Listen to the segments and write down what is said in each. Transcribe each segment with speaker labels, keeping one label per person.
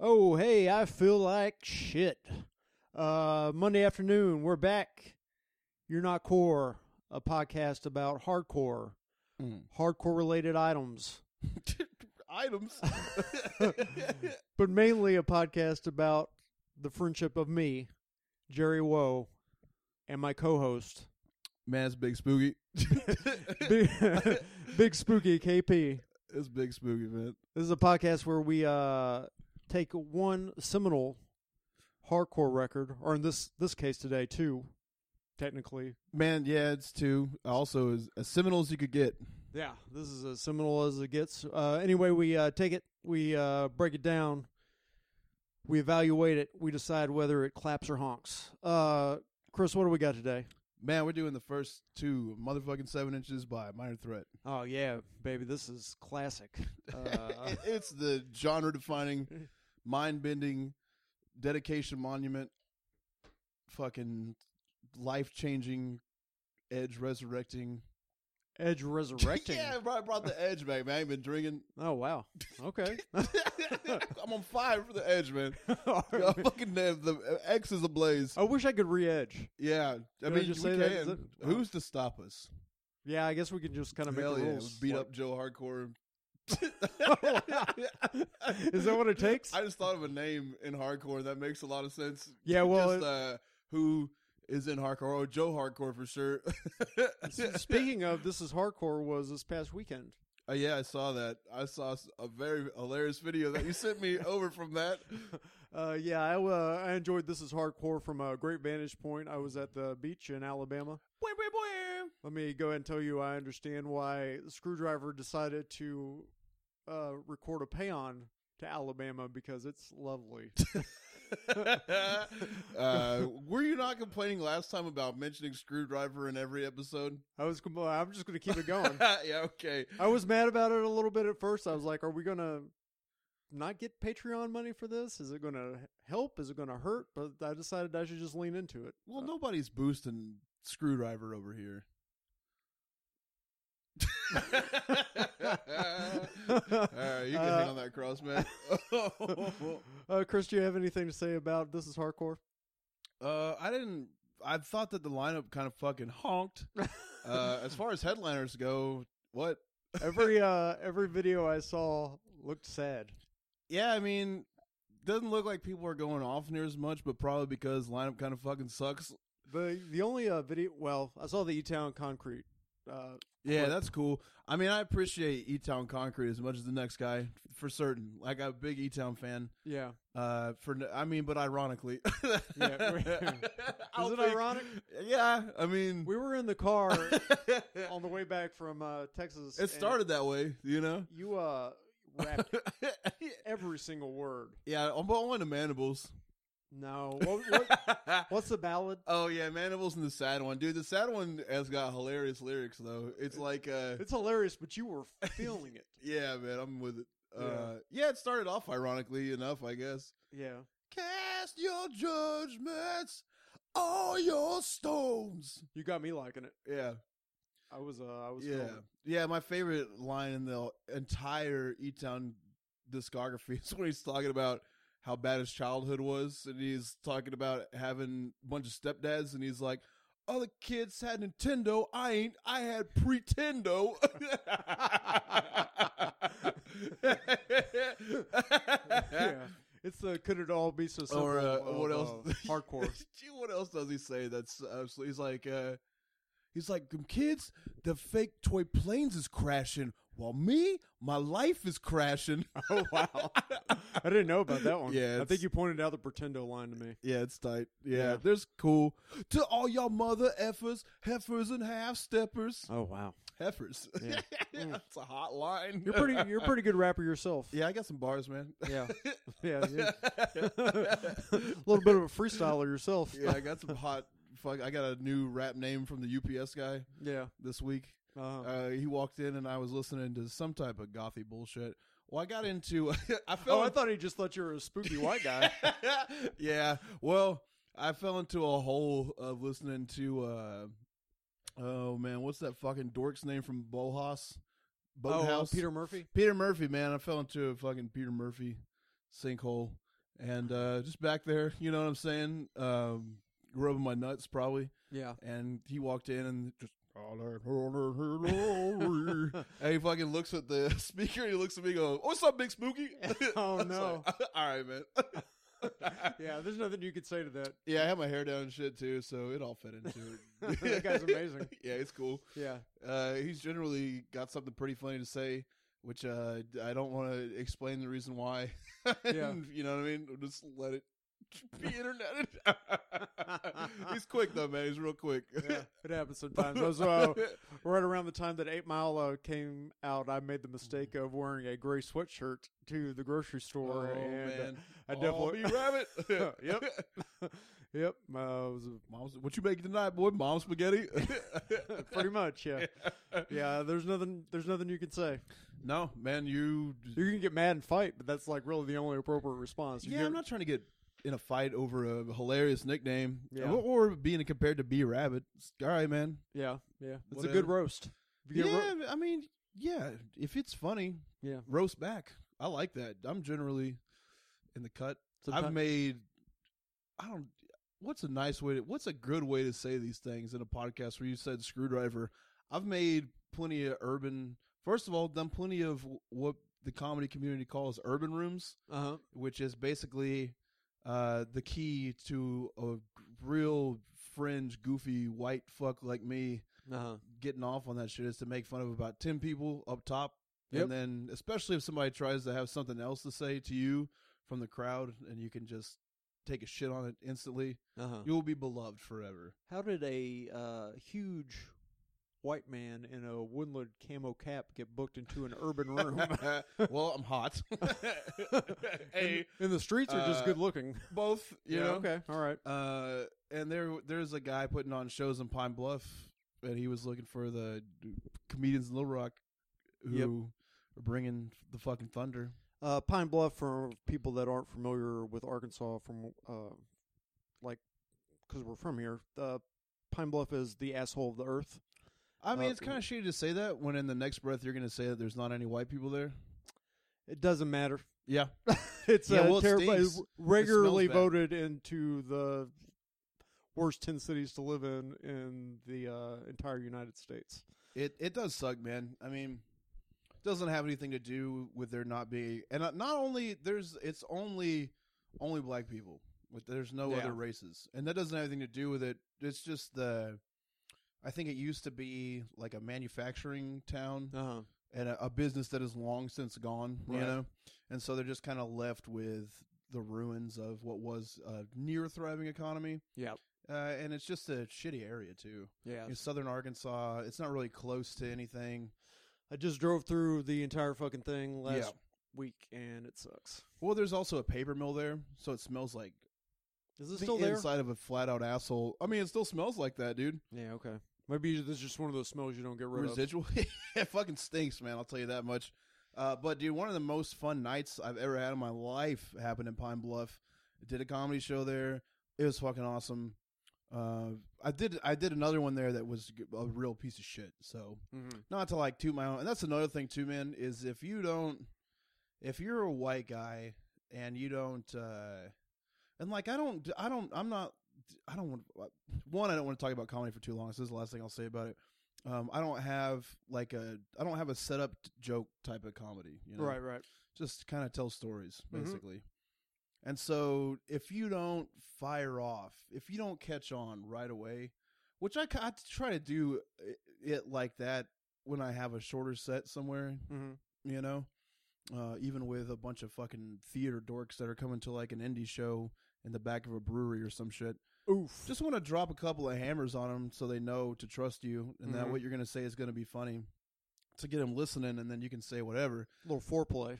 Speaker 1: Yo, Oh, hey, I feel like shit. Uh, Monday afternoon, we're back. You're not core, a podcast about hardcore,
Speaker 2: Mm.
Speaker 1: hardcore related items,
Speaker 2: Items.
Speaker 1: but mainly a podcast about the friendship of me, Jerry Woe, and my co-host,
Speaker 2: Man's big spooky.
Speaker 1: Big, Big Spooky KP.
Speaker 2: It's big spooky, man.
Speaker 1: This is a podcast where we uh, take one seminal hardcore record, or in this this case today, two, technically.
Speaker 2: Man, yeah, it's two. Also, as, as seminal as you could get.
Speaker 1: Yeah, this is as seminal as it gets. Uh, anyway, we uh, take it, we uh, break it down, we evaluate it, we decide whether it claps or honks. Uh, Chris, what do we got today?
Speaker 2: Man, we're doing the first two motherfucking seven inches by Minor Threat.
Speaker 1: Oh yeah, baby, this is classic. Uh,
Speaker 2: It- it's the genre defining, mind bending, dedication monument, fucking life changing, edge resurrecting.
Speaker 1: Edge resurrecting.
Speaker 2: yeah, I brought, brought the edge back, man. I ain't been drinking.
Speaker 1: Oh wow. Okay.
Speaker 2: I'm on fire for the edge, man.
Speaker 1: All
Speaker 2: Yeah,
Speaker 1: right.
Speaker 2: fucking name, the X is ablaze.
Speaker 1: I wish I could re-edge.
Speaker 2: Yeah, I
Speaker 1: Oh. Can I
Speaker 2: mean,
Speaker 1: just
Speaker 2: we
Speaker 1: say that? Is
Speaker 2: can.
Speaker 1: that-
Speaker 2: Who's to stop us?
Speaker 1: Yeah, I guess we can just kind of make
Speaker 2: Hell
Speaker 1: the
Speaker 2: yeah,
Speaker 1: rules.
Speaker 2: beat
Speaker 1: Like-
Speaker 2: up Joe Hardcore.
Speaker 1: Is that what it takes?
Speaker 2: I just thought of a name in hardcore that makes a lot of sense.
Speaker 1: yeah, well,
Speaker 2: just, uh, who is in hardcore? Oh, Joe Hardcore for sure.
Speaker 1: s- speaking of, this is hardcore. Was this past weekend?
Speaker 2: Uh, yeah, I saw that. I saw s- a very hilarious video that you sent me over from that.
Speaker 1: Uh, yeah, I uh, I enjoyed this is hardcore from a great vantage point. I was at the beach in Alabama.
Speaker 2: Boing, boing, boing.
Speaker 1: Let me go ahead and tell you, I understand why Screwdriver decided to uh, record a payon to Alabama because it's lovely.
Speaker 2: uh, were you not complaining last time about mentioning screwdriver in every episode?
Speaker 1: I was compl- I'm just going to keep it going.
Speaker 2: yeah, okay.
Speaker 1: I was mad about it a little bit at first. I was like, are we going to not get Patreon money for this? Is it going to help? Is it going to hurt? But I decided I should just lean into it.
Speaker 2: Well, nobody's boosting screwdriver over here. All right, you can hang on that cross, man.
Speaker 1: uh, Chris, do you have anything to say about this is hardcore?
Speaker 2: uh, I didn't. I thought that the lineup kind of fucking honked. Uh, as far as headliners go, what?
Speaker 1: every uh, every video I saw looked sad.
Speaker 2: Yeah, I mean, doesn't look like people are going off near as much, but probably because lineup kind of fucking sucks.
Speaker 1: The the only uh, video, well, I saw the E Town Concrete. Uh,
Speaker 2: Yeah,
Speaker 1: What-
Speaker 2: that's cool. I mean, I appreciate E Town Concrete as much as the next guy for certain. Like, I'm a big E Town fan.
Speaker 1: yeah,
Speaker 2: Uh, for n- I mean, but ironically, I'll
Speaker 1: it
Speaker 2: pick-
Speaker 1: ironic?
Speaker 2: Yeah, I mean,
Speaker 1: we were in the car on the way back from uh, Texas.
Speaker 2: it
Speaker 1: and
Speaker 2: started that way, you know.
Speaker 1: You uh, rapped every single word.
Speaker 2: yeah, I'm going to Mandibles.
Speaker 1: No. What, what, what's the ballad?
Speaker 2: oh yeah, Mandibles and the sad one, dude. The sad one has got hilarious lyrics though. It's like, uh,
Speaker 1: It's hilarious, but you were feeling it.
Speaker 2: yeah, man, I'm with it. Uh, yeah, it started off ironically enough, I guess.
Speaker 1: Yeah.
Speaker 2: Cast your judgments, all your stones.
Speaker 1: You got me liking it.
Speaker 2: Yeah.
Speaker 1: I was uh I was
Speaker 2: yeah,
Speaker 1: feeling
Speaker 2: yeah. My favorite line in the entire E Town discography is when he's talking about how bad his childhood was, and he's talking about having a bunch of stepdads, and he's like, "Other kids had Nintendo, I ain't. I had Pretendo."
Speaker 1: it. yeah. It's the could it all be so simple?
Speaker 2: Or uh,
Speaker 1: of,
Speaker 2: what else?
Speaker 1: uh, hardcore.
Speaker 2: Gee, what else does he say? That's absolutely. He's like, uh, he's like, them kids, the fake toy planes is crashing, while me, my life is crashing.
Speaker 1: oh wow. I didn't know about that one.
Speaker 2: Yeah,
Speaker 1: I think
Speaker 2: it's-
Speaker 1: you pointed out the pretendo line to me.
Speaker 2: yeah, it's tight.
Speaker 1: Yeah.
Speaker 2: there's cool. To all y'all mother effers, heifers, and half steppers,
Speaker 1: Oh wow.
Speaker 2: heifers.
Speaker 1: Yeah.
Speaker 2: That's a hot line.
Speaker 1: You're pretty you're a pretty good rapper yourself.
Speaker 2: Mm. yeah, I got some bars, man.
Speaker 1: Yeah. Yeah. yeah. a little bit of a freestyler yourself.
Speaker 2: yeah, I got some hot. Fuck, I got a new rap name from the UPS guy
Speaker 1: Yeah.
Speaker 2: this week.
Speaker 1: Uh,
Speaker 2: uh, he walked in and I was listening to some type of gothy bullshit. Well, I got into I fell.
Speaker 1: oh, I thought he just thought you were a spooky white guy.
Speaker 2: yeah. Well, I fell into a hole of listening to. uh Oh man, what's that fucking dork's name from Bohas?
Speaker 1: oh, uh,
Speaker 2: Boathouse.
Speaker 1: Peter Murphy.
Speaker 2: Peter Murphy, man. I fell into a fucking Peter Murphy sinkhole, and uh, just back there, you know what I'm saying? Um, rubbing my nuts probably.
Speaker 1: Yeah.
Speaker 2: And he walked in and just. and he fucking looks at the speaker and he looks at me and goes, What's up, Big Spooky?
Speaker 1: Oh,
Speaker 2: I was
Speaker 1: no.
Speaker 2: like, All right, man.
Speaker 1: Yeah, there's nothing you could say to that.
Speaker 2: yeah, I had my hair down and shit too, so it all fit into it.
Speaker 1: that guy's amazing.
Speaker 2: yeah, it's cool.
Speaker 1: Yeah.
Speaker 2: Uh, he's generally got something pretty funny to say, which uh, I don't want to explain the reason why.
Speaker 1: Yeah.
Speaker 2: You know what I mean? Just let it be interneted. he's quick, though, man. He's real quick.
Speaker 1: Yeah, it happens sometimes. That was, uh, right around the time that Eight Mile uh, came out, I made the mistake of wearing a gray sweatshirt to the grocery
Speaker 2: oh,
Speaker 1: store, and uh,
Speaker 2: man.
Speaker 1: I
Speaker 2: All
Speaker 1: definitely-
Speaker 2: be rabbit.
Speaker 1: Yep. yep, uh, it was
Speaker 2: Mom's, what you making tonight, boy? Mom spaghetti?
Speaker 1: a- pretty much yeah, yeah. There's nothing, there's nothing you can say.
Speaker 2: no, man, you.
Speaker 1: You can get mad and fight, but that's like really the only appropriate response. You
Speaker 2: yeah, I'm
Speaker 1: never-
Speaker 2: not trying to get in a fight over a hilarious nickname
Speaker 1: Yeah.
Speaker 2: or, or being compared to B Rabbit. It's- All right, man.
Speaker 1: Yeah, yeah. It's a
Speaker 2: Whatever.
Speaker 1: good roast. If you
Speaker 2: Yeah,
Speaker 1: get ro-
Speaker 2: I mean, yeah. If it's funny,
Speaker 1: Yeah.
Speaker 2: roast back. I like that. I'm generally in the cut. I've
Speaker 1: sometime-
Speaker 2: made. I don't. What's a nice way to? What's a good way to say these things in a podcast where you said screwdriver? I've made plenty of urban. First of all, done plenty of what the comedy community calls urban rooms,
Speaker 1: uh-huh.
Speaker 2: which is basically uh, the key to a real fringe, goofy white fuck like me
Speaker 1: Uh-huh.
Speaker 2: getting off on that shit is to make fun of about 10 people up top.
Speaker 1: Yep.
Speaker 2: And then, especially if somebody tries to have something else to say to you from the crowd and you can just take a shit on it instantly,
Speaker 1: Uh-huh.
Speaker 2: you will be beloved forever.
Speaker 1: How did a uh, huge white man in a woodland camo cap get booked into an urban room?
Speaker 2: well, I'm hot. hey,
Speaker 1: in, in the streets are just
Speaker 2: uh,
Speaker 1: good looking.
Speaker 2: both, you know.
Speaker 1: Okay. All right.
Speaker 2: Uh, and there, there's a guy putting on shows in Pine Bluff, and he was looking for the comedians in Little Rock who
Speaker 1: Yep.
Speaker 2: are bringing the fucking thunder.
Speaker 1: Uh, Pine Bluff, for people that aren't familiar with Arkansas, from uh, like because we're from here, uh, Pine Bluff is the asshole of the earth.
Speaker 2: I mean,
Speaker 1: Uh,
Speaker 2: it's kind of shitty to say that when in the next breath you're going to say that there's not any white people there.
Speaker 1: It doesn't matter.
Speaker 2: Yeah,
Speaker 1: It's
Speaker 2: Yeah,
Speaker 1: uh,
Speaker 2: well, it
Speaker 1: terrible.
Speaker 2: stinks.
Speaker 1: it's
Speaker 2: It
Speaker 1: regularly
Speaker 2: bad.
Speaker 1: voted into the worst ten cities to live in in the uh, entire United States.
Speaker 2: it it does suck, man. I mean, it doesn't have anything to do with there not being, and not- not only there's it's only only black people. But there's no
Speaker 1: Yeah.
Speaker 2: other races, and that doesn't have anything to do with it. It's just the, I think it used to be like a manufacturing town,
Speaker 1: Uh huh.
Speaker 2: and a, a business that is long since gone, you
Speaker 1: Right.
Speaker 2: know, and so they're just kind of left with the ruins of what was a near thriving economy.
Speaker 1: Yep.
Speaker 2: uh, and it's just a shitty area too.
Speaker 1: Yeah.
Speaker 2: You know, Southern Arkansas, it's not really close to anything.
Speaker 1: I just drove through the entire fucking thing last
Speaker 2: Yeah.
Speaker 1: week, and it sucks.
Speaker 2: Well, there's also a paper mill there, so it smells like
Speaker 1: Is it
Speaker 2: the
Speaker 1: still there?
Speaker 2: inside of a flat out asshole. I mean, it still smells like that, dude.
Speaker 1: Yeah. Okay. Maybe this is just one of those smells you don't get rid of.
Speaker 2: Residual, it fucking stinks, man. I'll tell you that much. Uh, but dude, one of the most fun nights I've ever had in my life happened in Pine Bluff. did a comedy show there. It was fucking awesome. Uh, I did I did another one there that was a real piece of shit. So
Speaker 1: Mm-hmm.
Speaker 2: not to like toot my own. And that's another thing too, man, is if you don't, if you're a white guy and you don't, uh, and like I don't, I don't, I'm not, I don't want uh, one. I don't want to talk about comedy for too long. So this is the last thing I'll say about it. Um, I don't have like a, I don't have a setup t- joke type of comedy. You know?
Speaker 1: Right. Right.
Speaker 2: just kind of tell stories
Speaker 1: Mhm.
Speaker 2: basically and so if you don't fire off if you don't catch on right away which i, ki- I try to do i- it like that when i have a shorter set somewhere
Speaker 1: Mm-hmm.
Speaker 2: you know uh, even with a bunch of fucking theater dorks that are coming to like an indie show in the back of a brewery or some shit
Speaker 1: Oof.
Speaker 2: just want to drop a couple of hammers on them so they know to trust you and that
Speaker 1: Mhm.
Speaker 2: what you're going to say is going to be funny to get them listening and then you can say whatever
Speaker 1: little foreplay.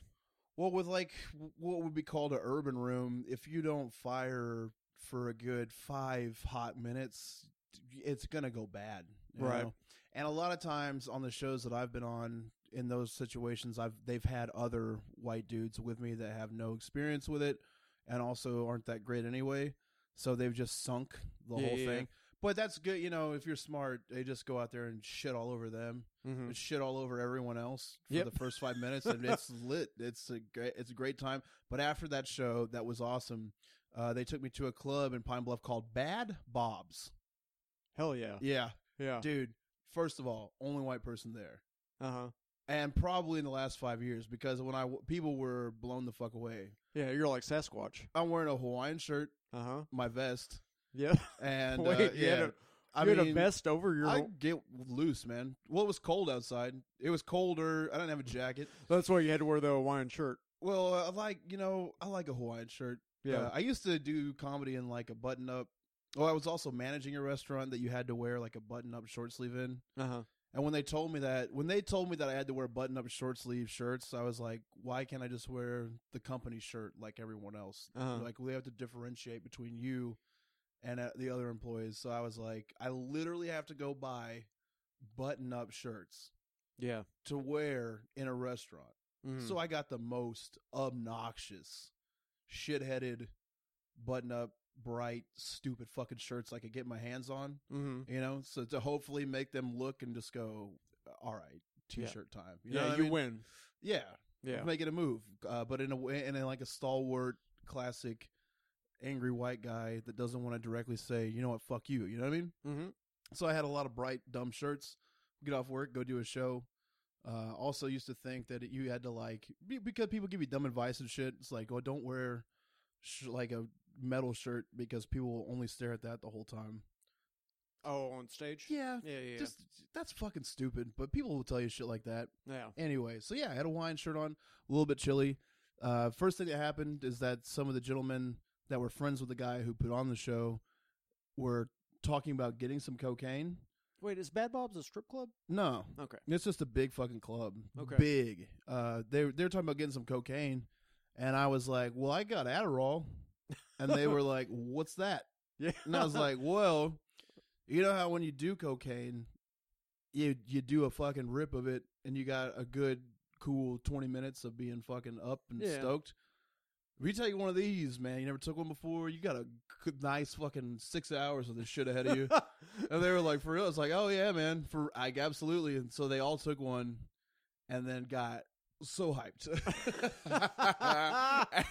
Speaker 2: well, with like w- what would be called an urban room, if you don't fire for a good five hot minutes, it's gonna go bad, you
Speaker 1: Right.
Speaker 2: know? And a lot of times on the shows that I've been on, in those situations, I've they've had other white dudes with me that have no experience with it, and also aren't that great anyway. So they've just sunk the
Speaker 1: Yeah,
Speaker 2: whole
Speaker 1: yeah, yeah.
Speaker 2: thing. But that's good, you know. If you're smart, they just go out there and shit all over them
Speaker 1: Mhm.
Speaker 2: and shit all over everyone else for
Speaker 1: Yep.
Speaker 2: the first five minutes, and it's lit. It's a great, it's a great time. But after that show, that was awesome. Uh, they took me to a club in Pine Bluff called Bad Bob's.
Speaker 1: Hell yeah.
Speaker 2: Yeah,
Speaker 1: Yeah.
Speaker 2: dude. First of all, only white person there,
Speaker 1: Uh huh.
Speaker 2: and probably in the last five years because when I w- people were blown the fuck away.
Speaker 1: Yeah, you're like Sasquatch.
Speaker 2: I'm wearing a Hawaiian shirt,
Speaker 1: Uh huh.
Speaker 2: my vest,
Speaker 1: Yeah.
Speaker 2: and
Speaker 1: Wait,
Speaker 2: uh,
Speaker 1: you
Speaker 2: yeah,
Speaker 1: had a-
Speaker 2: I
Speaker 1: you
Speaker 2: mean,
Speaker 1: had a vest over your.
Speaker 2: I get loose, man. Well, it was cold outside. It was colder. I didn't have a jacket.
Speaker 1: That's why you had to wear the Hawaiian shirt.
Speaker 2: Well, I like you know, I like a Hawaiian shirt.
Speaker 1: Yeah.
Speaker 2: Uh, I used to do comedy in like a button up. Well, I was also managing a restaurant that you had to wear like a button up short sleeve in.
Speaker 1: Uh huh.
Speaker 2: And when they told me that, when they told me that I had to wear button up short sleeve shirts, I was like, why can't I just wear the company shirt like everyone else?
Speaker 1: Uh-huh.
Speaker 2: Like we have to differentiate between you and uh, the other employees. So I was like, I literally have to go buy button up shirts
Speaker 1: Yeah.
Speaker 2: to wear in a restaurant.
Speaker 1: Mhm.
Speaker 2: So I got the most obnoxious, shitheaded, button up, bright, stupid fucking shirts I could get my hands on,
Speaker 1: Mhm.
Speaker 2: you know? So to hopefully make them look and just go, "Uh, all right, t
Speaker 1: Yeah.
Speaker 2: shirt time. You know
Speaker 1: yeah,
Speaker 2: what I
Speaker 1: you
Speaker 2: mean?
Speaker 1: win.
Speaker 2: Yeah.
Speaker 1: Yeah.
Speaker 2: Make it a move. Uh, but in a way, and in like a stalwart, classic, angry white guy that doesn't want to directly say, you know what, fuck you. You know what I mean?
Speaker 1: Mm-hmm.
Speaker 2: So I had a lot of bright, dumb shirts. Get off work, go do a show. Uh, also used to think that you had to like be- because people give you dumb advice and shit. It's like, oh, don't wear sh- like a metal shirt because people will only stare at that the whole time.
Speaker 1: Oh, on stage.
Speaker 2: Yeah,
Speaker 1: Yeah. Yeah.
Speaker 2: just that's fucking stupid. But people will tell you shit like that
Speaker 1: yeah.
Speaker 2: anyway. So yeah, I had a wine shirt on, a little bit chilly. Uh, first thing that happened is that some of the gentlemen that were friends with the guy who put on the show were talking about getting some cocaine.
Speaker 1: Wait, is Bad Bob's a strip club?
Speaker 2: No,
Speaker 1: Okay.
Speaker 2: It's just a big fucking club.
Speaker 1: Okay.
Speaker 2: Big. Uh they they're talking about getting some cocaine and I was like, "Well, I got Adderall." And they were like, "What's that?"
Speaker 1: Yeah.
Speaker 2: And I was like, "Well, you know how when you do cocaine, you you do a fucking rip of it and you got a good cool 20 minutes of being fucking up and
Speaker 1: Yeah.
Speaker 2: stoked. If you take one of these, man, you never took one before, you got a good, nice fucking 6 hours of this shit ahead of you." And they were like, for real? It's like, oh yeah, man. For I absolutely. And so they all took one, and then got so hyped.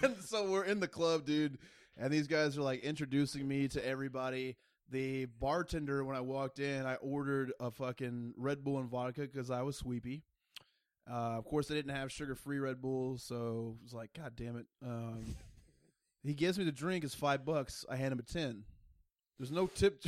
Speaker 2: and so we're in the club, dude. And these guys are like introducing me to everybody. The bartender, when I walked in, I ordered a fucking Red Bull and vodka because I was sweepy. Uh, of course, they didn't have sugar free Red Bull, so it was like, God damn it. Um, he gives me the drink, it's five bucks. I hand him a 10. There's no tip.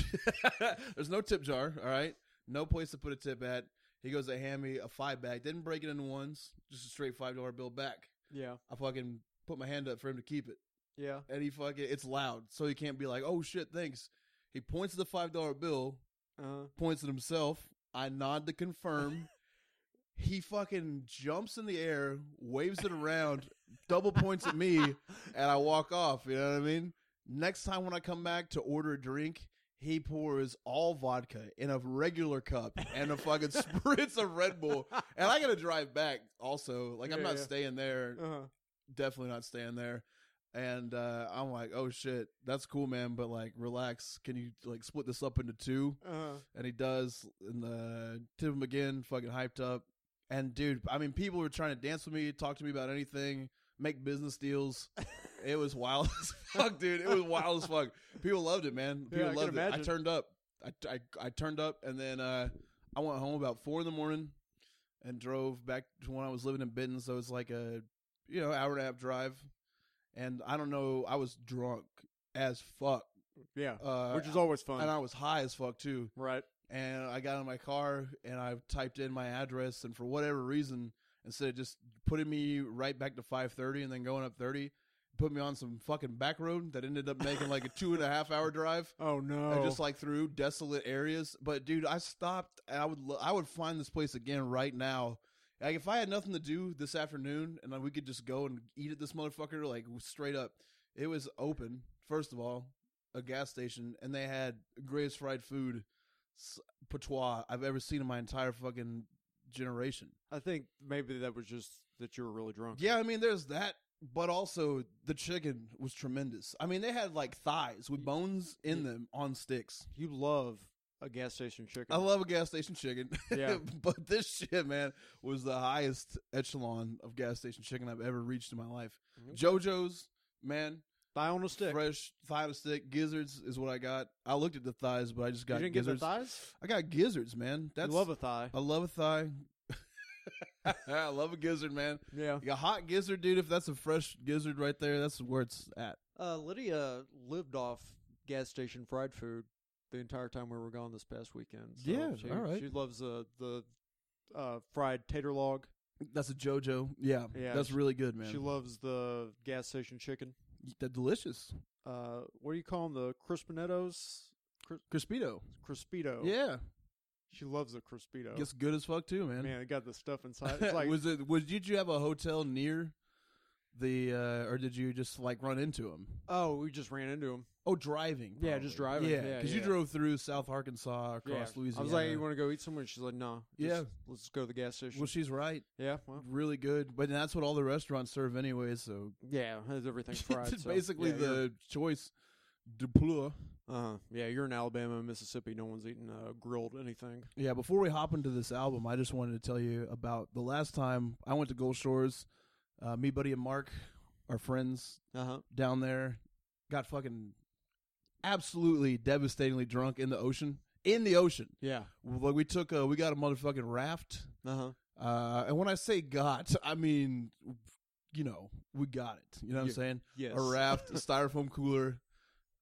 Speaker 2: There's no tip jar. All right, no place to put a tip at. He goes to hand me a five back. Didn't break it into ones. Just a straight five dollar bill back.
Speaker 1: yeah.
Speaker 2: I fucking put my hand up for him to keep it,
Speaker 1: Yeah.
Speaker 2: and he fucking it's loud, so he can't be like, "Oh shit, thanks." He points at the five dollar bill,
Speaker 1: Uh,
Speaker 2: points at himself. I nod to confirm. he fucking jumps in the air, waves it around, double points at me, and I walk off. You know what I mean? Next time when I come back to order a drink, he pours all vodka in a regular cup and a fucking spritz of Red Bull. Oh, And I gotta drive back also. Like I'm
Speaker 1: Yeah,
Speaker 2: not
Speaker 1: yeah.
Speaker 2: staying there.
Speaker 1: uh-huh.
Speaker 2: Definitely not staying there. And uh, I'm like, oh shit, that's cool, man. But like, relax. Can you like split this up into two?
Speaker 1: Uh-huh.
Speaker 2: and he does and uh tip him again fucking hyped up and dude i mean people were trying to dance with me talk to me about anything make business deals it was wild as fuck dude it was wild as fuck people loved it man
Speaker 1: Yeah,
Speaker 2: people
Speaker 1: I can
Speaker 2: loved it i
Speaker 1: imagine.
Speaker 2: turned up I, I i turned up and then uh i went home about four in the morning and drove back to when i was living in benton so it's like a you know hour and a half drive and i don't know i was drunk as fuck
Speaker 1: Yeah.
Speaker 2: uh
Speaker 1: Which is always fun.
Speaker 2: and i was high as fuck too
Speaker 1: right.
Speaker 2: and I got in my car and I typed in my address and for whatever reason instead of just putting me right back to 5:30 and then going up 30 put me on some fucking back road that ended up making like a two and a half hour drive
Speaker 1: Oh, no.
Speaker 2: and just like through desolate areas but dude I stopped and I would lo- I would find this place again right now like if I had nothing to do this afternoon and like, we could just go and eat at this motherfucker like straight up it was open first of all a gas station and they had greatest fried food s- patois I've ever seen in my entire fucking generation.
Speaker 1: I think maybe that was just that you were really drunk.
Speaker 2: Yeah, I mean, there's that, but also the chicken was tremendous. I mean, they had like thighs with bones in them on sticks.
Speaker 1: You love a gas station chicken.
Speaker 2: I love a gas station chicken.
Speaker 1: Yeah.
Speaker 2: but this shit, man, was the highest echelon of gas station chicken I've ever reached in my life.
Speaker 1: Mhm.
Speaker 2: JoJo's, man,
Speaker 1: thigh on a stick.
Speaker 2: fresh thigh to stick. Gizzards is what I got. I looked at the thighs, but I just
Speaker 1: you
Speaker 2: got
Speaker 1: didn't get the
Speaker 2: gizzards.
Speaker 1: thighs.
Speaker 2: I got gizzards, man. That's
Speaker 1: you love a thigh.
Speaker 2: I love a thigh. I love a gizzard, man.
Speaker 1: yeah.
Speaker 2: Like a hot gizzard, dude. If that's a fresh gizzard right there, that's where it's at.
Speaker 1: Uh, Lydia lived off gas station fried food the entire time we were gone this past weekend. So
Speaker 2: Yeah,
Speaker 1: she,
Speaker 2: all right.
Speaker 1: She loves uh, the uh, fried tater log.
Speaker 2: That's a JoJo. Yeah,
Speaker 1: Yeah,
Speaker 2: that's
Speaker 1: she-
Speaker 2: really good, man.
Speaker 1: She loves the gas station chicken.
Speaker 2: They're delicious.
Speaker 1: Uh, what do you call them? The crispinettos,
Speaker 2: Crispito.
Speaker 1: crispito.
Speaker 2: Yeah,
Speaker 1: she loves the crispito.
Speaker 2: gets good as fuck too, man.
Speaker 1: Man, it got the stuff inside. It's like
Speaker 2: was it? Was did you have a hotel near the, uh or did you just like run into him?
Speaker 1: oh, we just ran into him.
Speaker 2: Oh, driving.
Speaker 1: Yeah, just driving.
Speaker 2: probably. Yeah,
Speaker 1: Yeah,
Speaker 2: because you
Speaker 1: yeah.
Speaker 2: drove through South Arkansas across Louisiana.
Speaker 1: I was like, "You want to go eat somewhere?" She's like, "No."
Speaker 2: Yeah.
Speaker 1: just- let's go to the gas station.
Speaker 2: well, she's right.
Speaker 1: yeah, well,
Speaker 2: Really good, but that's what all the restaurants serve anyway. So
Speaker 1: yeah, has everything fried.
Speaker 2: It's
Speaker 1: so,
Speaker 2: basically
Speaker 1: yeah, you're-
Speaker 2: the choice de plure.
Speaker 1: Uh, yeah, you're in Alabama, Mississippi. No one's eating uh, grilled anything.
Speaker 2: Yeah, before we hop into this album, I just wanted to tell you about the last time I went to Gold Shores. Uh, me, buddy, and Mark, our friends
Speaker 1: Uh huh.
Speaker 2: down there, got fucking absolutely devastatingly drunk in the ocean. In the ocean,
Speaker 1: Yeah.
Speaker 2: like we took, a, we got a motherfucking raft.
Speaker 1: Uh huh.
Speaker 2: Uh, and when I say got, I mean, you know, we got it. You know what
Speaker 1: Yeah.
Speaker 2: I'm saying?
Speaker 1: Yes.
Speaker 2: a raft, a styrofoam cooler,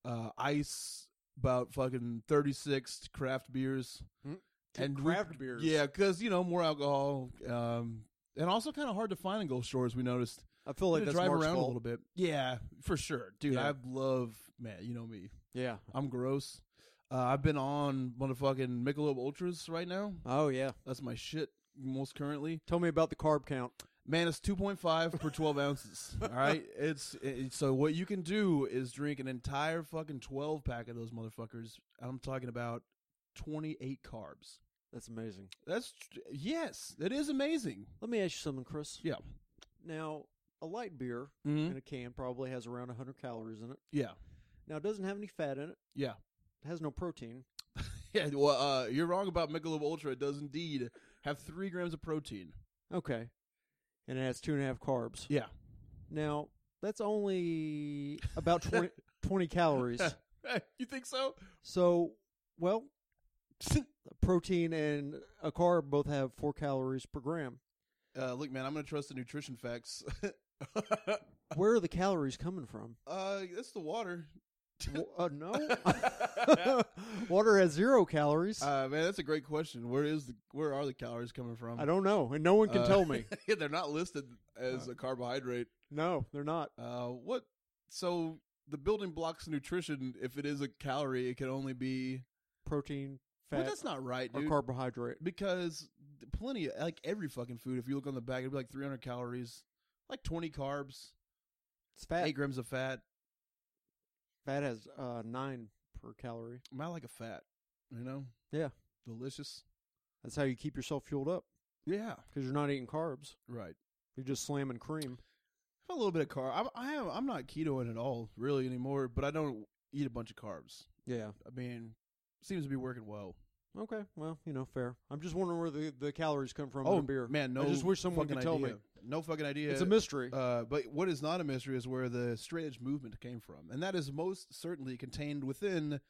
Speaker 2: uh, ice, about fucking 36 craft beers.
Speaker 1: Mm.
Speaker 2: And we-
Speaker 1: craft beers.
Speaker 2: Yeah, because, you know, more alcohol. Um, and also kind of hard to find in Gulf Shores, we noticed.
Speaker 1: I feel like
Speaker 2: Had to
Speaker 1: that's
Speaker 2: drive
Speaker 1: Mark's
Speaker 2: around
Speaker 1: fault.
Speaker 2: a little bit. Yeah, for sure. Dude,
Speaker 1: Yeah.
Speaker 2: I love, man, you know me.
Speaker 1: Yeah.
Speaker 2: I'm gross. Uh, I've been on motherfucking Michelob Ultras right now.
Speaker 1: Oh yeah.
Speaker 2: That's my shit most currently.
Speaker 1: Tell me about the carb count.
Speaker 2: Man, it's 2.5 per 12 ounces. All right. It's, it- so what you can do is drink an entire fucking 12 pack of those motherfuckers. I'm talking about 28 carbs.
Speaker 1: That's amazing.
Speaker 2: That's, tr- yes, that is amazing.
Speaker 1: Let me ask you something, Chris.
Speaker 2: Yeah.
Speaker 1: Now, a light beer
Speaker 2: Mm-hmm.
Speaker 1: in a can probably has around 100 calories in it.
Speaker 2: Yeah.
Speaker 1: Now, it doesn't have any fat in it.
Speaker 2: Yeah.
Speaker 1: It has no protein.
Speaker 2: Yeah. Well, uh, you're wrong about Michelob Ultra. It does indeed have three grams of protein.
Speaker 1: Okay. And it has two and a half carbs.
Speaker 2: Yeah.
Speaker 1: Now, that's only about 20, 20 calories.
Speaker 2: you think so?
Speaker 1: So, well, protein and a carb both have four calories per gram.
Speaker 2: Uh, look, man, I'm going to trust the nutrition facts.
Speaker 1: Where are the calories coming from?
Speaker 2: uh, that's the water.
Speaker 1: W- uh,
Speaker 2: Oh.
Speaker 1: no. Water has zero calories.
Speaker 2: Uh, man, that's a great question. Where is the where are the calories coming from?
Speaker 1: I don't know. And no one can
Speaker 2: Uh,
Speaker 1: tell me.
Speaker 2: yeah, they're not listed as a carbohydrate.
Speaker 1: No, they're not.
Speaker 2: Uh, what? So the building blocks of nutrition. If it is a calorie, it can only be.
Speaker 1: Protein,
Speaker 2: But
Speaker 1: fat,
Speaker 2: that's not right,
Speaker 1: or
Speaker 2: dude.
Speaker 1: carbohydrate.
Speaker 2: because plenty, like every fucking food. If you look on the back, it'd be like 300 calories, like 20 carbs,
Speaker 1: It's fat.
Speaker 2: eight grams of fat.
Speaker 1: Fat has uh, nine per calorie.
Speaker 2: Am I like a fat? You know?
Speaker 1: Yeah.
Speaker 2: Delicious.
Speaker 1: That's how you keep yourself fueled up
Speaker 2: Yeah.
Speaker 1: because you're not eating carbs.
Speaker 2: Right.
Speaker 1: You're just slamming cream.
Speaker 2: A little bit of carb. I'm, I am. I'm not ketoing at all really anymore, but I don't eat a bunch of carbs.
Speaker 1: Yeah.
Speaker 2: I mean, seems to be working well.
Speaker 1: Okay. Well, you know, fair. I'm just wondering where the, the calories come from in a beer.
Speaker 2: Oh, man, no.
Speaker 1: I just wish someone
Speaker 2: fucking
Speaker 1: could tell
Speaker 2: idea.
Speaker 1: me.
Speaker 2: No fucking idea.
Speaker 1: It's a mystery.
Speaker 2: Uh, but what is not a mystery is where the straight edge movement came from, and that is most certainly contained within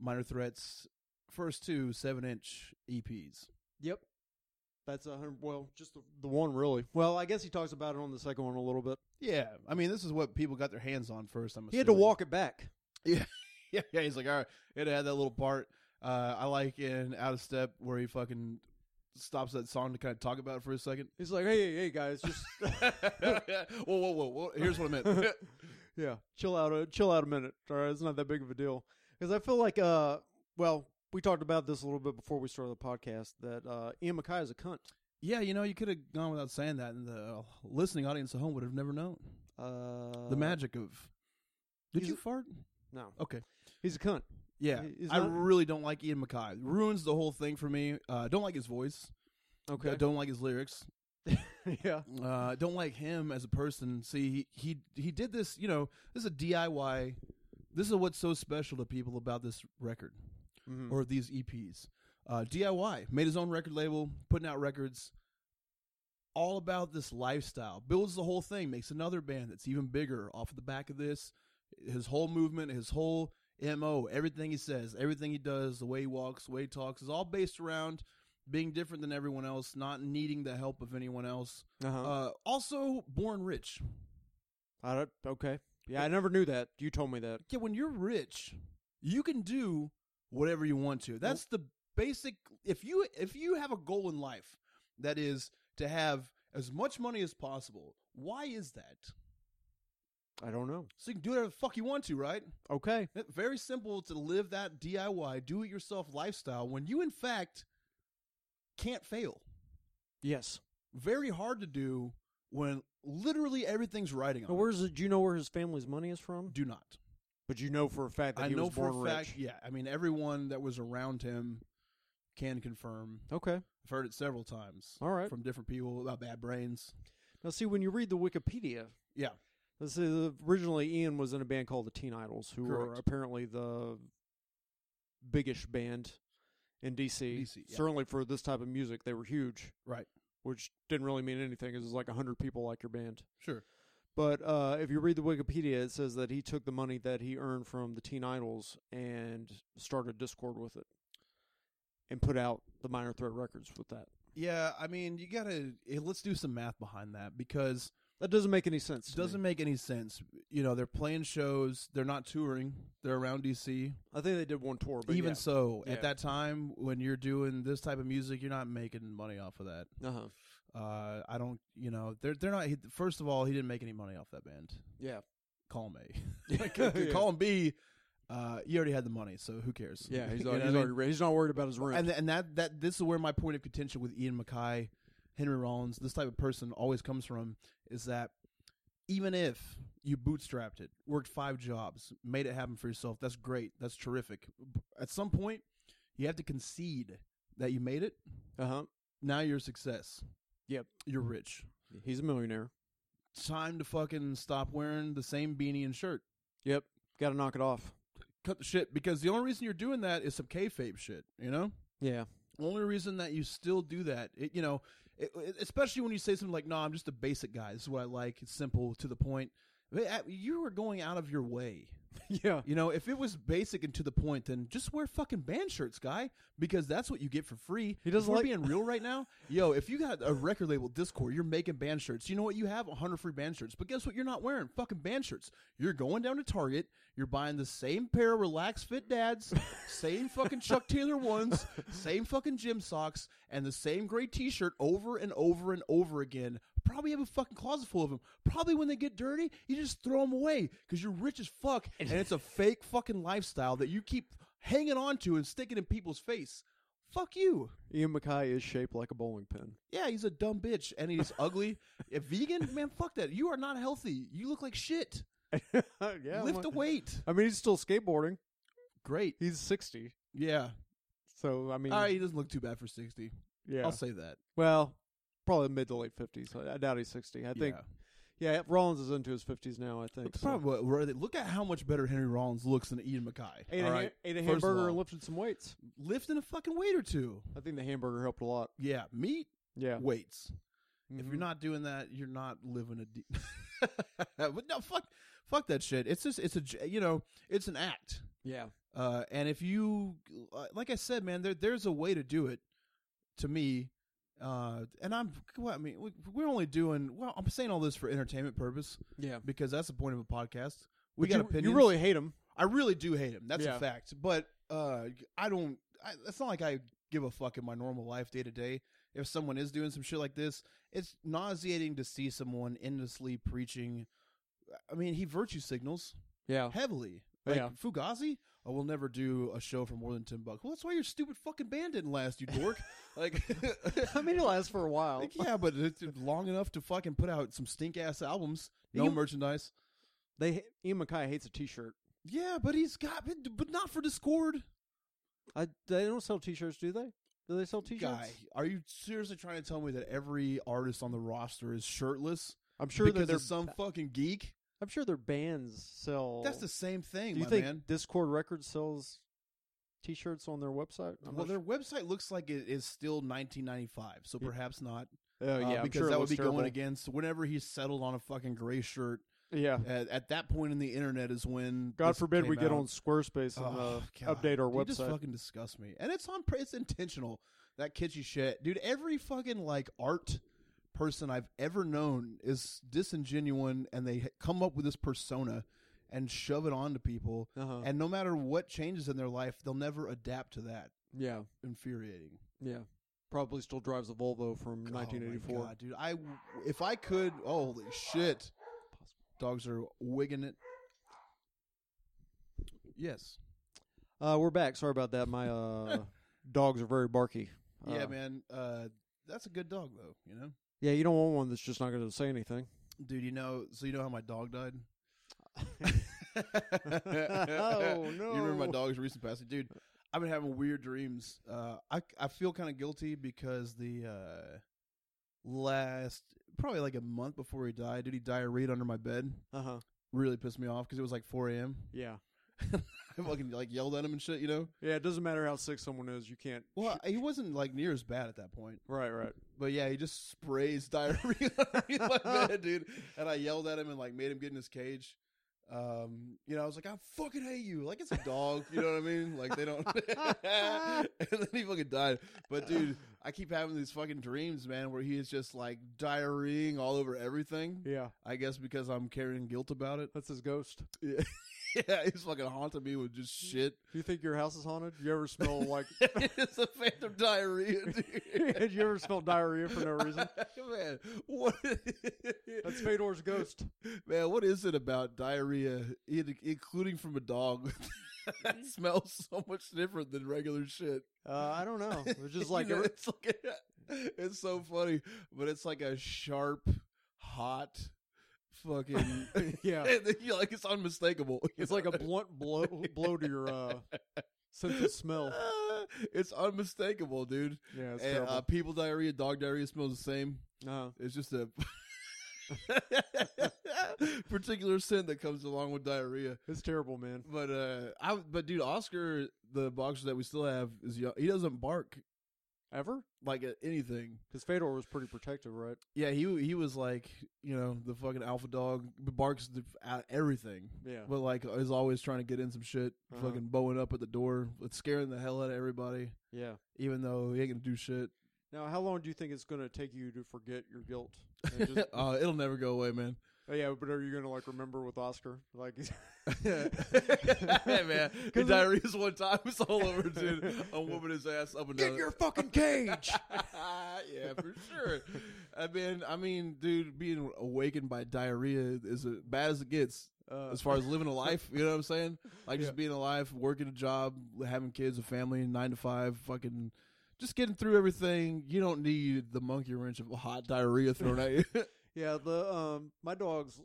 Speaker 2: Minor Threat's first two E seven inch EPs.
Speaker 1: yep. That's a hundred. Well, just the, the one really. Well, I guess he talks about it on the second one a little bit.
Speaker 2: Yeah, I mean, this is what people got their hands on first. I'm
Speaker 1: He had to
Speaker 2: assuming.
Speaker 1: walk it back.
Speaker 2: yeah, yeah. He's like, all right, it had that little part. Uh, I like in Out of Step where he fucking stops that song to kind of talk about it for a second.
Speaker 1: He's like, hey, hey, hey, guys, just
Speaker 2: whoa, whoa, whoa, whoa! Here's what I meant.
Speaker 1: yeah, chill out, a, chill out a minute. All right, it's not that big of a deal because I feel like, uh, well, we talked about this a little bit before we started the podcast that uh, Ian Mackay is a cunt.
Speaker 2: yeah, you know, you could have gone without saying that, and the listening audience at home would have never known
Speaker 1: Uh,
Speaker 2: the magic of. Did
Speaker 1: he's
Speaker 2: you
Speaker 1: a-
Speaker 2: fart?
Speaker 1: No,
Speaker 2: Okay.
Speaker 1: he's a cunt.
Speaker 2: Yeah,
Speaker 1: He- he's
Speaker 2: I
Speaker 1: not-
Speaker 2: really don't like Ian Mackay. Ruins the whole thing for me. Uh, don't like his voice.
Speaker 1: Okay,
Speaker 2: I don't like his lyrics.
Speaker 1: yeah,
Speaker 2: uh, don't like him as a person. See, he, he he did this. You know, this is a DIY. This is what's so special to people about this record.
Speaker 1: Mhm.
Speaker 2: or these EPs. Uh, DIY made his own record label, putting out records. All about this lifestyle. Builds the whole thing. Makes another band that's even bigger off the back of this. His whole movement, his whole mo, everything he says, everything he does, the way he walks, the way he talks, is all based around being different than everyone else, not needing the help of anyone else.
Speaker 1: uh-huh.
Speaker 2: Uh, also, born rich.
Speaker 1: I don't, okay. Yeah, I never knew that. You told me that.
Speaker 2: Yeah, when you're rich, you can do whatever you want to. That's the basic if you if you have a goal in life that is to have as much money as possible, why is that?
Speaker 1: I don't know.
Speaker 2: So you can do whatever the fuck you want to, right?
Speaker 1: Okay.
Speaker 2: It's very simple to live that DIY, do it yourself lifestyle when you in fact can't fail.
Speaker 1: Yes.
Speaker 2: Very hard to do when literally everything's riding on.
Speaker 1: Now,
Speaker 2: it.
Speaker 1: where's the, do you know where his family's money is from?
Speaker 2: do not.
Speaker 1: But you know for a fact that
Speaker 2: I
Speaker 1: he
Speaker 2: know
Speaker 1: was
Speaker 2: for
Speaker 1: born
Speaker 2: a
Speaker 1: rich.
Speaker 2: fact. Yeah, I mean everyone that was around him can confirm.
Speaker 1: Okay.
Speaker 2: I've heard it several times.
Speaker 1: All right.
Speaker 2: From different people about bad brains.
Speaker 1: Now, see, when you read the Wikipedia,
Speaker 2: Yeah.
Speaker 1: this is, originally Ian was in a band called the Teen Idols, who were
Speaker 2: Correct.
Speaker 1: apparently the biggest band in DC.
Speaker 2: DC, yeah.
Speaker 1: Certainly for this type of music, they were huge.
Speaker 2: Right.
Speaker 1: Which didn't really mean anything because it was like 100 people like your band.
Speaker 2: Sure.
Speaker 1: But uh, if you read the Wikipedia, it says that he took the money that he earned from the Teen Idols and started Discord with it and put out the Minor Threat Records with that.
Speaker 2: Yeah, I mean, you gotta eh, let's do some math behind that because
Speaker 1: That doesn't make any sense.
Speaker 2: it
Speaker 1: to
Speaker 2: doesn't
Speaker 1: me.
Speaker 2: make any sense. You know, they're playing shows, they're not touring, they're around DC.
Speaker 1: I think they did one tour, but
Speaker 2: Even
Speaker 1: even
Speaker 2: so,
Speaker 1: Yeah.
Speaker 2: at that time when you're doing this type of music, you're not making money off of that.
Speaker 1: uh-huh.
Speaker 2: Uh, I don't, you know, they're they're not. he- First of all, he didn't make any money off that band.
Speaker 1: yeah,
Speaker 2: Column A.
Speaker 1: Yeah.
Speaker 2: Column B, uh, you already had the money, so who cares?
Speaker 1: yeah. He's,
Speaker 2: You know
Speaker 1: already,
Speaker 2: what
Speaker 1: he's,
Speaker 2: I mean?
Speaker 1: already, re- he's not worried about his rent.
Speaker 2: and and that that this is where my point of contention with Ian Mackay, Henry Rollins, this type of person always comes from is that even if you bootstrapped it, worked five jobs, made it happen for yourself, that's great, that's terrific. At some point, you have to concede that you made it.
Speaker 1: Uh huh.
Speaker 2: Now you're a success.
Speaker 1: Yep.
Speaker 2: you're rich.
Speaker 1: He's a millionaire.
Speaker 2: Time to fucking stop wearing the same beanie and shirt.
Speaker 1: Yep. Got to knock it off.
Speaker 2: Cut the shit because the only reason you're doing that is some kayfabe shit. You know.
Speaker 1: Yeah.
Speaker 2: only reason that you still do that, it, you know, it, it- especially when you say something like, "No, I'm just a basic guy. This is what I like. It's simple, to the point." But, uh, You were going out of your way.
Speaker 1: yeah.
Speaker 2: You know, if it was basic and to the point, then just wear fucking band shirts, guy, because that's what you get for free.
Speaker 1: He doesn't
Speaker 2: If we're
Speaker 1: like-
Speaker 2: being real right now. Yo, if you got a record label Discord, you're making band shirts. You know what? You have 100 free band shirts, but guess what? You're not wearing fucking band shirts. You're going down to Target. You're buying the same pair of Relax Fit Dads, same fucking Chuck Taylor ones, same fucking gym socks, and the same gray T-shirt over and over and over again. Probably have a fucking closet full of them. Probably when they get dirty, you just throw them away because you're rich as fuck, and it's a fake fucking lifestyle that you keep hanging on to and sticking in people's face. Fuck you.
Speaker 1: Ian Mackay is shaped like a bowling pin.
Speaker 2: Yeah, he's a dumb bitch and he's ugly. If vegan, man, fuck that. You are not healthy. You look like shit.
Speaker 1: yeah.
Speaker 2: Lift
Speaker 1: my-
Speaker 2: the weight.
Speaker 1: I mean, he's still skateboarding.
Speaker 2: Great.
Speaker 1: He's sixty,
Speaker 2: Yeah.
Speaker 1: so I mean,
Speaker 2: All right, he doesn't look too bad for 60.
Speaker 1: yeah.
Speaker 2: I'll say that.
Speaker 1: Well, probably mid to late fifties. I I doubt he's sixty. I think.
Speaker 2: Yeah.
Speaker 1: Yeah. Rollins is into his fifties now. I think.
Speaker 2: That's
Speaker 1: so.
Speaker 2: probably what- where they- look at how much better Henry Rollins looks than Ian Mackay.
Speaker 1: Ate a,
Speaker 2: all
Speaker 1: ha-
Speaker 2: right?
Speaker 1: ate a
Speaker 2: First of
Speaker 1: hamburger
Speaker 2: all.
Speaker 1: and lifted some weights.
Speaker 2: Lifting a fucking weight or two.
Speaker 1: I think the hamburger helped a lot.
Speaker 2: Yeah, meat,
Speaker 1: Yeah.
Speaker 2: weights. If
Speaker 1: Mhm.
Speaker 2: you're not doing that, you're not living a de- But no, fuck fuck that shit. It's just it's a j- you know, it's an act.
Speaker 1: yeah,
Speaker 2: Uh, and if you, uh, like I said, man, there there's a way to do it. To me, uh, and I'm, well, I mean, we, we're only doing. Well, I'm saying all this for entertainment purpose
Speaker 1: yeah.
Speaker 2: because that's the point of a podcast. We
Speaker 1: But
Speaker 2: got
Speaker 1: you,
Speaker 2: opinions.
Speaker 1: You really hate him.
Speaker 2: I really do hate him. That's
Speaker 1: Yeah.
Speaker 2: a fact. But uh, I don't. I, it's not like I give a fuck in my normal life day to day. If someone is doing some shit like this, it's nauseating to see someone endlessly preaching. I mean, he virtue signals
Speaker 1: Yeah,
Speaker 2: heavily. Like
Speaker 1: Yeah.
Speaker 2: Fugazi, I will never do a show for more than ten bucks. Well, that's why your stupid fucking band didn't last, you dork. like,
Speaker 1: I mean, it lasts for a while.
Speaker 2: like, yeah, but it's long enough to fucking put out some stink ass albums, no
Speaker 1: You-
Speaker 2: merchandise.
Speaker 1: They ha- Ian Mackay hates a T-shirt.
Speaker 2: Yeah, but he's got, but- but not for Discord.
Speaker 1: I they don't sell T-shirts, do they? Do they sell T-shirts?
Speaker 2: Guy, are you seriously trying to tell me that every artist on the roster is shirtless
Speaker 1: I'm sure that
Speaker 2: because
Speaker 1: their
Speaker 2: of some fucking geek?
Speaker 1: I'm sure their bands sell.
Speaker 2: That's the same thing,
Speaker 1: Do you
Speaker 2: my
Speaker 1: think
Speaker 2: man.
Speaker 1: Discord Records sells T-shirts on their website? I'm
Speaker 2: well,
Speaker 1: not
Speaker 2: their website looks like it is still 1995, so
Speaker 1: Yeah.
Speaker 2: perhaps not.
Speaker 1: sure. oh
Speaker 2: uh,
Speaker 1: yeah, I'm
Speaker 2: because
Speaker 1: sure it
Speaker 2: that would
Speaker 1: looks
Speaker 2: be
Speaker 1: terrible.
Speaker 2: going against whenever he's settled on a fucking gray shirt.
Speaker 1: Yeah,
Speaker 2: At, at that point in the internet is when
Speaker 1: God
Speaker 2: this
Speaker 1: forbid
Speaker 2: came
Speaker 1: we get
Speaker 2: out.
Speaker 1: on Squarespace and uh,
Speaker 2: Oh, God.
Speaker 1: update our
Speaker 2: Dude, Just
Speaker 1: website.
Speaker 2: fucking disgust me. And it's on. pur- It's intentional. That kitschy shit, dude. Every fucking like art person I've ever known is disingenuous, and they h- come up with this persona and shove it onto people.
Speaker 1: Uh-huh.
Speaker 2: And no matter what changes in their life, they'll never adapt to that.
Speaker 1: yeah,
Speaker 2: Infuriating.
Speaker 1: yeah. Probably still drives a Volvo from
Speaker 2: Oh, my
Speaker 1: 1984.
Speaker 2: God, dude. I w- if I could. Holy shit! Dogs are wigging it. Yes.
Speaker 1: Uh, we're back. Sorry about that. My uh, dogs are very barky. Uh,
Speaker 2: yeah, man. Uh, that's a good dog, though. You know.
Speaker 1: Yeah, you don't want one that's just not going to say anything.
Speaker 2: Dude, you know, so you know how my dog died? You remember my
Speaker 1: no.
Speaker 2: dog's recent passing? Dude, I've been having weird dreams. Uh, I, I feel kind of guilty because the uh, last, probably like a month before he died, dude, he diarrheaed under my bed.
Speaker 1: Uh huh.
Speaker 2: Really pissed me off because it was like 4 a.m.
Speaker 1: Yeah.
Speaker 2: I fucking like yelled at him and shit, you know?
Speaker 1: Yeah. It doesn't matter how sick someone is. You can't.
Speaker 2: Well, he wasn't like near as bad at that point.
Speaker 1: Right. Right.
Speaker 2: But yeah, he just sprays diarrhea underneath my bed, dude. And I yelled at him and like made him get in his cage. Um, you know, I was like, I fucking hate you. Like it's a dog, you know what I mean? Like they don't and then he fucking died. But dude, I keep having these fucking dreams, man, where he is just like diarrheaing all over everything.
Speaker 1: Yeah.
Speaker 2: I guess because I'm carrying guilt about it.
Speaker 1: That's his ghost.
Speaker 2: yeah, he's fucking haunting me with just shit.
Speaker 1: Do you think your house is haunted? You ever smell like?
Speaker 2: it's a phantom diarrhea, dude.
Speaker 1: Did you ever smell diarrhea for no reason?
Speaker 2: man, what?
Speaker 1: That's Fedor's ghost.
Speaker 2: Man, what is it about diarrhea, in, including from a dog,
Speaker 1: Mm-hmm.
Speaker 2: that smells so much different than regular shit?
Speaker 1: Uh, I don't know. It's just like
Speaker 2: You know,
Speaker 1: every-
Speaker 2: it's like it's so funny, but it's like a sharp, hot, fucking
Speaker 1: Yeah.
Speaker 2: and then you're like it's unmistakable. you
Speaker 1: it's like a
Speaker 2: know?
Speaker 1: blunt blow blow to your uh, sense of smell.
Speaker 2: Ah, it's unmistakable, dude.
Speaker 1: Yeah, it's
Speaker 2: And, uh,
Speaker 1: terrible.
Speaker 2: people diarrhea, dog diarrhea smells the same.
Speaker 1: Uh,
Speaker 2: It's just a particular sin that comes along with diarrhea.
Speaker 1: it's terrible, man.
Speaker 2: But uh, I but dude, Oscar, the boxer that we still have is young. he doesn't bark
Speaker 1: Ever?
Speaker 2: like at anything.
Speaker 1: Because Fedor was pretty protective, right?
Speaker 2: Yeah, he he was like you know the fucking alpha dog barks the, at everything,
Speaker 1: Yeah.
Speaker 2: but like is always trying to get in some shit,
Speaker 1: Uh-huh.
Speaker 2: fucking bowing up at the door, it's scaring the hell out of everybody,
Speaker 1: Yeah.
Speaker 2: even though he ain't gonna do shit.
Speaker 1: Now, how long do you think it's going to take you to forget your guilt? And just-
Speaker 2: uh, it'll never go away, man.
Speaker 1: Oh, yeah, but are you going to like remember with Oscar? Like,
Speaker 2: hey man, the
Speaker 1: it-
Speaker 2: diarrhea's one time it's all over, dude. I'm whooping his ass up and down.
Speaker 1: get your fucking cage.
Speaker 2: yeah, for sure. I mean, I mean, dude, being awakened by diarrhea is as bad as it gets
Speaker 1: Uh,
Speaker 2: as far as living a life. You know what I'm saying? Like just being alive, working a job, having kids, a family, nine to five, fucking. Just getting through everything, you don't need the monkey wrench of hot diarrhea thrown at you.
Speaker 1: yeah, the um, my dog's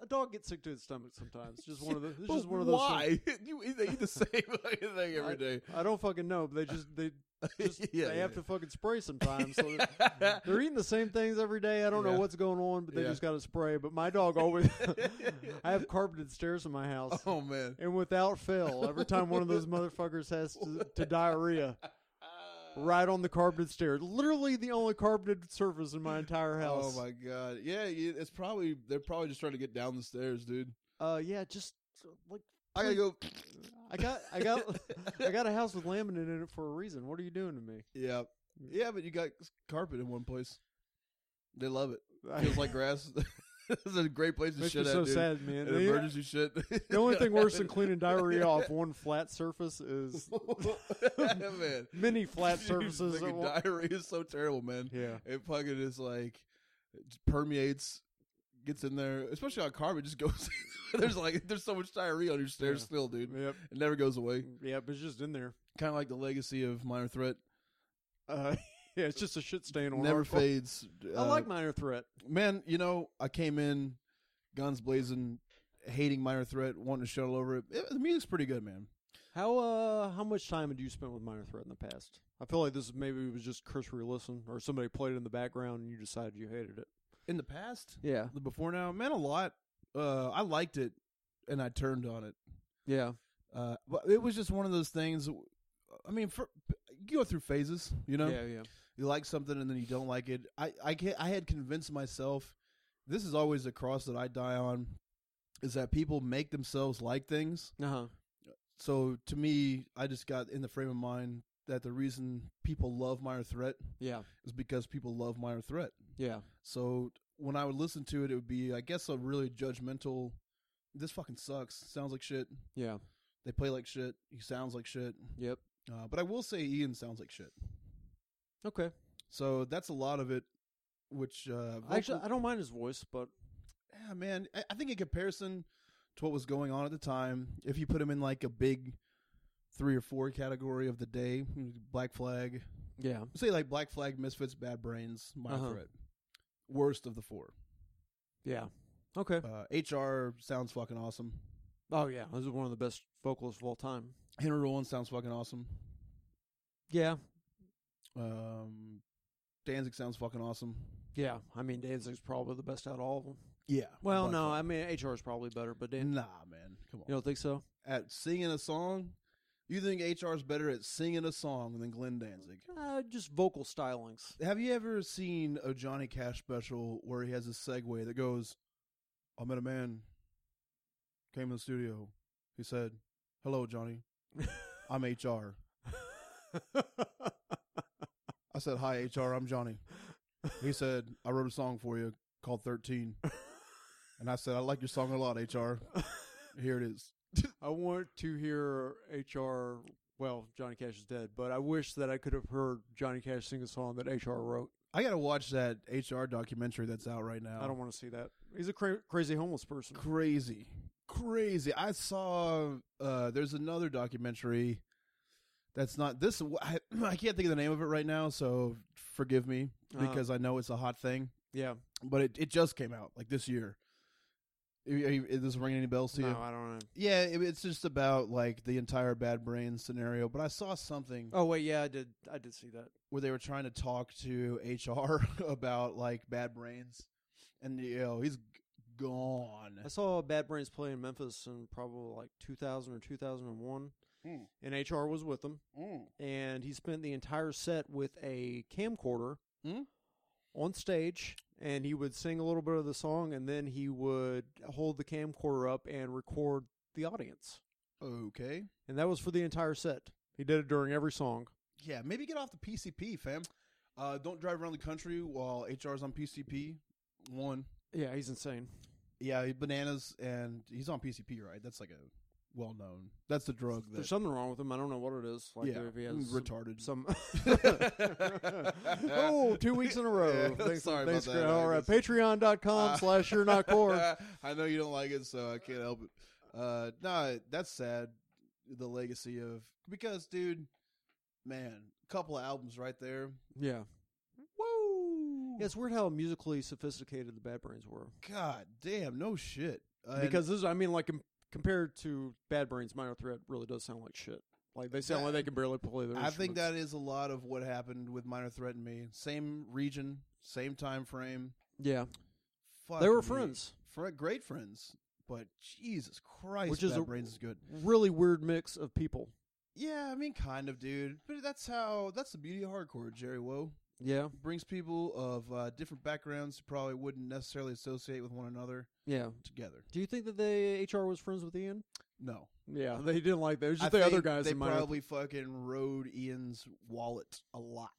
Speaker 1: a dog gets sick to its stomach sometimes. Just one of the. It's
Speaker 2: But
Speaker 1: just one of those. things.
Speaker 2: why? you eat, they eat the same fucking thing every day.
Speaker 1: I don't fucking know, but they just they just
Speaker 2: Yeah,
Speaker 1: they
Speaker 2: yeah.
Speaker 1: have to fucking spray sometimes. So they're eating the same things every day. I don't
Speaker 2: Yeah.
Speaker 1: know what's going on, but they
Speaker 2: Yeah.
Speaker 1: just got to spray. But my dog always. I have carpeted stairs in my house,
Speaker 2: Oh man.
Speaker 1: and without fail, every time one of those motherfuckers has to, to diarrhea. Right on the carpeted stairs, literally the only carpeted surface in my entire
Speaker 2: Oh
Speaker 1: house.
Speaker 2: my god. Yeah, you- it's probably they're probably just trying to get down the stairs, dude.
Speaker 1: Uh, yeah, just like
Speaker 2: I gotta go.
Speaker 1: I got, I got, I got a house with laminate in it for a reason. What are you doing to me?
Speaker 2: Yeah, yeah, but you got carpet in one place. They love it. Feels like grass. this is a great place to
Speaker 1: Makes me
Speaker 2: shit at,
Speaker 1: so
Speaker 2: dude.
Speaker 1: sad, man.
Speaker 2: An
Speaker 1: The-
Speaker 2: emergency shit.
Speaker 1: The only thing worse than cleaning diarrhea off one flat surface is
Speaker 2: man.
Speaker 1: many flat
Speaker 2: Dude,
Speaker 1: surfaces. at
Speaker 2: fucking
Speaker 1: one-
Speaker 2: diarrhea is so terrible, man.
Speaker 1: Yeah,
Speaker 2: It fucking is like it permeates, gets in there, especially on carpet. Just goes. there's like there's so much diarrhea on your stairs
Speaker 1: Yeah.
Speaker 2: still, dude.
Speaker 1: yep,
Speaker 2: It never goes away.
Speaker 1: yep. It's just in there.
Speaker 2: Kind of like the legacy of Minor Threat.
Speaker 1: Uh, yeah, it's just a shit stain on.
Speaker 2: never
Speaker 1: our-
Speaker 2: fades.
Speaker 1: I
Speaker 2: Uh,
Speaker 1: like Minor Threat.
Speaker 2: man. You know, I came in guns blazing, hating Minor Threat, wanting to shuttle over it. It- The music's pretty good, man.
Speaker 1: How uh, how much time had you spent with Minor Threat in the past? I feel like this is maybe it was just cursory listen, or somebody played it in the background and you decided you hated it.
Speaker 2: In the past,
Speaker 1: Yeah,
Speaker 2: the before now, man, a lot. Uh, I liked it, and I turned on it.
Speaker 1: yeah.
Speaker 2: Uh, but it was just one of those things. I mean, for, you go through phases, you know.
Speaker 1: Yeah, yeah.
Speaker 2: you like something and then you don't like it. I I can I had convinced myself this is always the cross that I die on is that people make themselves like things.
Speaker 1: Uh huh.
Speaker 2: So to me, I just got in the frame of mind that the reason people love Minor Threat
Speaker 1: Yeah,
Speaker 2: is because people love Minor Threat.
Speaker 1: yeah.
Speaker 2: So when I would listen to it, it would be I guess a really judgmental. This fucking sucks. Sounds like shit.
Speaker 1: Yeah.
Speaker 2: They play like shit. He sounds like shit.
Speaker 1: Yep.
Speaker 2: Uh, but I will say Ian sounds like shit.
Speaker 1: Okay.
Speaker 2: So that's a lot of it. Which uh,
Speaker 1: Actually, I don't mind his voice, but
Speaker 2: Yeah, man. I, I think in comparison to what was going on at the time, if you put him in like a big three or four category of the day, mm, Black Flag,
Speaker 1: yeah,
Speaker 2: say like Black Flag, Misfits, Bad Brains, My
Speaker 1: Uh-huh.
Speaker 2: Threat, worst of the four.
Speaker 1: yeah. Okay.
Speaker 2: Uh, HR sounds fucking awesome.
Speaker 1: Oh yeah, this is one of the best vocalists of all time.
Speaker 2: Henry Rollins sounds fucking awesome.
Speaker 1: Yeah,
Speaker 2: Um, Danzig sounds fucking awesome.
Speaker 1: yeah. I mean, Danzig's probably the best out of all of them.
Speaker 2: Yeah.
Speaker 1: Well,
Speaker 2: Black
Speaker 1: no,
Speaker 2: Flag.
Speaker 1: I mean HR is probably better, but Dan,
Speaker 2: nah, man. Come on.
Speaker 1: you don't think so?
Speaker 2: at singing a song, you think HR is better at singing a song than Glenn Danzig?
Speaker 1: Uh, just vocal stylings.
Speaker 2: Have you ever seen a Johnny Cash special where he has a segue that goes, I met a man, came in the studio. He said, Hello, Johnny. I'm HR. I said, Hi, HR. I'm Johnny. He said, I wrote a song for you called 13. And I said, I like your song a lot, HR. Here it is.
Speaker 1: I want to hear HR. Well, Johnny Cash is dead, but I wish that I could have heard Johnny Cash sing a song that HR wrote.
Speaker 2: I got to watch that HR documentary that's out right now.
Speaker 1: I don't want to see that. He's a Oh. cra- crazy homeless person.
Speaker 2: crazy crazy i saw uh there's another documentary that's not this I, I can't think of the name of it right now so forgive me
Speaker 1: Uh-huh.
Speaker 2: because i know it's a hot thing
Speaker 1: Yeah.
Speaker 2: but it, it just came out like this year Are you- are you- is this ringing any bells to
Speaker 1: No,
Speaker 2: you
Speaker 1: I don't know.
Speaker 2: yeah it, it's just about like the entire bad brain scenario but i saw something
Speaker 1: Oh wait, yeah, I did. I did see that.
Speaker 2: where they were trying to talk to hr about like bad brains and you know he's g- gone
Speaker 1: I saw Bad Brains play in Memphis in probably like 2000 or 2001,
Speaker 2: Mm.
Speaker 1: and HR was with them,
Speaker 2: Mm.
Speaker 1: and he spent the entire set with a camcorder
Speaker 2: Mm.
Speaker 1: on stage, and he would sing a little bit of the song, and then he would hold the camcorder up and record the audience,
Speaker 2: okay
Speaker 1: and that was for the entire set. He did it during every song.
Speaker 2: Yeah, maybe get off the PCP, fam. Uh, don't drive around the country while HR's on PCP. One,
Speaker 1: Yeah, he's insane.
Speaker 2: yeah, he- bananas, and he's on PCP, right? That's like a well known. That's the drug that.
Speaker 1: There's something wrong with him. I don't know what it is. Like
Speaker 2: yeah, mm,
Speaker 1: if he has some-
Speaker 2: retarded.
Speaker 1: some oh two weeks in a row
Speaker 2: Yeah,
Speaker 1: thanks,
Speaker 2: sorry about
Speaker 1: thanks
Speaker 2: that,
Speaker 1: all
Speaker 2: I
Speaker 1: right
Speaker 2: guess.
Speaker 1: patreon.com
Speaker 2: Uh,
Speaker 1: slash you're not core
Speaker 2: I know you don't like it, so I can't help it. Uh, nah, that's sad. The legacy of because, dude, man, couple of albums right there.
Speaker 1: yeah
Speaker 2: Woo!
Speaker 1: yeah it's weird how musically sophisticated the bad brains were
Speaker 2: God damn, no shit. Uh,
Speaker 1: because this is i mean like com- compared to bad brains minor threat really does sound like shit like they sound like they can barely play their
Speaker 2: I think that
Speaker 1: instruments.
Speaker 2: is a lot of what happened with Minor Threat and me. Same region, same time frame.
Speaker 1: yeah
Speaker 2: Fuck
Speaker 1: they were
Speaker 2: me.
Speaker 1: friends
Speaker 2: Fr- great friends. But Jesus Christ,
Speaker 1: Which
Speaker 2: Which
Speaker 1: is
Speaker 2: is Bad
Speaker 1: a-
Speaker 2: Brains is good.
Speaker 1: really weird mix of people
Speaker 2: Yeah, I mean, kind of, dude. But that's how that's the beauty of hardcore, Jerry. Whoa,
Speaker 1: yeah
Speaker 2: brings people of uh, different backgrounds who probably wouldn't necessarily associate with one another
Speaker 1: yeah
Speaker 2: together.
Speaker 1: do you think that they hr was friends with ian
Speaker 2: No,
Speaker 1: yeah they didn't like that it was just
Speaker 2: I
Speaker 1: the other
Speaker 2: think
Speaker 1: guys
Speaker 2: They
Speaker 1: in minor
Speaker 2: probably fucking rode Ian's wallet a lot.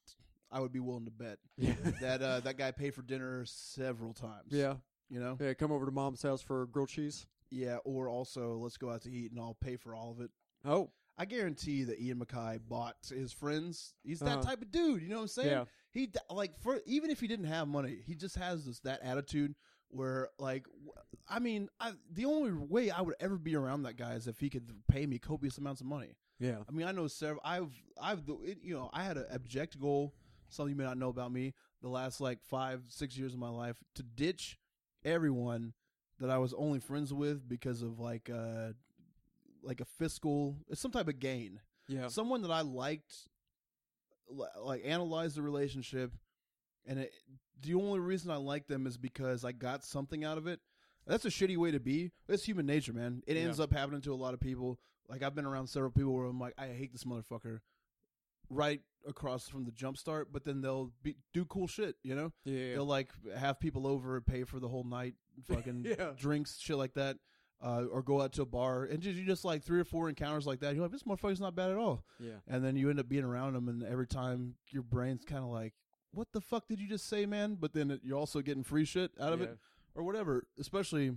Speaker 2: I would be willing to bet
Speaker 1: yeah
Speaker 2: that uh, that guy paid for dinner several times.
Speaker 1: yeah
Speaker 2: you know.
Speaker 1: yeah come over to mom's house for grilled cheese
Speaker 2: Yeah, or also let's go out to eat and I'll pay for all of it.
Speaker 1: oh
Speaker 2: I guarantee that Ian Mackay bought his friends. He's that
Speaker 1: Uh-huh.
Speaker 2: type of dude. You know what I'm saying?
Speaker 1: Yeah.
Speaker 2: He d- like for even if he didn't have money, he just has this that attitude where like w- I mean, I, the only way I would ever be around that guy is if he could pay me copious amounts of money.
Speaker 1: Yeah.
Speaker 2: I mean, I know several. I've I've the- it, you know I had an abject goal. Something you may not know about me. The last like five six years of my life to ditch everyone that I was only friends with because of like uh like a fiscal some type of gain.
Speaker 1: Yeah.
Speaker 2: Someone that I liked li- like analyzed the relationship, and it, the only reason I like them is because I got something out of it. That's a shitty way to be. It's human nature, man. It
Speaker 1: Yeah.
Speaker 2: ends up happening to a lot of people. Like I've been around several people where I'm like, I hate this motherfucker, right across from the jumpstart, but then they'll be, do cool shit, you know?
Speaker 1: Yeah.
Speaker 2: They'll like have people over, pay for the whole night, fucking
Speaker 1: Yeah.
Speaker 2: drinks, shit like that, uh, or go out to a bar and just you just like three or four encounters like that. You're like, this motherfucker's not bad at all,
Speaker 1: yeah.
Speaker 2: and then you end up being around them, and every time your brain's kind of like, what the fuck did you just say, man? But then it, you're also getting free shit out of it or whatever, especially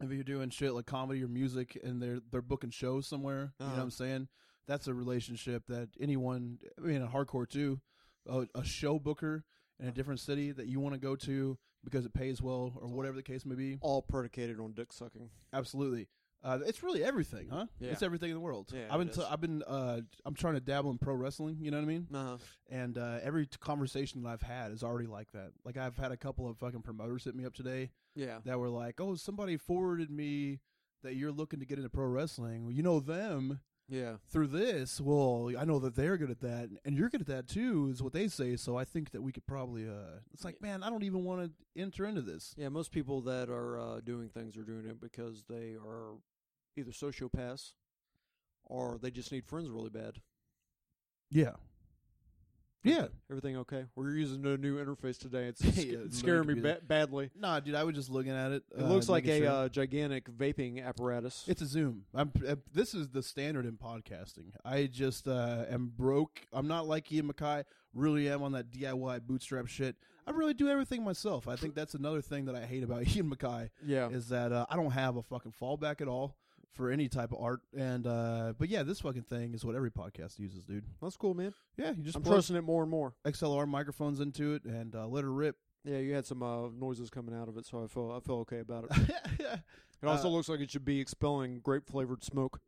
Speaker 2: if you're doing shit like comedy or music and they're they're booking shows somewhere. You know what
Speaker 1: Uh-huh.
Speaker 2: I'm saying? That's a relationship that anyone, I mean, a hardcore too, a, a show booker in a different city that you want to go to because it pays well or whatever the case may be.
Speaker 1: All predicated on dick sucking.
Speaker 2: Absolutely. Uh, it's really everything, huh?
Speaker 1: Yeah.
Speaker 2: It's everything in the world.
Speaker 1: Yeah,
Speaker 2: I've
Speaker 1: it
Speaker 2: been, t-
Speaker 1: is.
Speaker 2: I've been, uh, I'm trying to dabble in pro wrestling. You know what I mean?
Speaker 1: Uh-huh.
Speaker 2: and uh, every t- conversation that I've had is already like that. Like I've had a couple of fucking promoters hit me up today
Speaker 1: Yeah.
Speaker 2: that were like, "Oh, somebody forwarded me that you're looking to get into pro wrestling. Well, You know them
Speaker 1: Yeah.
Speaker 2: through this. Well, I know that they're good at that, and you're good at that too, is what they say. So I think that we could probably. Uh, it's like, man, I don't even want to enter into this.
Speaker 1: Yeah, most people that are uh, doing things are doing it because they are either sociopaths or they just need friends really bad.
Speaker 2: Yeah, yeah.
Speaker 1: Everything okay? We're using a new interface today. It's, sc-
Speaker 2: Yeah,
Speaker 1: it's scaring me
Speaker 2: learning to
Speaker 1: ba- badly.
Speaker 2: Nah, dude, I was just looking at it.
Speaker 1: It
Speaker 2: uh,
Speaker 1: looks like a
Speaker 2: making sure.
Speaker 1: uh, gigantic vaping apparatus.
Speaker 2: It's a Zoom. I'm, uh, this is the standard in podcasting. I just uh, am broke. I'm not like Ian Mackay. Really am on that DIY bootstrap shit. I really do everything myself. I think that's another thing that I hate about Ian Mackay
Speaker 1: yeah.
Speaker 2: is that uh, I don't have a fucking fallback at all for any type of art. And uh, but yeah, this fucking thing is what every podcast uses, dude.
Speaker 1: That's cool, man.
Speaker 2: Yeah, you just
Speaker 1: I'm
Speaker 2: plug
Speaker 1: trusting it more and more.
Speaker 2: XLR microphones into it and uh, let her rip.
Speaker 1: Yeah, you had some uh, noises coming out of it, so I feel I feel okay about it.
Speaker 2: yeah,
Speaker 1: It also
Speaker 2: Uh,
Speaker 1: looks like it should be expelling grape flavored smoke.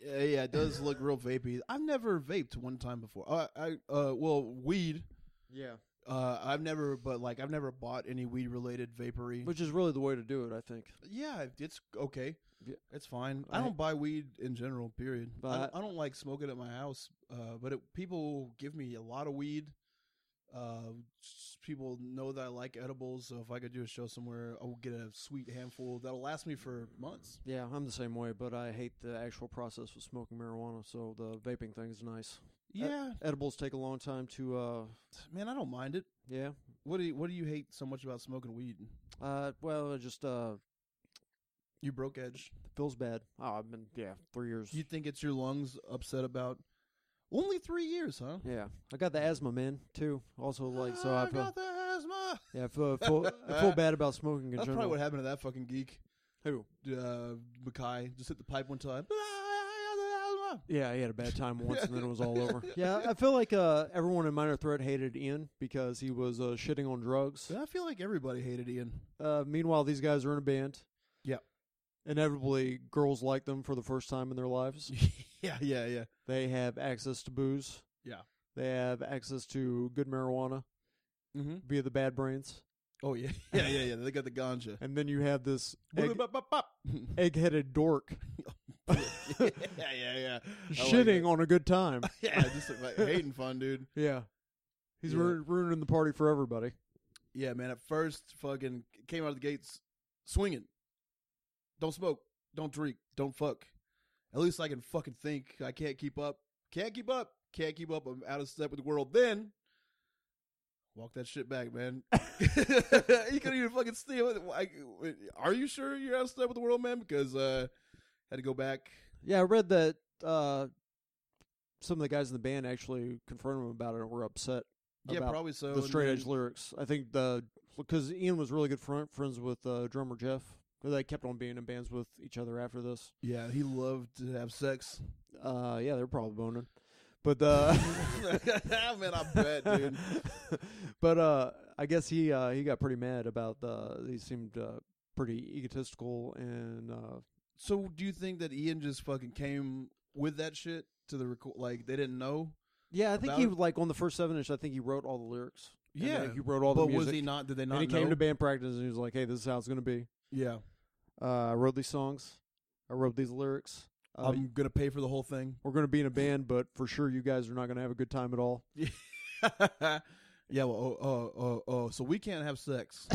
Speaker 2: yeah, it does look real vapey. I've never vaped one time before. Uh, I uh, well, weed.
Speaker 1: Yeah,
Speaker 2: Uh, I've never, but like, I've never bought any weed related vapory.
Speaker 1: which is really the way to do it, I think.
Speaker 2: yeah, it's okay.
Speaker 1: Yeah.
Speaker 2: It's fine. I,
Speaker 1: I-
Speaker 2: don't buy weed in general. Period. I,
Speaker 1: But-
Speaker 2: don't- I don't like smoking at my house. Uh, but it, people give me a lot of weed. Uh, s- people know that I like edibles, so if I could do a show somewhere, I will get a sweet handful that'll last me for months.
Speaker 1: Yeah, I'm the same way, but I hate the actual process of smoking marijuana, so the vaping thing is nice.
Speaker 2: Yeah,
Speaker 1: Edibles take a long time to, uh,
Speaker 2: Uh, man, I don't mind it.
Speaker 1: yeah.
Speaker 2: What do you, What do you hate so much about smoking weed?
Speaker 1: Uh, well, it just uh,
Speaker 2: You broke edge.
Speaker 1: feels bad. Oh, I've been yeah three years.
Speaker 2: You think it's your lungs upset about? Only three years, huh?
Speaker 1: yeah, I got the asthma, man. Too also like so I
Speaker 2: I
Speaker 1: feel
Speaker 2: got the asthma.
Speaker 1: yeah I feel, I feel, I feel bad about smoking in
Speaker 2: That's
Speaker 1: general.
Speaker 2: probably what happened to that fucking geek,
Speaker 1: Who?
Speaker 2: uh, Mackay. Just hit the pipe one time. I got the asthma.
Speaker 1: Yeah, he had a bad time once, and then it was all over. Yeah, I feel like uh, everyone in Minor Threat hated Ian because he was uh, shitting on drugs.
Speaker 2: I feel like everybody hated Ian.
Speaker 1: Uh, meanwhile, these guys are in a band.
Speaker 2: Yep.
Speaker 1: Inevitably, girls like them for the first time in their lives.
Speaker 2: yeah, yeah, yeah.
Speaker 1: They have access to booze.
Speaker 2: Yeah.
Speaker 1: They have access to good marijuana
Speaker 2: Mm-hmm.
Speaker 1: via the bad brains.
Speaker 2: Oh yeah, yeah, yeah, yeah. They got the ganja.
Speaker 1: And then you have this egg,
Speaker 2: Bop-a-bop-bop.
Speaker 1: egg-headed dork
Speaker 2: yeah, yeah, yeah. I
Speaker 1: shitting
Speaker 2: Like
Speaker 1: on a good time.
Speaker 2: that. yeah, just like hating fun, dude.
Speaker 1: Yeah. He's
Speaker 2: Yeah.
Speaker 1: ru- ruining the party for everybody.
Speaker 2: Yeah, man. At first, fucking came out of the gates swinging. Don't smoke. Don't drink. Don't fuck. At least I can fucking think. I can't keep up. Can't keep up. Can't keep up. I'm out of step with the world. Then walk that shit back, man. you couldn't even fucking steal it. Like, Are you sure you're out of step with the world, man? Because uh, had to go back.
Speaker 1: Yeah, I read that uh, some of the guys in the band actually confronted him about it and were upset
Speaker 2: Yeah,
Speaker 1: about
Speaker 2: probably so.
Speaker 1: the
Speaker 2: and
Speaker 1: straight
Speaker 2: then-
Speaker 1: edge lyrics. I think the because Ian was really good friend, friends with uh, drummer Jeff. They kept on being in bands with each other after this.
Speaker 2: Yeah, he loved to have sex.
Speaker 1: Uh, yeah, they're probably boning, but uh,
Speaker 2: man, I bet, dude.
Speaker 1: but uh, I guess he uh, he got pretty mad about the. He seemed uh, pretty egotistical and uh,
Speaker 2: So do you think that Ian just fucking came with that shit to the record? Like they didn't know.
Speaker 1: yeah. I think
Speaker 2: About
Speaker 1: he
Speaker 2: it?
Speaker 1: like on the first seven inch. I think he wrote all the lyrics. And,
Speaker 2: Yeah.
Speaker 1: uh, he wrote all the
Speaker 2: but
Speaker 1: music.
Speaker 2: was he not? Did they not?
Speaker 1: and he came
Speaker 2: know?
Speaker 1: to band practice and he was like, "Hey, this is how it's gonna be.
Speaker 2: Yeah,
Speaker 1: Uh, I wrote these songs. I wrote these lyrics. Uh,
Speaker 2: I'm gonna pay for the whole thing.
Speaker 1: we're gonna be in a band, but for sure, you guys are not gonna have a good time at all."
Speaker 2: yeah. Well. Oh. Oh. Oh. oh so we can't have sex.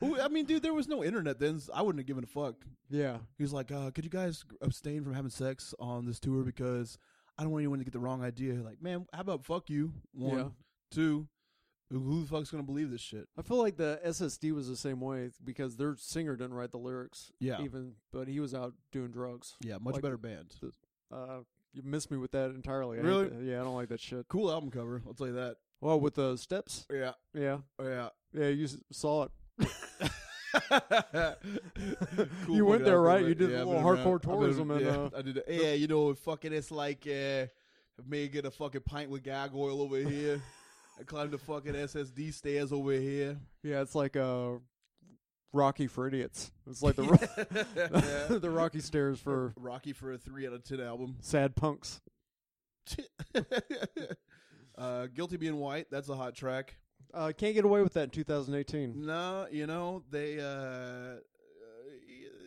Speaker 2: Who- I mean, dude, there was no internet then. so I wouldn't have given a fuck.
Speaker 1: yeah,
Speaker 2: He was like, uh, "Could you guys abstain from having sex on this tour because I don't want anyone to get the wrong idea. Like, man, how about fuck you? One,
Speaker 1: Yeah.
Speaker 2: two. Who, who the fuck's gonna believe this shit?
Speaker 1: I feel like the SSD was the same way because their singer didn't write the lyrics,
Speaker 2: Yeah,
Speaker 1: even, but he was out doing drugs.
Speaker 2: yeah, much
Speaker 1: Like-
Speaker 2: better band.
Speaker 1: Uh, you missed me with that entirely. I hate
Speaker 2: Really?
Speaker 1: that. Yeah, I don't like that shit.
Speaker 2: Cool album cover, I'll tell you that.
Speaker 1: Well, with the steps,
Speaker 2: Yeah,
Speaker 1: yeah,
Speaker 2: yeah.
Speaker 1: yeah, you s- saw it.
Speaker 2: Cool
Speaker 1: You went
Speaker 2: fucking
Speaker 1: there,
Speaker 2: album
Speaker 1: right?
Speaker 2: cover.
Speaker 1: You did a
Speaker 2: I've
Speaker 1: little
Speaker 2: been around-
Speaker 1: hardcore
Speaker 2: I've been-
Speaker 1: tourism and,
Speaker 2: yeah,
Speaker 1: uh,
Speaker 2: I did. it. Yeah, you know, fucking, it's like uh, me get a fucking pint with gag oil over here. I climbed the fucking SSD stairs over here.
Speaker 1: Yeah, it's like uh, Rocky for idiots. It's like the
Speaker 2: Yeah.
Speaker 1: ro- the Rocky stairs for
Speaker 2: Rocky for a three out of ten album.
Speaker 1: sad punks.
Speaker 2: uh, Guilty Being White, that's a hot track.
Speaker 1: Uh, can't get away with that in 2018.
Speaker 2: No, you know they. Uh,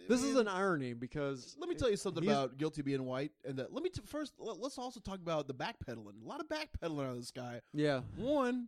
Speaker 1: This is
Speaker 2: an.
Speaker 1: an irony because
Speaker 2: Let me tell you something
Speaker 1: He's-
Speaker 2: about Guilty Being White, and that. Let me t- first. Let, us also talk about the backpedaling. A lot of backpedaling out of this guy.
Speaker 1: Yeah,
Speaker 2: One,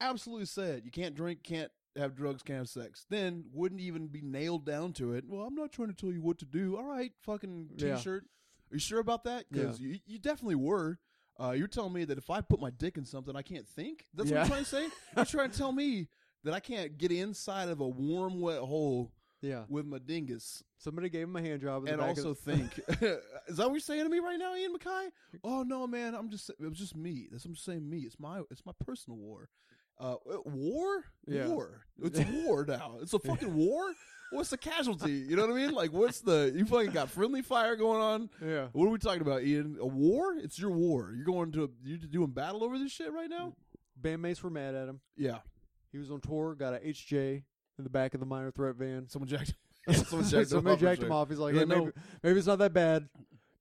Speaker 2: absolutely said you can't drink, can't have drugs, can't have sex. Then wouldn't even be nailed down to it. Well, I'm not trying to tell you what to do. All right, fucking
Speaker 1: Yeah.
Speaker 2: t-shirt. Are you sure about that? Because you, you definitely were. Uh, you're telling me that if I put my dick in something, I can't think. That's what
Speaker 1: Yeah.
Speaker 2: you're trying to say. you're trying to tell me that I can't get inside of a warm, wet hole
Speaker 1: yeah.
Speaker 2: with my dingus
Speaker 1: Somebody gave him a hand job in
Speaker 2: and
Speaker 1: the back
Speaker 2: also
Speaker 1: of
Speaker 2: think is that what you're saying to me right now ian mckay oh no man i'm just it was just me that's i'm just saying me it's my it's my personal war uh uh, war
Speaker 1: Yeah.
Speaker 2: war it's war now it's a fucking war what's the casualty you know what i mean like what's the you fucking got friendly fire going on
Speaker 1: the, yeah.
Speaker 2: what are we talking about ian a war it's your war you're going to you're doing battle over this shit right
Speaker 1: Mm.
Speaker 2: now
Speaker 1: Bandmates were mad at him.
Speaker 2: yeah
Speaker 1: He was on tour, got a HJ in the back of the minor threat van.
Speaker 2: someone jacked someone jacked, him,
Speaker 1: Somebody
Speaker 2: up, I'm
Speaker 1: jacked him
Speaker 2: sure.
Speaker 1: off. He's like,
Speaker 2: You're
Speaker 1: hey,
Speaker 2: like,
Speaker 1: maybe, maybe it's not that bad.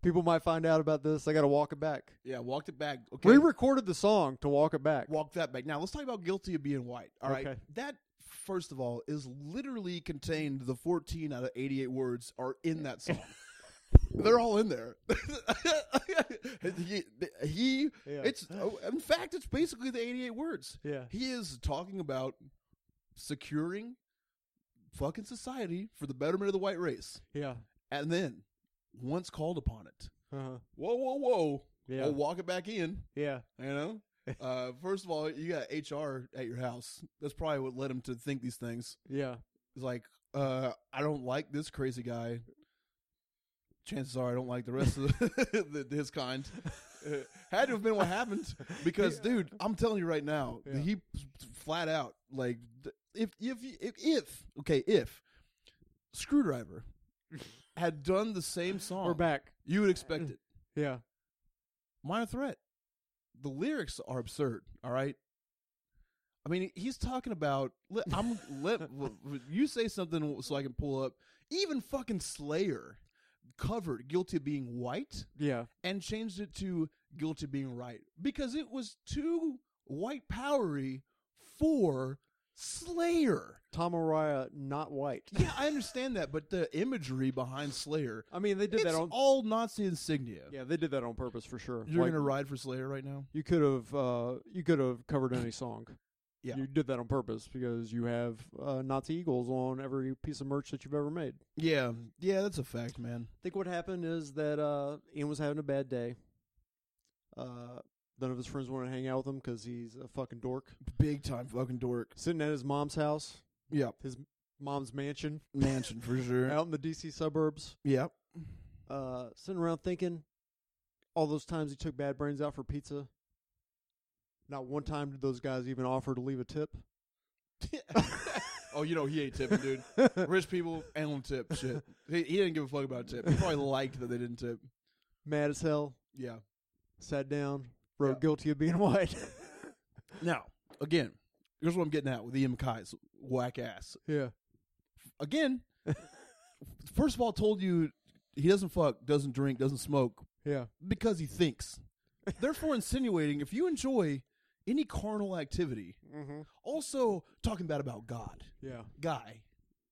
Speaker 1: People might find out about this. I got to walk it back.
Speaker 2: yeah walked it back okay
Speaker 1: We recorded the song to walk it back.
Speaker 2: walk that back. Now let's talk about guilty of being white. All right,
Speaker 1: Okay.
Speaker 2: that first of all is literally contained. The fourteen out of eighty-eight words are in that song. They're all in there. he, he-
Speaker 1: Yeah.
Speaker 2: it's oh, in fact, it's basically the eighty-eight words.
Speaker 1: yeah.
Speaker 2: He is talking about securing fucking society for the betterment of the white race,
Speaker 1: Yeah.
Speaker 2: and then once called upon it,
Speaker 1: Uh-huh.
Speaker 2: whoa, whoa, whoa,
Speaker 1: Yeah.
Speaker 2: we'll walk it back in.
Speaker 1: Yeah.
Speaker 2: You know, uh, first of all, you got HR at your house. That's probably what led him to think these things.
Speaker 1: Yeah.
Speaker 2: It's like, uh, I don't like this crazy guy. Chances are, I don't like the rest of the, the, his kind. Uh, had to have been what happened because, dude, I'm telling you right now,
Speaker 1: Yeah.
Speaker 2: he flat out like, th- if if if, if okay, if Screwdriver had done the same song,
Speaker 1: We're back.
Speaker 2: you would expect it.
Speaker 1: Yeah.
Speaker 2: Minor Threat. The lyrics are absurd. All right. I mean, he's talking about. Let, I'm let you say something so I can pull up. Even fucking Slayer covered "Guilty of Being White"
Speaker 1: Yeah.
Speaker 2: and changed it to "Guilty of Being Right" because it was too white powery for Slayer.
Speaker 1: Tom Araya, not white.
Speaker 2: Yeah, I understand that, but the imagery behind Slayer.
Speaker 1: I mean, they did
Speaker 2: It's
Speaker 1: that on.
Speaker 2: all Nazi insignia.
Speaker 1: yeah, they did that on purpose for sure.
Speaker 2: You're
Speaker 1: Like,
Speaker 2: gonna ride for Slayer right now?
Speaker 1: You could have. Uh, you could have covered any song.
Speaker 2: Yeah.
Speaker 1: You did that on purpose because you have uh, Nazi Eagles on every piece of merch that you've ever made.
Speaker 2: Yeah, yeah, that's a fact, man.
Speaker 1: I think what happened is that uh, Ian was having a bad day. Uh, none of his friends want to hang out with him because he's a fucking dork.
Speaker 2: big time fucking dork.
Speaker 1: Sitting at his mom's house,
Speaker 2: Yep,
Speaker 1: mom's mansion,
Speaker 2: mansion for sure.
Speaker 1: out in the D.C. suburbs.
Speaker 2: yep.
Speaker 1: uh, sitting around thinking all those times he took Bad Brains out for pizza. Not one time did those guys even offer to leave a tip.
Speaker 2: oh, you know he ain't tipping, dude. Rich people ain't on tip shit. He, he didn't give a fuck about tip. He probably liked that they didn't tip.
Speaker 1: Mad as hell,
Speaker 2: Yeah.
Speaker 1: sat down, wrote
Speaker 2: Yeah.
Speaker 1: guilty of being white.
Speaker 2: Now, again, here's what I'm getting at with Ian McKay's whack ass.
Speaker 1: yeah,
Speaker 2: Again, first of all, told you he doesn't fuck, doesn't drink, doesn't smoke
Speaker 1: yeah,
Speaker 2: because he thinks. Therefore, insinuating if you enjoy any carnal activity,
Speaker 1: mm-hmm.
Speaker 2: also talking bad about God.
Speaker 1: yeah,
Speaker 2: guy,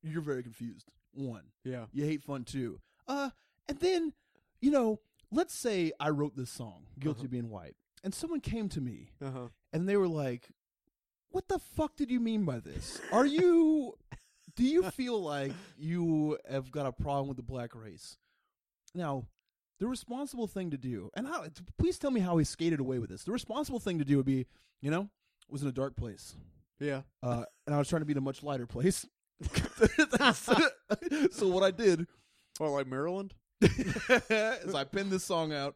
Speaker 2: you're very confused. One,
Speaker 1: yeah,
Speaker 2: you hate fun too. Uh, and then, you know, let's say I wrote this song, "Guilty
Speaker 1: Uh-huh.
Speaker 2: of Being White," and someone came to me
Speaker 1: uh huh,
Speaker 2: and they were like, "What the fuck did you mean by this? Are you? do you feel like you have got a problem with the black race?" Now, the responsible thing to do, and I, please tell me how he skated away with this. The responsible thing to do would be, you know, I was in a dark place,
Speaker 1: Yeah.
Speaker 2: uh, and I was trying to be in a much lighter place. so what I did Oh,
Speaker 1: Or like Maryland.
Speaker 2: is I pinned this song out,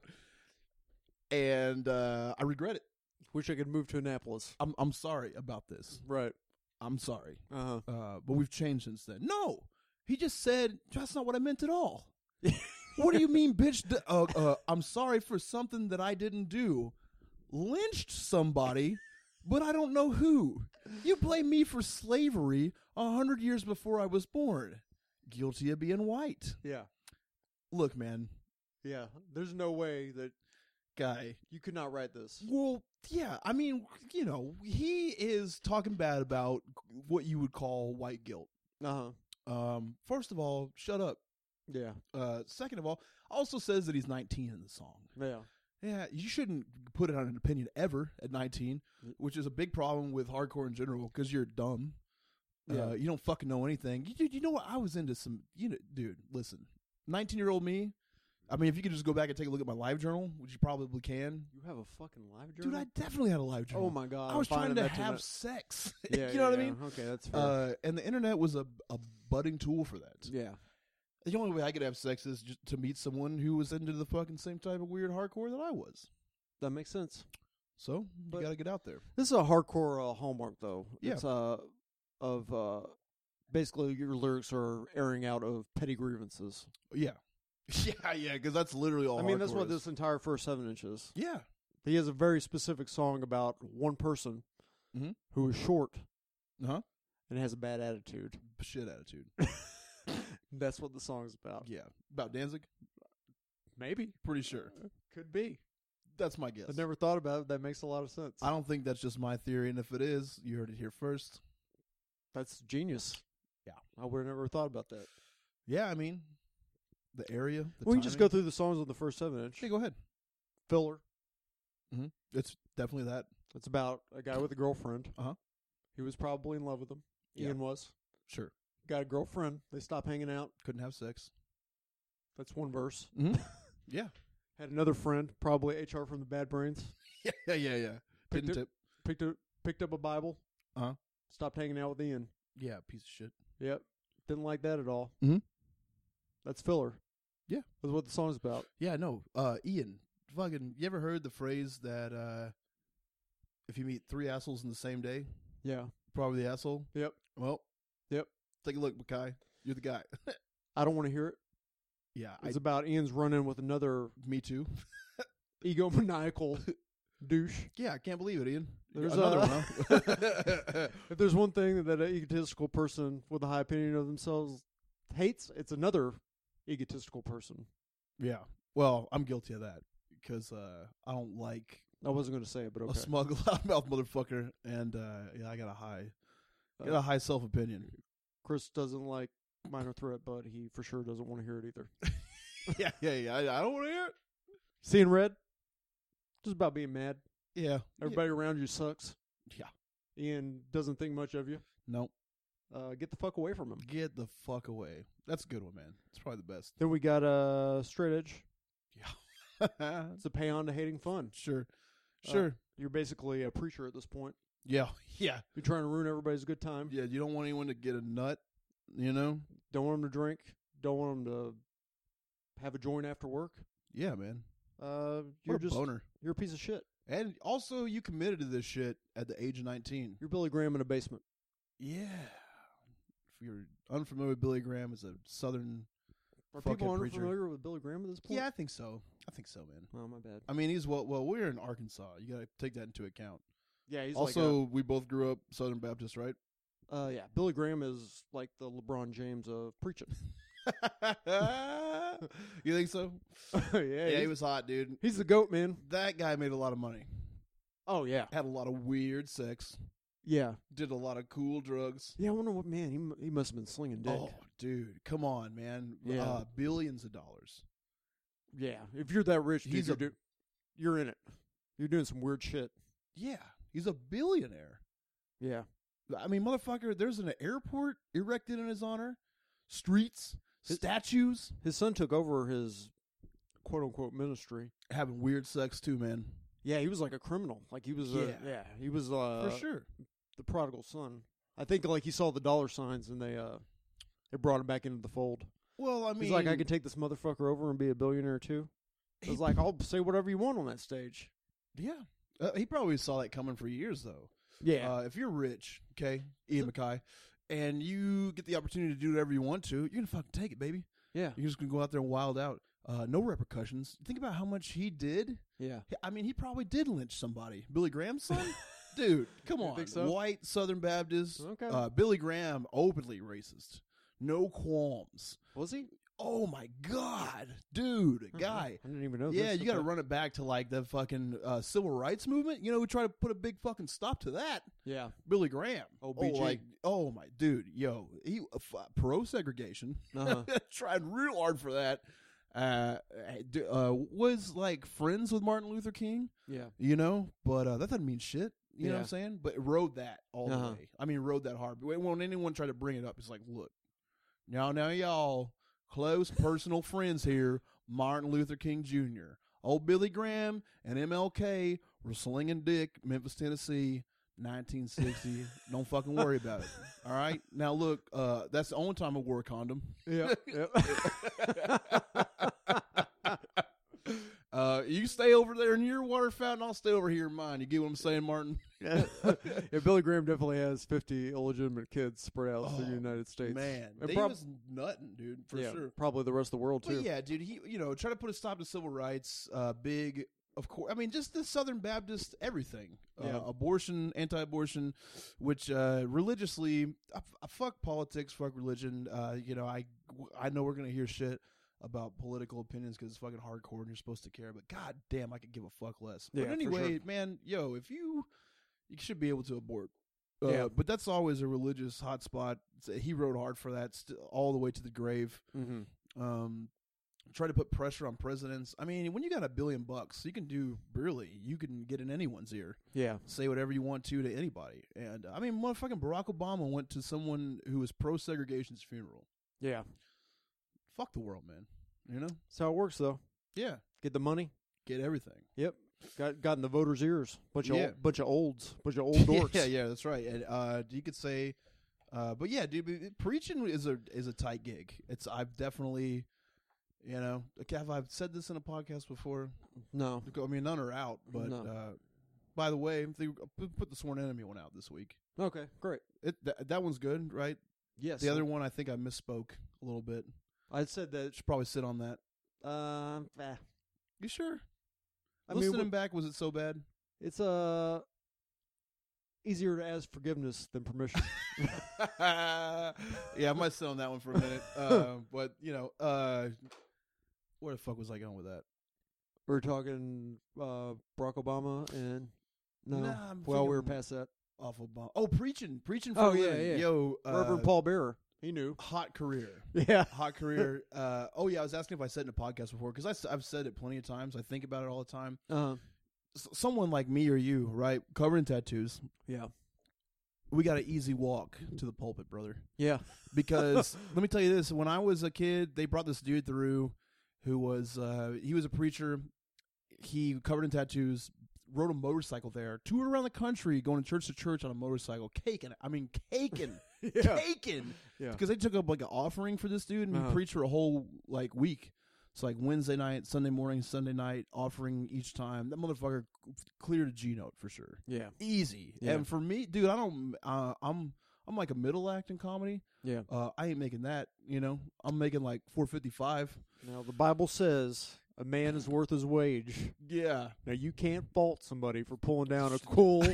Speaker 2: and uh, I regret it.
Speaker 1: Wish I could move to Annapolis.
Speaker 2: I'm I'm sorry about this.
Speaker 1: Right.
Speaker 2: I'm sorry,
Speaker 1: Uh huh.
Speaker 2: uh, but we've changed since then. No, he just said that's not what I meant at all. what do you mean, bitch? D- Uh, uh, I'm sorry for something that I didn't do. Lynched somebody, but I don't know who. You blame me for slavery a hundred years before I was born. Guilty of being white.
Speaker 1: Yeah.
Speaker 2: Look, man,
Speaker 1: Yeah. There's no way that
Speaker 2: guy.
Speaker 1: you could not write this.
Speaker 2: Well, yeah, I mean, you know, he is talking bad about what you would call white guilt.
Speaker 1: Uh huh.
Speaker 2: Um, first of all, shut up.
Speaker 1: Yeah.
Speaker 2: Uh, second of all, also says that he's 19 in the song.
Speaker 1: Yeah.
Speaker 2: Yeah, you shouldn't put it on an opinion ever at 19, which is a big problem with hardcore in general because you're dumb.
Speaker 1: Yeah.
Speaker 2: Uh, you don't fucking know anything. You, dude, you know what? I was into some, you know, dude, listen, 19 year old me. I mean, if you could just go back and take a look at my live journal, which you probably can.
Speaker 1: You have a fucking live journal.
Speaker 2: Dude, I definitely had a live journal.
Speaker 1: Oh my god!
Speaker 2: I was
Speaker 1: I'm
Speaker 2: trying
Speaker 1: finding
Speaker 2: to
Speaker 1: that tonight.
Speaker 2: have sex.
Speaker 1: Yeah,
Speaker 2: you know
Speaker 1: yeah,
Speaker 2: what I
Speaker 1: yeah.
Speaker 2: mean?
Speaker 1: Okay, that's fair.
Speaker 2: Uh, and the internet was a, a budding tool for that.
Speaker 1: yeah,
Speaker 2: The only way I could have sex is just to meet someone who was into the fucking same type of weird hardcore that I was.
Speaker 1: that makes sense.
Speaker 2: So
Speaker 1: But-
Speaker 2: you got to get out there.
Speaker 1: This is a hardcore uh, hallmark, though.
Speaker 2: Yeah.
Speaker 1: It's, uh, of uh, basically your lyrics are airing out of petty grievances.
Speaker 2: Yeah, yeah, yeah. Because that's literally all.
Speaker 1: I mean, that's
Speaker 2: hardcore
Speaker 1: what
Speaker 2: is.
Speaker 1: this entire first seven inches.
Speaker 2: Yeah,
Speaker 1: He has a very specific song about one person
Speaker 2: Mhm.
Speaker 1: who is short Uh-huh.
Speaker 2: huh?
Speaker 1: and has a bad attitude.
Speaker 2: Shit attitude.
Speaker 1: That's what the song's about.
Speaker 2: Yeah, about Danzig.
Speaker 1: Maybe
Speaker 2: Pretty sure.
Speaker 1: could be.
Speaker 2: That's my guess.
Speaker 1: I never thought about it. That makes a lot of sense.
Speaker 2: I don't think that's just my theory, and if it is, you heard it here first.
Speaker 1: that's genius.
Speaker 2: Yeah.
Speaker 1: I would have never thought about that.
Speaker 2: Yeah, I mean, the area. The
Speaker 1: we can just go
Speaker 2: timing.
Speaker 1: through the songs on the first seven inch.
Speaker 2: Okay, go ahead.
Speaker 1: Filler.
Speaker 2: Mm-hmm. It's definitely that.
Speaker 1: It's about a guy with a girlfriend.
Speaker 2: Uh-huh.
Speaker 1: He was probably in love with him.
Speaker 2: Yeah.
Speaker 1: Ian was.
Speaker 2: Sure.
Speaker 1: Got a girlfriend. They stop hanging out.
Speaker 2: Couldn't have sex.
Speaker 1: That's one verse.
Speaker 2: Yeah.
Speaker 1: Had another friend, probably HR from the Bad Brains.
Speaker 2: Yeah, yeah, yeah. yeah.
Speaker 1: Picked
Speaker 2: Didn't
Speaker 1: up,
Speaker 2: tip.
Speaker 1: picked up, picked up a Bible.
Speaker 2: Uh-huh.
Speaker 1: Stopped hanging out with Ian.
Speaker 2: Yeah, piece of shit.
Speaker 1: Yep. Didn't like that at all.
Speaker 2: Mhm.
Speaker 1: That's filler.
Speaker 2: Yeah.
Speaker 1: That's what the song's about.
Speaker 2: Yeah, no. Uh, Ian, fucking, you ever heard the phrase that uh, if you meet three assholes in the same day,
Speaker 1: Yeah.
Speaker 2: probably the asshole?
Speaker 1: Yep.
Speaker 2: Well,
Speaker 1: Yep.
Speaker 2: Take a look, Mackay. You're the guy.
Speaker 1: I don't want to hear it.
Speaker 2: yeah, I,
Speaker 1: It's about Ian's running with another
Speaker 2: me too.
Speaker 1: egomaniacal douche.
Speaker 2: Yeah, I can't believe it, Ian.
Speaker 1: There's
Speaker 2: Another
Speaker 1: a-
Speaker 2: one, huh?
Speaker 1: If there's one thing that an egotistical person with a high opinion of themselves hates, it's another egotistical person.
Speaker 2: yeah. Well, I'm guilty of that because uh, I don't like
Speaker 1: I wasn't going to say it, but okay.
Speaker 2: a smug, loudmouth motherfucker, and uh, yeah, I got a high, I got
Speaker 1: Uh,
Speaker 2: a high self opinion.
Speaker 1: Chris doesn't like minor threat, but he for sure doesn't want to hear it either.
Speaker 2: yeah, yeah, yeah. I, I don't want to hear it.
Speaker 1: Seeing red, just about being mad.
Speaker 2: Yeah,
Speaker 1: Everybody around you sucks.
Speaker 2: Yeah.
Speaker 1: Ian doesn't think much of you.
Speaker 2: No.
Speaker 1: Uh, get the fuck away from him.
Speaker 2: Get the fuck away. That's a good one, man. It's probably the best.
Speaker 1: Then we got uh, straight edge.
Speaker 2: Yeah.
Speaker 1: It's a pay on to hating fun.
Speaker 2: sure.
Speaker 1: Uh,
Speaker 2: Sure.
Speaker 1: You're basically a preacher at this point.
Speaker 2: yeah. Yeah.
Speaker 1: You're trying to ruin everybody's good time.
Speaker 2: Yeah. You don't want anyone to get a nut, you know?
Speaker 1: Don't want them to drink. Don't want them to have a joint after work.
Speaker 2: Yeah, man.
Speaker 1: Uh,
Speaker 2: You're
Speaker 1: you're
Speaker 2: what a
Speaker 1: just
Speaker 2: boner.
Speaker 1: you're a piece of shit.
Speaker 2: And also, you committed to this shit at the age of 19.
Speaker 1: You're Billy Graham in a basement.
Speaker 2: Yeah. If you're unfamiliar with Billy Graham, is a southern.
Speaker 1: Are
Speaker 2: Fucking
Speaker 1: people
Speaker 2: preacher.
Speaker 1: unfamiliar with Billy Graham at this point?
Speaker 2: Yeah, I think so. I think so, man.
Speaker 1: Oh my bad.
Speaker 2: I mean, he's well. Well, we're in Arkansas. You gotta take that into account.
Speaker 1: Yeah, he's
Speaker 2: also, we both grew up Southern Baptist, right?
Speaker 1: like a- uh, yeah. Billy Graham is like the LeBron James of preaching.
Speaker 2: you think so?
Speaker 1: yeah,
Speaker 2: yeah,
Speaker 1: he's,
Speaker 2: he was hot, dude.
Speaker 1: he's the goat man.
Speaker 2: That guy made a lot of money.
Speaker 1: Oh yeah,
Speaker 2: Had a lot of weird sex.
Speaker 1: yeah,
Speaker 2: Did a lot of cool drugs.
Speaker 1: yeah. I wonder what man he mu- he must have been slinging dick.
Speaker 2: Oh, dude, come on, man.
Speaker 1: Yeah.
Speaker 2: Uh, billions of dollars.
Speaker 1: Yeah, if you're that rich, dude,
Speaker 2: He's
Speaker 1: you're,
Speaker 2: a-
Speaker 1: do- you're in it. You're doing some weird shit.
Speaker 2: Yeah, he's a billionaire.
Speaker 1: Yeah,
Speaker 2: I mean, motherfucker, there's an airport erected in his honor, streets,
Speaker 1: His-
Speaker 2: statues.
Speaker 1: his son took over his quote unquote ministry.
Speaker 2: Having weird sex too, man.
Speaker 1: Yeah, he was like a criminal. Like he was, a,
Speaker 2: Yeah.
Speaker 1: yeah, he was uh,
Speaker 2: For sure.
Speaker 1: the prodigal son. I think like he saw the dollar signs and they uh, they brought him back into the fold.
Speaker 2: Well, I mean,
Speaker 1: He's like, I could take this motherfucker over and be a billionaire too. I was like, I'll say whatever you want on that stage.
Speaker 2: yeah. Uh, he probably saw that coming for years, though.
Speaker 1: Yeah,
Speaker 2: Uh, if you're rich, okay, Ian Mackay, and you get the opportunity to do whatever you want to, you're gonna fucking take it, baby.
Speaker 1: yeah,
Speaker 2: You're just gonna go out there and wild out. Uh, no repercussions. Think about how much he did.
Speaker 1: yeah.
Speaker 2: I mean, he probably did lynch somebody. Billy Graham's son, dude. Come
Speaker 1: You
Speaker 2: on,
Speaker 1: think so?
Speaker 2: white Southern Baptist.
Speaker 1: Okay.
Speaker 2: Uh, Billy Graham, openly racist, no qualms.
Speaker 1: Was he?
Speaker 2: Oh my god,
Speaker 1: Mm-hmm.
Speaker 2: dude, guy.
Speaker 1: I didn't even know.
Speaker 2: Yeah,
Speaker 1: this.
Speaker 2: you got to
Speaker 1: Okay.
Speaker 2: run it back to like the fucking uh, civil rights movement. You know, we try to put a big fucking stop to that.
Speaker 1: Yeah,
Speaker 2: Billy Graham.
Speaker 1: OBG.
Speaker 2: Oh, like, oh my dude, yo, he uh, f- pro segregation.
Speaker 1: uh-huh.
Speaker 2: Tried real hard for that. Uh, d- uh, was like friends with Martin Luther King,
Speaker 1: yeah.
Speaker 2: you know, but uh, that doesn't mean shit. You know what
Speaker 1: Yeah.
Speaker 2: I'm saying? But rode that all
Speaker 1: Uh-huh.
Speaker 2: the way. I mean, rode that hard. But when anyone tried to bring it up, it's like, look, now, now, y'all close personal friends here. Martin Luther King Jr., old Billy Graham, and MLK were slinging dick, Memphis, Tennessee, 1960. Don't fucking worry about it. All right. Now look, uh, that's the only time I wore a condom.
Speaker 1: Yeah.
Speaker 2: Uh, you stay over there in your water fountain. I'll stay over here in mine. You get what I'm saying, Martin?
Speaker 1: yeah. Billy Graham definitely has 50 illegitimate kids spread out through
Speaker 2: Oh,
Speaker 1: the United States.
Speaker 2: Man,
Speaker 1: And
Speaker 2: he
Speaker 1: prob-
Speaker 2: was nutting, dude, for
Speaker 1: yeah,
Speaker 2: sure.
Speaker 1: Probably the rest of the world,
Speaker 2: Well,
Speaker 1: too.
Speaker 2: yeah, dude. He, you know, try to put a stop to civil rights. Uh, big, of course. I mean, just the Southern Baptist everything. Uh,
Speaker 1: Yeah.
Speaker 2: abortion, anti-abortion, which uh, religiously, I, I fuck politics, fuck religion. Uh, you know, I, I know we're gonna hear shit about political opinions because it's fucking hardcore and you're supposed to care. But god damn, I could give a fuck less.
Speaker 1: Yeah,
Speaker 2: but
Speaker 1: for
Speaker 2: anyway, man, yo, if you, you should be able to abort. Uh,
Speaker 1: Yeah.
Speaker 2: but that's always a religious hotspot. He rode hard for that st- all the way to the grave
Speaker 1: Mm-hmm.
Speaker 2: um, try to put pressure on presidents. I mean, when you got a billion bucks, you can do really, you can get in anyone's ear,
Speaker 1: Yeah.
Speaker 2: say whatever you want to to anybody. And I mean, motherfucking Barack Obama went to someone who was pro segregation's funeral.
Speaker 1: Yeah.
Speaker 2: Fuck the world, man. You know?
Speaker 1: That's how it works, though.
Speaker 2: Yeah.
Speaker 1: Get the money.
Speaker 2: Get everything.
Speaker 1: Got got in the voters' ears. Bunch of
Speaker 2: Yeah.
Speaker 1: old, bunch of olds. Bunch of old dorks.
Speaker 2: yeah, yeah, that's right. And uh, you could say, uh, but yeah, dude, but preaching is a is a tight gig. It's I've definitely, you know, okay, have I've said this in a podcast before?
Speaker 1: No.
Speaker 2: I mean, none are out, but
Speaker 1: No.
Speaker 2: uh, by the way, they put- put the Sworn Enemy one out this week.
Speaker 1: Okay. Great.
Speaker 2: It that that one's good, right?
Speaker 1: Yes.
Speaker 2: The other one, I think I misspoke a little bit.
Speaker 1: I said that.
Speaker 2: It should probably sit on that.
Speaker 1: Um. eh.
Speaker 2: You sure?
Speaker 1: I mean,
Speaker 2: Listening
Speaker 1: w-
Speaker 2: back, was it so bad?
Speaker 1: it's uh easier to ask forgiveness than permission.
Speaker 2: yeah, I might sit on that one for a minute. Uh, but you know, uh, where the fuck was I going with that?
Speaker 1: we were talking uh, Barack Obama and no.
Speaker 2: Nah, I'm
Speaker 1: well, we
Speaker 2: thinking
Speaker 1: were past that.
Speaker 2: Awful bomb. Oh, preaching, preaching. For
Speaker 1: Oh,
Speaker 2: a
Speaker 1: yeah,
Speaker 2: living.
Speaker 1: yeah.
Speaker 2: Yo, uh,
Speaker 1: Reverend Paul Bearer. He knew.
Speaker 2: hot career.
Speaker 1: Yeah.
Speaker 2: hot career. Uh, oh yeah, I was asking if I said in a podcast before because I've said it plenty of times. I think about it all the time.
Speaker 1: Uh,
Speaker 2: S- someone like me or you, right, covering tattoos,
Speaker 1: yeah.
Speaker 2: we got an easy walk to the pulpit, brother.
Speaker 1: Yeah.
Speaker 2: Because let me tell you this: when I was a kid, they brought this dude through who was uh, he was a preacher. He covered in tattoos, rode a motorcycle there, toured around the country, going to church to church on a motorcycle, caking. it. I mean, caking,
Speaker 1: Yeah.
Speaker 2: caking.
Speaker 1: Yeah.
Speaker 2: because they took up like an offering for this dude and
Speaker 1: Uh-huh.
Speaker 2: he preached for a whole like week. It's like Wednesday night, Sunday morning, Sunday night, offering each time. That motherfucker cleared a G note for sure,
Speaker 1: Yeah.
Speaker 2: easy.
Speaker 1: Yeah.
Speaker 2: And for me, dude, I don't. Uh, I'm I'm like a middle act in comedy.
Speaker 1: Yeah.
Speaker 2: uh, I ain't making that. You know, I'm making like four fifty five.
Speaker 1: Now the Bible says a man is worth his wage.
Speaker 2: Yeah,
Speaker 1: Now you can't fault somebody for pulling down a cool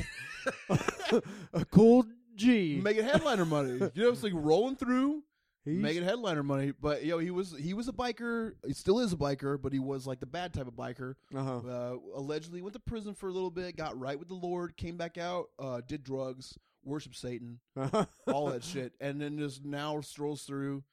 Speaker 1: a cool G.
Speaker 2: making headliner money. You know, it's like rolling through.
Speaker 1: He's-
Speaker 2: making headliner money, but yo, he was he was a biker. He still is a biker, but he was like the bad type of biker.
Speaker 1: uh-huh.
Speaker 2: uh, allegedly went to prison for a little bit, got right with the Lord, came back out, uh, did drugs, worshiped Satan,
Speaker 1: Uh-huh.
Speaker 2: all that shit, and then just now strolls through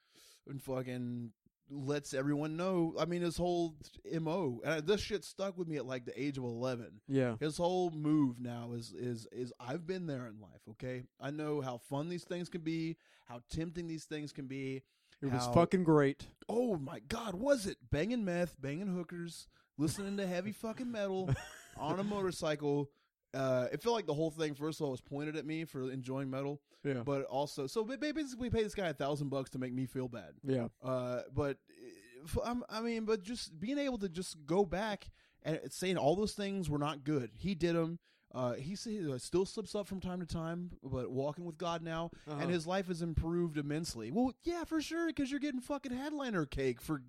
Speaker 2: and fucking lets everyone know. I mean, his whole mo and I, this shit stuck with me at like the age of eleven.
Speaker 1: yeah.
Speaker 2: His whole move now is is is I've been there in life. Okay, I know how fun these things can be, how tempting these things can be.
Speaker 1: It was
Speaker 2: How-
Speaker 1: fucking great.
Speaker 2: Oh my God, was it banging meth, banging hookers, listening to heavy fucking metal on a motorcycle? Uh, it felt like the whole thing. First of all, was pointed at me for enjoying metal,
Speaker 1: Yeah.
Speaker 2: but also so ba- ba- basically, we paid this guy a thousand bucks to make me feel bad.
Speaker 1: yeah.
Speaker 2: Uh, but uh, f- I'm- I mean, but just being able to just go back and saying all those things were not good. He did them. Uh, he s- he still slips up from time to time, but walking with God now,
Speaker 1: Uh-huh.
Speaker 2: and his life has improved immensely. Well, yeah, for sure, because you're getting fucking headliner cake for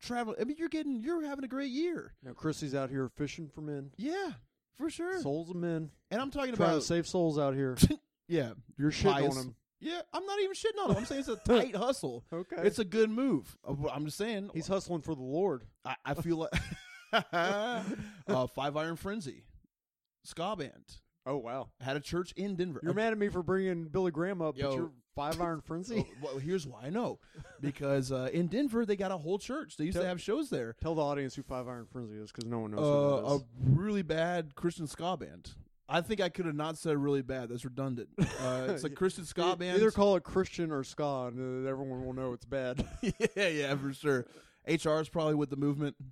Speaker 2: traveling. I mean, you're getting, you're having a great year.
Speaker 1: Now Chrissy's out here fishing for men,
Speaker 2: Yeah, for sure.
Speaker 1: souls of men,
Speaker 2: and I'm talking
Speaker 1: trying
Speaker 2: about,
Speaker 1: to save souls out here.
Speaker 2: yeah,
Speaker 1: You're shitting
Speaker 2: Bias.
Speaker 1: on him.
Speaker 2: yeah. I'm not even shitting on him. I'm saying it's a tight hustle.
Speaker 1: Okay.
Speaker 2: It's a good move. Uh, I'm just saying,
Speaker 1: He's hustling for the Lord.
Speaker 2: I, I feel like uh, Five Iron Frenzy, ska band,
Speaker 1: Oh wow.
Speaker 2: had a church in Denver. Uh,
Speaker 1: You're mad at me for bringing Billy Graham up,
Speaker 2: Yo.
Speaker 1: but you're Five Iron Frenzy.
Speaker 2: Oh, well, here's why I know, because uh, in Denver they got a whole church. They used to
Speaker 1: Tell-
Speaker 2: have shows there.
Speaker 1: Tell the audience who Five Iron Frenzy is, because no one knows who that
Speaker 2: Uh, a
Speaker 1: is.
Speaker 2: really bad Christian ska band. I think I could have not said really bad. That's redundant. Uh, it's a Christian ska
Speaker 1: E-
Speaker 2: band.
Speaker 1: Either call it Christian or ska, and uh, everyone will know it's bad.
Speaker 2: yeah, yeah, for sure. HR is probably with the movement.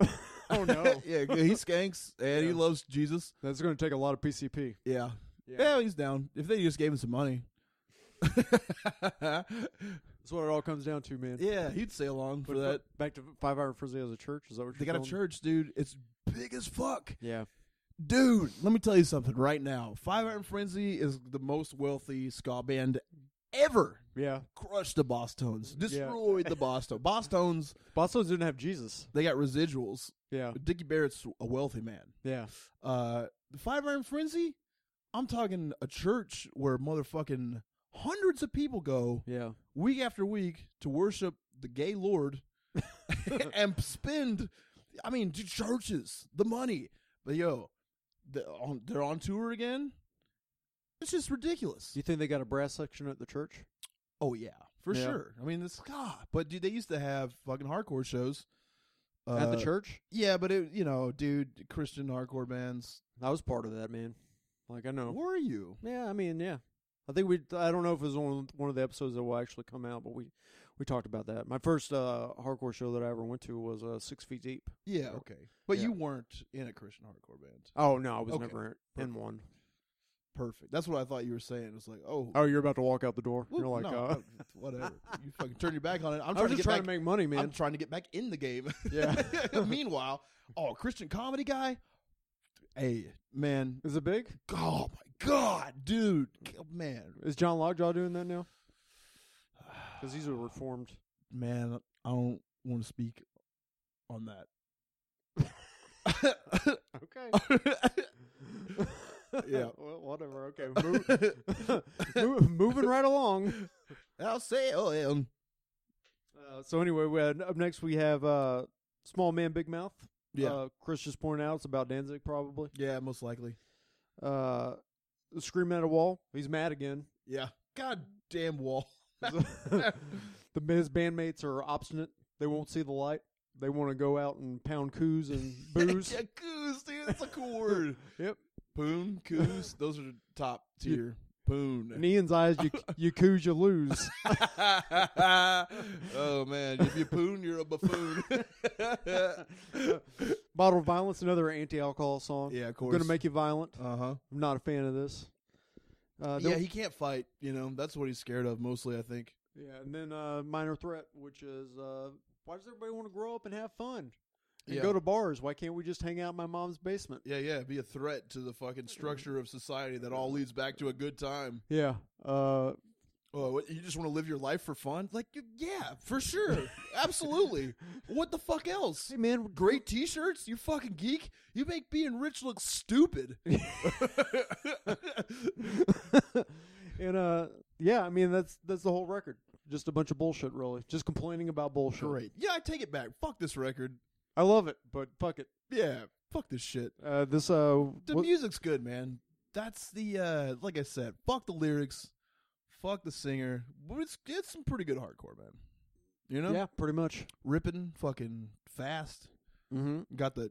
Speaker 1: oh no,
Speaker 2: yeah, he skanks and he
Speaker 1: Yeah.
Speaker 2: loves Jesus.
Speaker 1: that's going to take a lot of PCP.
Speaker 2: Yeah.
Speaker 1: Yeah.
Speaker 2: yeah, he's down. If they just gave him some money.
Speaker 1: That's what it all comes down to, man.
Speaker 2: yeah, he'd say along for
Speaker 1: But
Speaker 2: that.
Speaker 1: back to Five Iron Frenzy as a church. Is that what
Speaker 2: They
Speaker 1: you're
Speaker 2: got a
Speaker 1: calling it?
Speaker 2: church, dude. It's big as fuck.
Speaker 1: Yeah,
Speaker 2: Dude, let me tell you something right now. Five Iron Frenzy is the most wealthy ska band ever.
Speaker 1: yeah.
Speaker 2: Crushed the Boss Tones, destroyed the Boss Tones. Boss Tones,
Speaker 1: Boston's didn't have Jesus.
Speaker 2: they got residuals.
Speaker 1: Yeah,
Speaker 2: Dickie Barrett's a wealthy man.
Speaker 1: yeah.
Speaker 2: Uh, the Five Iron Frenzy, I'm talking a church where motherfucking hundreds of people go
Speaker 1: Yeah.
Speaker 2: week after week to worship the gay lord and spend i mean to churches the money but yo the, on, they're on tour again it's just ridiculous
Speaker 1: Do you think they got a brass section at the church?
Speaker 2: oh yeah for
Speaker 1: Yeah.
Speaker 2: sure i mean this god but dude they used to have fucking hardcore shows uh,
Speaker 1: at the church?
Speaker 2: yeah but it you know dude christian hardcore bands
Speaker 1: I was part of that, man. Like I know.
Speaker 2: were you
Speaker 1: Yeah, I mean, yeah. I think we. I don't know if it was on one of the episodes that will actually come out, but we we talked about that. My first uh, hardcore show that I ever went to was uh, Six Feet Deep.
Speaker 2: yeah
Speaker 1: Sure.
Speaker 2: okay but
Speaker 1: Yeah.
Speaker 2: you weren't in a christian hardcore band
Speaker 1: Oh no, I was
Speaker 2: Okay.
Speaker 1: never in one.
Speaker 2: perfect that's what i thought you were saying it was like oh
Speaker 1: Oh, you're about to walk out the door.
Speaker 2: Well,
Speaker 1: You're like,
Speaker 2: no,
Speaker 1: uh,
Speaker 2: no, whatever. You fucking turn your back on it. I'm
Speaker 1: i
Speaker 2: trying
Speaker 1: was
Speaker 2: to
Speaker 1: just
Speaker 2: get
Speaker 1: trying
Speaker 2: back.
Speaker 1: to make money, man.
Speaker 2: I'm trying to get back in the game.
Speaker 1: yeah.
Speaker 2: Meanwhile, oh, Christian comedy guy. Hey, man.
Speaker 1: Is it big?
Speaker 2: Oh my god, dude. Oh, Man,
Speaker 1: Is John Lockjaw doing that now? Because he's a reformed.
Speaker 2: man. I don't want to speak on that.
Speaker 1: Okay.
Speaker 2: Yeah.
Speaker 1: well, whatever. Okay. Move, move, moving right along.
Speaker 2: I'll say, oh, yeah.
Speaker 1: Uh, so anyway, we had, up next we have uh, Small Man Big Mouth.
Speaker 2: Yeah.
Speaker 1: Uh, Chris just pointed out it's about Danzig probably.
Speaker 2: yeah, most likely.
Speaker 1: Uh, screaming at a wall. He's mad again.
Speaker 2: Yeah. God damn wall.
Speaker 1: the, his bandmates are obstinate. They won't see the light. They want to go out and pound coos and booze.
Speaker 2: yeah, goose, dude. That's a cool word.
Speaker 1: Yep.
Speaker 2: Poon, coos, those are top
Speaker 1: You-
Speaker 2: tier. Poon.
Speaker 1: In Ian's eyes, you you coos, you lose.
Speaker 2: oh man, if you poon, you're a buffoon.
Speaker 1: Bottle of Violence, another anti-alcohol song.
Speaker 2: yeah, of
Speaker 1: I'm
Speaker 2: course.
Speaker 1: gonna make you violent.
Speaker 2: Uh huh.
Speaker 1: I'm not a fan of this. Uh,
Speaker 2: Yeah,
Speaker 1: then-
Speaker 2: he can't fight. You know, that's what he's scared of mostly. I think.
Speaker 1: yeah, and then uh, Minor Threat, which is uh, why does everybody want to grow up and have fun and
Speaker 2: Yeah.
Speaker 1: go to bars? Why can't we just hang out in my mom's basement?
Speaker 2: yeah, yeah. Be a threat to the fucking structure of society that all leads back to a good time.
Speaker 1: Yeah. Uh,
Speaker 2: Oh, what, you just want to live your life for fun? Like, you- yeah, for sure, absolutely. What the fuck else?
Speaker 1: hey man,
Speaker 2: Great T-shirts, you fucking geek. You make being rich look stupid.
Speaker 1: and uh, yeah, I mean that's that's the whole record. Just a bunch of bullshit, really. Just complaining about bullshit.
Speaker 2: Great. Yeah, I take it back. Fuck this record.
Speaker 1: I love it, but fuck it.
Speaker 2: Yeah, fuck this shit.
Speaker 1: Uh, this uh,
Speaker 2: The
Speaker 1: what-
Speaker 2: music's good, man. That's the uh like I said, fuck the lyrics, fuck the singer. But it's it's some pretty good hardcore, man. You know?
Speaker 1: yeah, pretty much.
Speaker 2: Ripping, fucking fast.
Speaker 1: Mm-hmm.
Speaker 2: Got the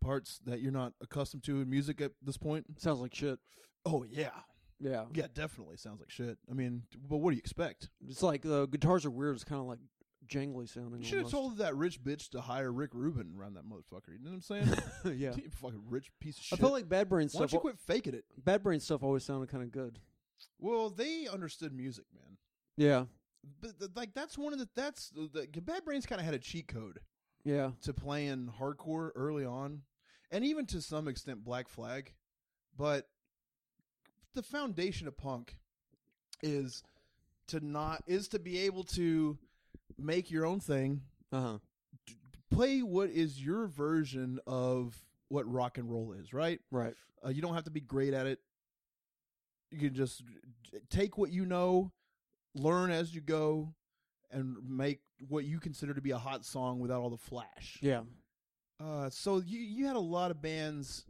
Speaker 2: parts that you're not accustomed to in music at this point.
Speaker 1: Sounds like shit.
Speaker 2: Oh yeah.
Speaker 1: Yeah.
Speaker 2: Yeah, definitely sounds like shit. I mean, but what do you expect?
Speaker 1: It's like the guitars are weird. It's kind of like jangly sounding.
Speaker 2: You should have
Speaker 1: almost.
Speaker 2: told that rich bitch to hire Rick Rubin around that motherfucker. You know what I'm saying?
Speaker 1: yeah.
Speaker 2: You fucking rich piece of
Speaker 1: I
Speaker 2: shit.
Speaker 1: feel like Bad Brain
Speaker 2: Why don't
Speaker 1: stuff.
Speaker 2: you quit faking it?
Speaker 1: Bad Brain stuff always sounded kind of good.
Speaker 2: Well, they understood music, man.
Speaker 1: Yeah.
Speaker 2: But th- like that's one of the that's the, the Bad Brains kind of had a cheat code
Speaker 1: Yeah.
Speaker 2: to playing hardcore early on, and even to some extent Black Flag, but the foundation of punk is to not is to be able to make your own thing,
Speaker 1: Uh huh.
Speaker 2: play what is your version of what rock and roll is, right?
Speaker 1: Right.
Speaker 2: Uh, you don't have to be great at it. You can just take what you know, learn as you go, and make what you consider to be a hot song without all the flash.
Speaker 1: Yeah.
Speaker 2: Uh, so you you had a lot of bands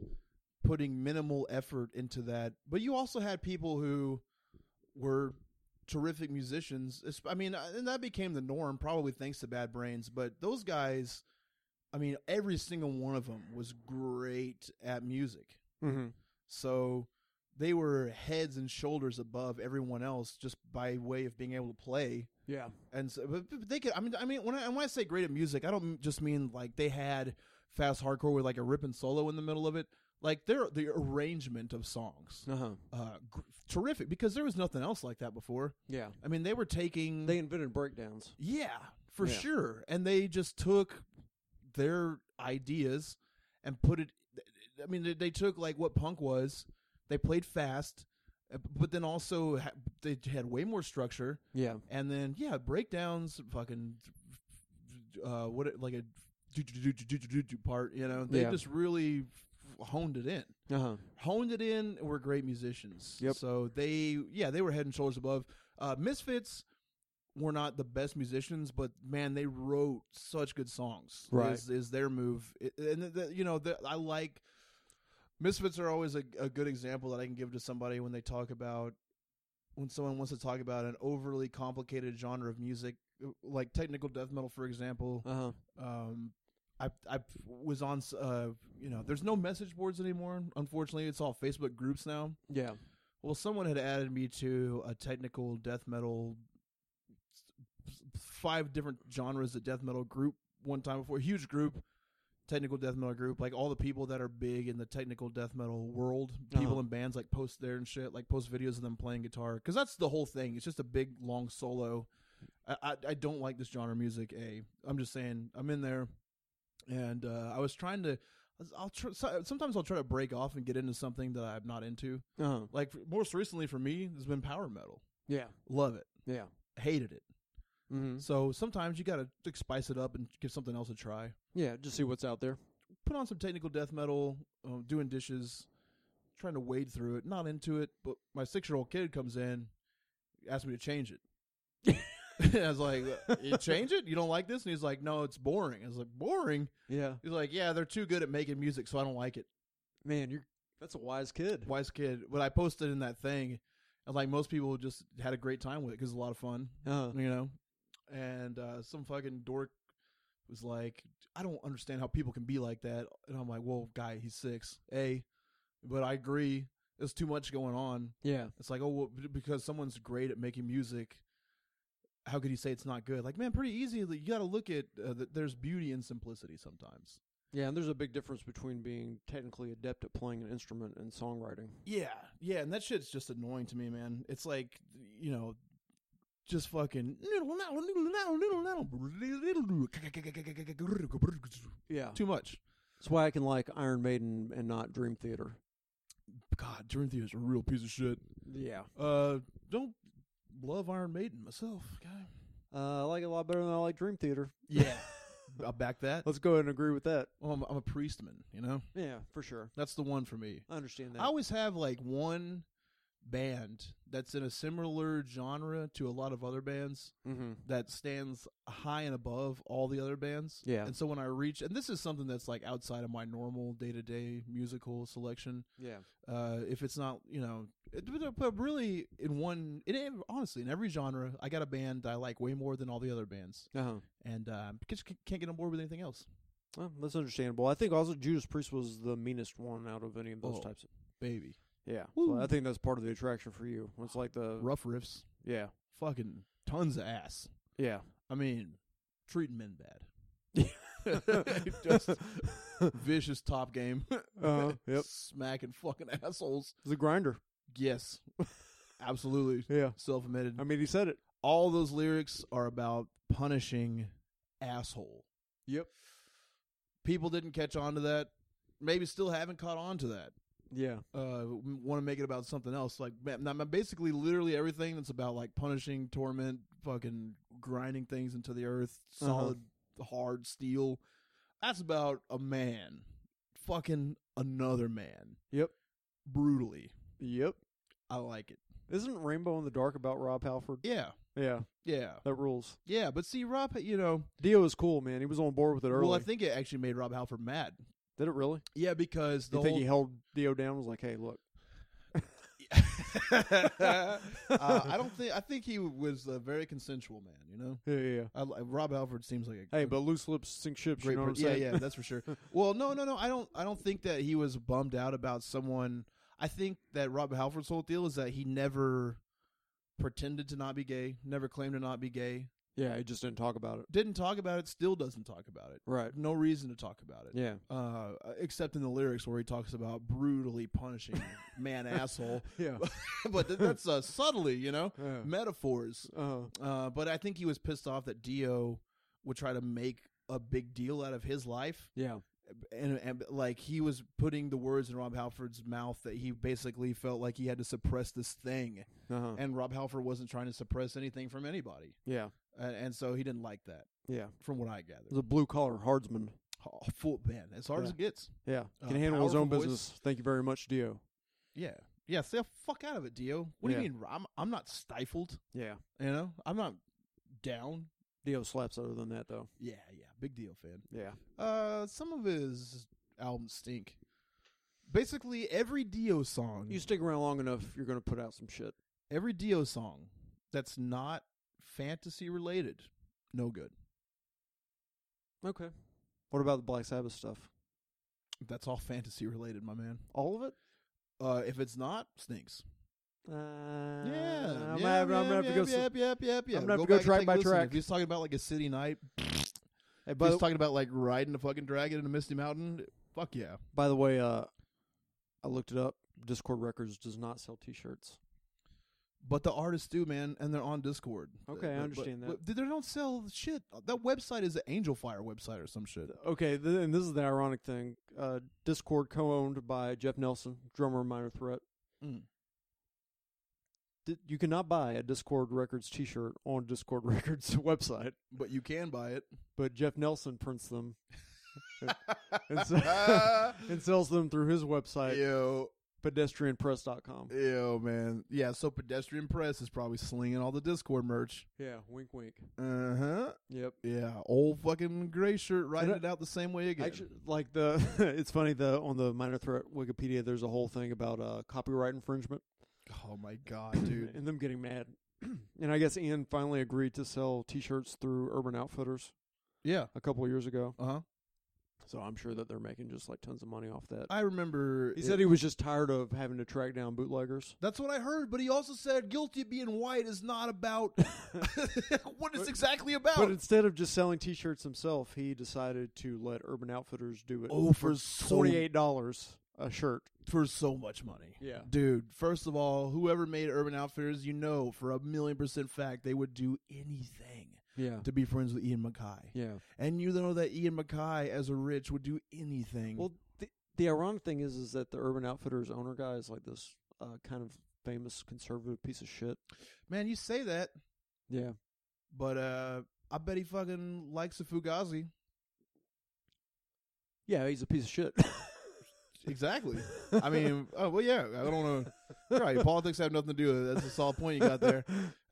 Speaker 2: putting minimal effort into that, but you also had people who were terrific musicians. It's- I mean, uh, and that became the norm, probably thanks to Bad Brains. But those guys, I mean, every single one of them was great at music.
Speaker 1: Mm-hmm.
Speaker 2: So they were heads and shoulders above everyone else just by way of being able to play.
Speaker 1: Yeah.
Speaker 2: And so, but, but they could. I mean, I mean, when I, when I say great at music, I don't just mean like they had fast hardcore with like a ripping solo in the middle of it. Like their the arrangement of songs,
Speaker 1: Uh huh.
Speaker 2: uh, gr- terrific because there was nothing else like that before.
Speaker 1: Yeah.
Speaker 2: I mean, they were taking
Speaker 1: They invented breakdowns.
Speaker 2: yeah, for
Speaker 1: Yeah.
Speaker 2: sure. And they just took their ideas and put it. I mean, they- they took like what punk was. They played fast, uh, but then also ha- they had way more structure.
Speaker 1: Yeah.
Speaker 2: And then yeah, breakdowns, fucking, uh, what it- like a do do do do do do do do part. You know, they
Speaker 1: Yeah.
Speaker 2: just really honed it in
Speaker 1: Uh huh.
Speaker 2: honed it in and were great musicians.
Speaker 1: Yep.
Speaker 2: So they yeah, they were head and shoulders above. Uh Misfits were not the best musicians, but man, they wrote such good songs.
Speaker 1: Right.
Speaker 2: Is, is their move. It- And th- th- you know, the, I like Misfits are always a, a good example that I can give to somebody when they talk about when someone wants to talk about an overly complicated genre of music like technical death metal for example
Speaker 1: Uh huh.
Speaker 2: um I, I was on s- uh you know there's no message boards anymore unfortunately it's all facebook groups now
Speaker 1: Yeah.
Speaker 2: well someone had added me to a technical death metal s- five different genres of death metal group one time before huge group technical death metal group like all the people that are big in the technical death metal world people
Speaker 1: Uh-huh.
Speaker 2: in bands like post there and shit like post videos of them playing guitar because that's the whole thing it's just a big long solo I, I, I don't like this genre of music a i'm just saying i'm in there and uh, i was trying to i'll tr- so- sometimes i'll try to break off and get into something that i'm not into
Speaker 1: Uh huh.
Speaker 2: like f- most recently for me has been power metal
Speaker 1: Yeah.
Speaker 2: love it
Speaker 1: Yeah.
Speaker 2: hated it
Speaker 1: Mm-hmm.
Speaker 2: so sometimes you gotta like, spice it up and give something else a try
Speaker 1: Yeah. Just see what's out there.
Speaker 2: put on some technical death metal um, doing dishes trying to wade through it not into it but my six year old kid comes in asked me to change it i was like you change it you don't like this and he's like no it's boring i was like boring
Speaker 1: Yeah.
Speaker 2: he's like yeah they're too good at making music so i don't like it
Speaker 1: Man, you're that's a wise kid.
Speaker 2: wise kid what i posted in that thing and like most people just had a great time with it because it's a lot of fun
Speaker 1: Uh,
Speaker 2: you know and uh some fucking dork was like i don't understand how people can be like that and i'm like well guy he's six a but i agree there's too much going on
Speaker 1: yeah.
Speaker 2: it's like oh well, b- because someone's great at making music how could you say it's not good like man pretty easy like, you gotta look at uh, that there's beauty in simplicity sometimes
Speaker 1: Yeah, and there's a big difference between being technically adept at playing an instrument and songwriting.
Speaker 2: yeah yeah and that shit's just annoying to me man it's like you know just fucking
Speaker 1: Yeah.
Speaker 2: too much.
Speaker 1: That's why I can like Iron Maiden and not Dream Theater.
Speaker 2: God, Dream Theater's a real piece of shit.
Speaker 1: Yeah.
Speaker 2: Uh, don't love Iron Maiden myself. guy.
Speaker 1: Uh, I like it a lot better than I like Dream Theater.
Speaker 2: Yeah, I'll back that.
Speaker 1: Let's go ahead and agree with that.
Speaker 2: Well, I'm, I'm a priestman, you know.
Speaker 1: Yeah, for sure.
Speaker 2: That's the one for me.
Speaker 1: I understand that.
Speaker 2: I always have like one band that's in a similar genre to a lot of other bands
Speaker 1: mm-hmm.
Speaker 2: that stands high and above all the other bands.
Speaker 1: Yeah.
Speaker 2: And so when I reach, and this is something that's like outside of my normal day to day musical selection.
Speaker 1: Yeah.
Speaker 2: uh, if it's not you know it- but- but really in one it honestly in every genre i got a band that i like way more than all the other bands
Speaker 1: Uh huh.
Speaker 2: and uh, because c- can't get on board with anything else
Speaker 1: Well, that's understandable. I think also Judas Priest was the meanest one out of any of those
Speaker 2: Oh.
Speaker 1: types.
Speaker 2: baby
Speaker 1: Yeah,
Speaker 2: Woo.
Speaker 1: so I think that's part of the attraction for you. It's like the
Speaker 2: Rough riffs,
Speaker 1: yeah,
Speaker 2: fucking tons of ass.
Speaker 1: yeah.
Speaker 2: I mean, treating men bad.
Speaker 1: Just,
Speaker 2: Just vicious top game.
Speaker 1: uh, yep,
Speaker 2: Smacking fucking assholes.
Speaker 1: it's a grinder.
Speaker 2: Yes. Absolutely.
Speaker 1: Yeah,
Speaker 2: Self admitted.
Speaker 1: I mean he said it.
Speaker 2: All those lyrics are about punishing asshole.
Speaker 1: Yep.
Speaker 2: People didn't catch on to that. Maybe still haven't caught on to that.
Speaker 1: Yeah,
Speaker 2: Uh, want to make it about something else. Like, ba- now, basically, literally everything that's about like punishing, torment, fucking grinding things into the earth,
Speaker 1: Uh-huh.
Speaker 2: solid, hard steel. That's about a man fucking another man.
Speaker 1: Yep.
Speaker 2: Brutally.
Speaker 1: yep.
Speaker 2: I like it.
Speaker 1: Isn't Rainbow in the Dark about Rob Halford?
Speaker 2: Yeah.
Speaker 1: Yeah,
Speaker 2: Yeah.
Speaker 1: that rules.
Speaker 2: Yeah. But see, Rob, you know,
Speaker 1: Dio is cool, man. He was on board with it early.
Speaker 2: well, I think it actually made Rob Halford mad.
Speaker 1: Did it really?
Speaker 2: Yeah, because
Speaker 1: you
Speaker 2: the whole,
Speaker 1: think he held Dio down? and Was like, hey, look.
Speaker 2: uh, I don't think I think he was a very consensual man. You know,
Speaker 1: Yeah, yeah. yeah.
Speaker 2: I, li- Rob Alford seems like a
Speaker 1: Hey,
Speaker 2: a
Speaker 1: but loose lips sink ships.
Speaker 2: great.
Speaker 1: you know what
Speaker 2: per-
Speaker 1: I'm
Speaker 2: yeah,
Speaker 1: saying?
Speaker 2: yeah, that's for sure. well, no, no, no. I don't. I don't think that he was bummed out about someone. I think that Rob Halford's whole deal is that he never pretended to not be gay, never claimed to not be gay,
Speaker 1: yeah. He just didn't talk about it.
Speaker 2: didn't talk about it, still doesn't talk about it.
Speaker 1: Right.
Speaker 2: No reason to talk about it.
Speaker 1: Yeah.
Speaker 2: Uh, except in the lyrics where he talks about brutally punishing man asshole,
Speaker 1: Yeah.
Speaker 2: but th- that's uh, subtly, you know,
Speaker 1: yeah.
Speaker 2: metaphors.
Speaker 1: Uh,
Speaker 2: Uh, but I think he was pissed off that Dio would try to make a big deal out of his life,
Speaker 1: yeah.
Speaker 2: and, and like he was putting the words in Rob Halford's mouth that he basically felt like he had to suppress this thing,
Speaker 1: Uh-huh.
Speaker 2: and Rob Halford wasn't trying to suppress anything from anybody,
Speaker 1: Yeah.
Speaker 2: and, and so he didn't like that,
Speaker 1: Yeah.
Speaker 2: from what I gathered.
Speaker 1: The blue collar hardsman.
Speaker 2: Oh, full man, as hard
Speaker 1: Yeah.
Speaker 2: as it gets.
Speaker 1: Yeah.
Speaker 2: Uh,
Speaker 1: Can handle his own
Speaker 2: powerful voice.
Speaker 1: business. Thank you very much, Dio.
Speaker 2: Yeah, yeah. Stay the fuck out of it, Dio. What do
Speaker 1: Yeah.
Speaker 2: you mean? I'm I'm not stifled.
Speaker 1: Yeah.
Speaker 2: You know, I'm not down.
Speaker 1: Dio slaps other than that though.
Speaker 2: Yeah, yeah. Big Dio fan.
Speaker 1: Yeah.
Speaker 2: Uh, some of his albums stink. Basically, every Dio song,
Speaker 1: You stick around long enough, you're gonna put out some shit.
Speaker 2: every Dio song that's not fantasy related, no good.
Speaker 1: Okay. What about the Black Sabbath stuff?
Speaker 2: That's all fantasy related, my man.
Speaker 1: All of it?
Speaker 2: Uh, if it's not, stinks.
Speaker 1: Uh,
Speaker 2: yeah,
Speaker 1: I'm
Speaker 2: yeah,
Speaker 1: gonna have, I'm gonna have
Speaker 2: yeah,
Speaker 1: to go. s-
Speaker 2: Yep, yep, yep, yep.
Speaker 1: I'm gonna have to go
Speaker 2: back and
Speaker 1: track
Speaker 2: take a
Speaker 1: by
Speaker 2: listen.
Speaker 1: track.
Speaker 2: If he's talking about like a city night,
Speaker 1: Hey,
Speaker 2: if
Speaker 1: by,
Speaker 2: he's
Speaker 1: the,
Speaker 2: talking about like riding a fucking dragon in a misty mountain, fuck yeah.
Speaker 1: by the way, uh, I looked it up. Discord Records does not sell T-shirts.
Speaker 2: But the artists do, man, and they're on Discord.
Speaker 1: Okay, I
Speaker 2: But- but-
Speaker 1: understand that.
Speaker 2: but they don't sell shit. That website is an Angel Fire website or some shit.
Speaker 1: Okay, th- and this is the ironic thing. Uh, Discord co-owned by Jeff Nelson, drummer of Minor Threat.
Speaker 2: Mm.
Speaker 1: Th- You cannot buy a Discord Records T-shirt on Discord Records website,
Speaker 2: But you can buy it.
Speaker 1: but Jeff Nelson prints them and, se- and sells them through his website,
Speaker 2: Yo,
Speaker 1: pedestrianpress.com.
Speaker 2: yo, man. Yeah, so Pedestrian Press is probably slinging all the Discord merch.
Speaker 1: Yeah, wink, wink.
Speaker 2: Uh huh.
Speaker 1: Yep.
Speaker 2: Yeah, old fucking gray shirt riding
Speaker 1: And
Speaker 2: it out the same way again.
Speaker 1: Actually, like the it's funny the on the Minor Threat Wikipedia, there's a whole thing about uh, copyright infringement.
Speaker 2: oh my god, dude.
Speaker 1: and them getting mad. and I guess Ian finally agreed to sell T-shirts through Urban Outfitters
Speaker 2: yeah.
Speaker 1: a couple of years ago.
Speaker 2: Uh huh.
Speaker 1: So I'm sure that they're making just like tons of money off that.
Speaker 2: I remember.
Speaker 1: He
Speaker 2: it-
Speaker 1: said he was just tired of having to track down bootleggers.
Speaker 2: That's what I heard, but he also said guilty of being white is not about what it's exactly about.
Speaker 1: But instead of just selling T-shirts himself, he decided to let Urban Outfitters do it.
Speaker 2: Oh, for so-
Speaker 1: twenty-eight dollars a shirt.
Speaker 2: for so much money.
Speaker 1: Yeah.
Speaker 2: Dude, first of all, whoever made Urban Outfitters, you know for a million percent fact they would do anything
Speaker 1: Yeah,
Speaker 2: to be friends with Ian Mackay.
Speaker 1: yeah.
Speaker 2: And you know that Ian Mackay, as a rich, would do anything.
Speaker 1: Well, the, the ironic thing is, is that the Urban Outfitters owner guy is like this uh, kind of famous conservative piece of shit.
Speaker 2: man, you say that,
Speaker 1: Yeah,
Speaker 2: but uh I bet he fucking likes a Fugazi.
Speaker 1: yeah. He's a piece of shit.
Speaker 2: Exactly. I mean, oh well, yeah. I don't know. Right, politics have nothing to do with it. That's a solid point you got there.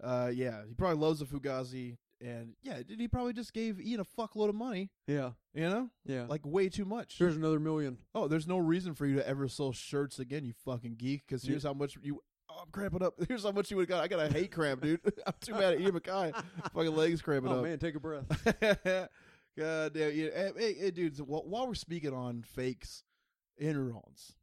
Speaker 2: Uh, yeah, he probably loves a Fugazi, and yeah, dude, he probably just gave Ian a fuckload of money.
Speaker 1: Yeah,
Speaker 2: You know,
Speaker 1: yeah.
Speaker 2: like way too much.
Speaker 1: Here's another million.
Speaker 2: Oh, there's no reason for you to ever sell shirts again, you fucking geek. Because
Speaker 1: Yeah.
Speaker 2: here's how much you. Oh, I'm cramping up. Here's how much you would got. I got a hate cramp, dude. I'm too mad at Ian Mackay. fucking legs cramping
Speaker 1: oh
Speaker 2: up.
Speaker 1: man, take a breath.
Speaker 2: eh, God damn, yeah. Hey, hey, hey, dude. so wh- while we're speaking on fakes, Enrons,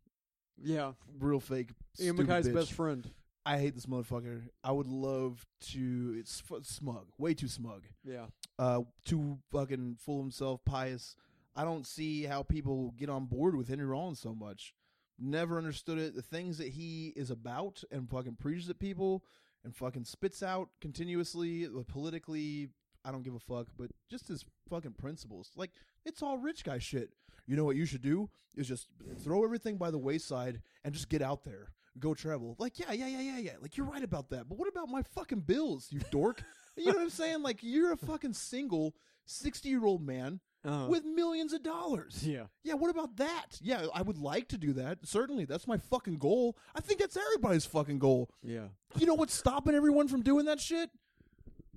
Speaker 1: Yeah.
Speaker 2: real fake.
Speaker 1: Ian
Speaker 2: stupid
Speaker 1: McKay's
Speaker 2: bitch.
Speaker 1: best friend.
Speaker 2: I hate this motherfucker. I would love to. It's f- smug, way too smug,
Speaker 1: Yeah.
Speaker 2: uh, too fucking full of himself, pious. I don't see how people get on board with Henry Rollins so much. Never understood it. The things that he is about and fucking preaches at people and fucking spits out continuously, uh, politically. I don't give a fuck, but just his fucking principles. Like it's all rich guy shit. You know what you should do is just throw everything by the wayside and just get out there go travel. Like, yeah, yeah, yeah, yeah, yeah. Like, you're right about that. But what about my fucking bills, you dork? you know what I'm saying? Like, you're a fucking single 60 year old man
Speaker 1: Uh,
Speaker 2: with millions of dollars.
Speaker 1: yeah.
Speaker 2: Yeah, what about that? Yeah, I would like to do that. Certainly. That's my fucking goal. I think that's everybody's fucking goal.
Speaker 1: Yeah.
Speaker 2: You know what's stopping everyone from doing that shit?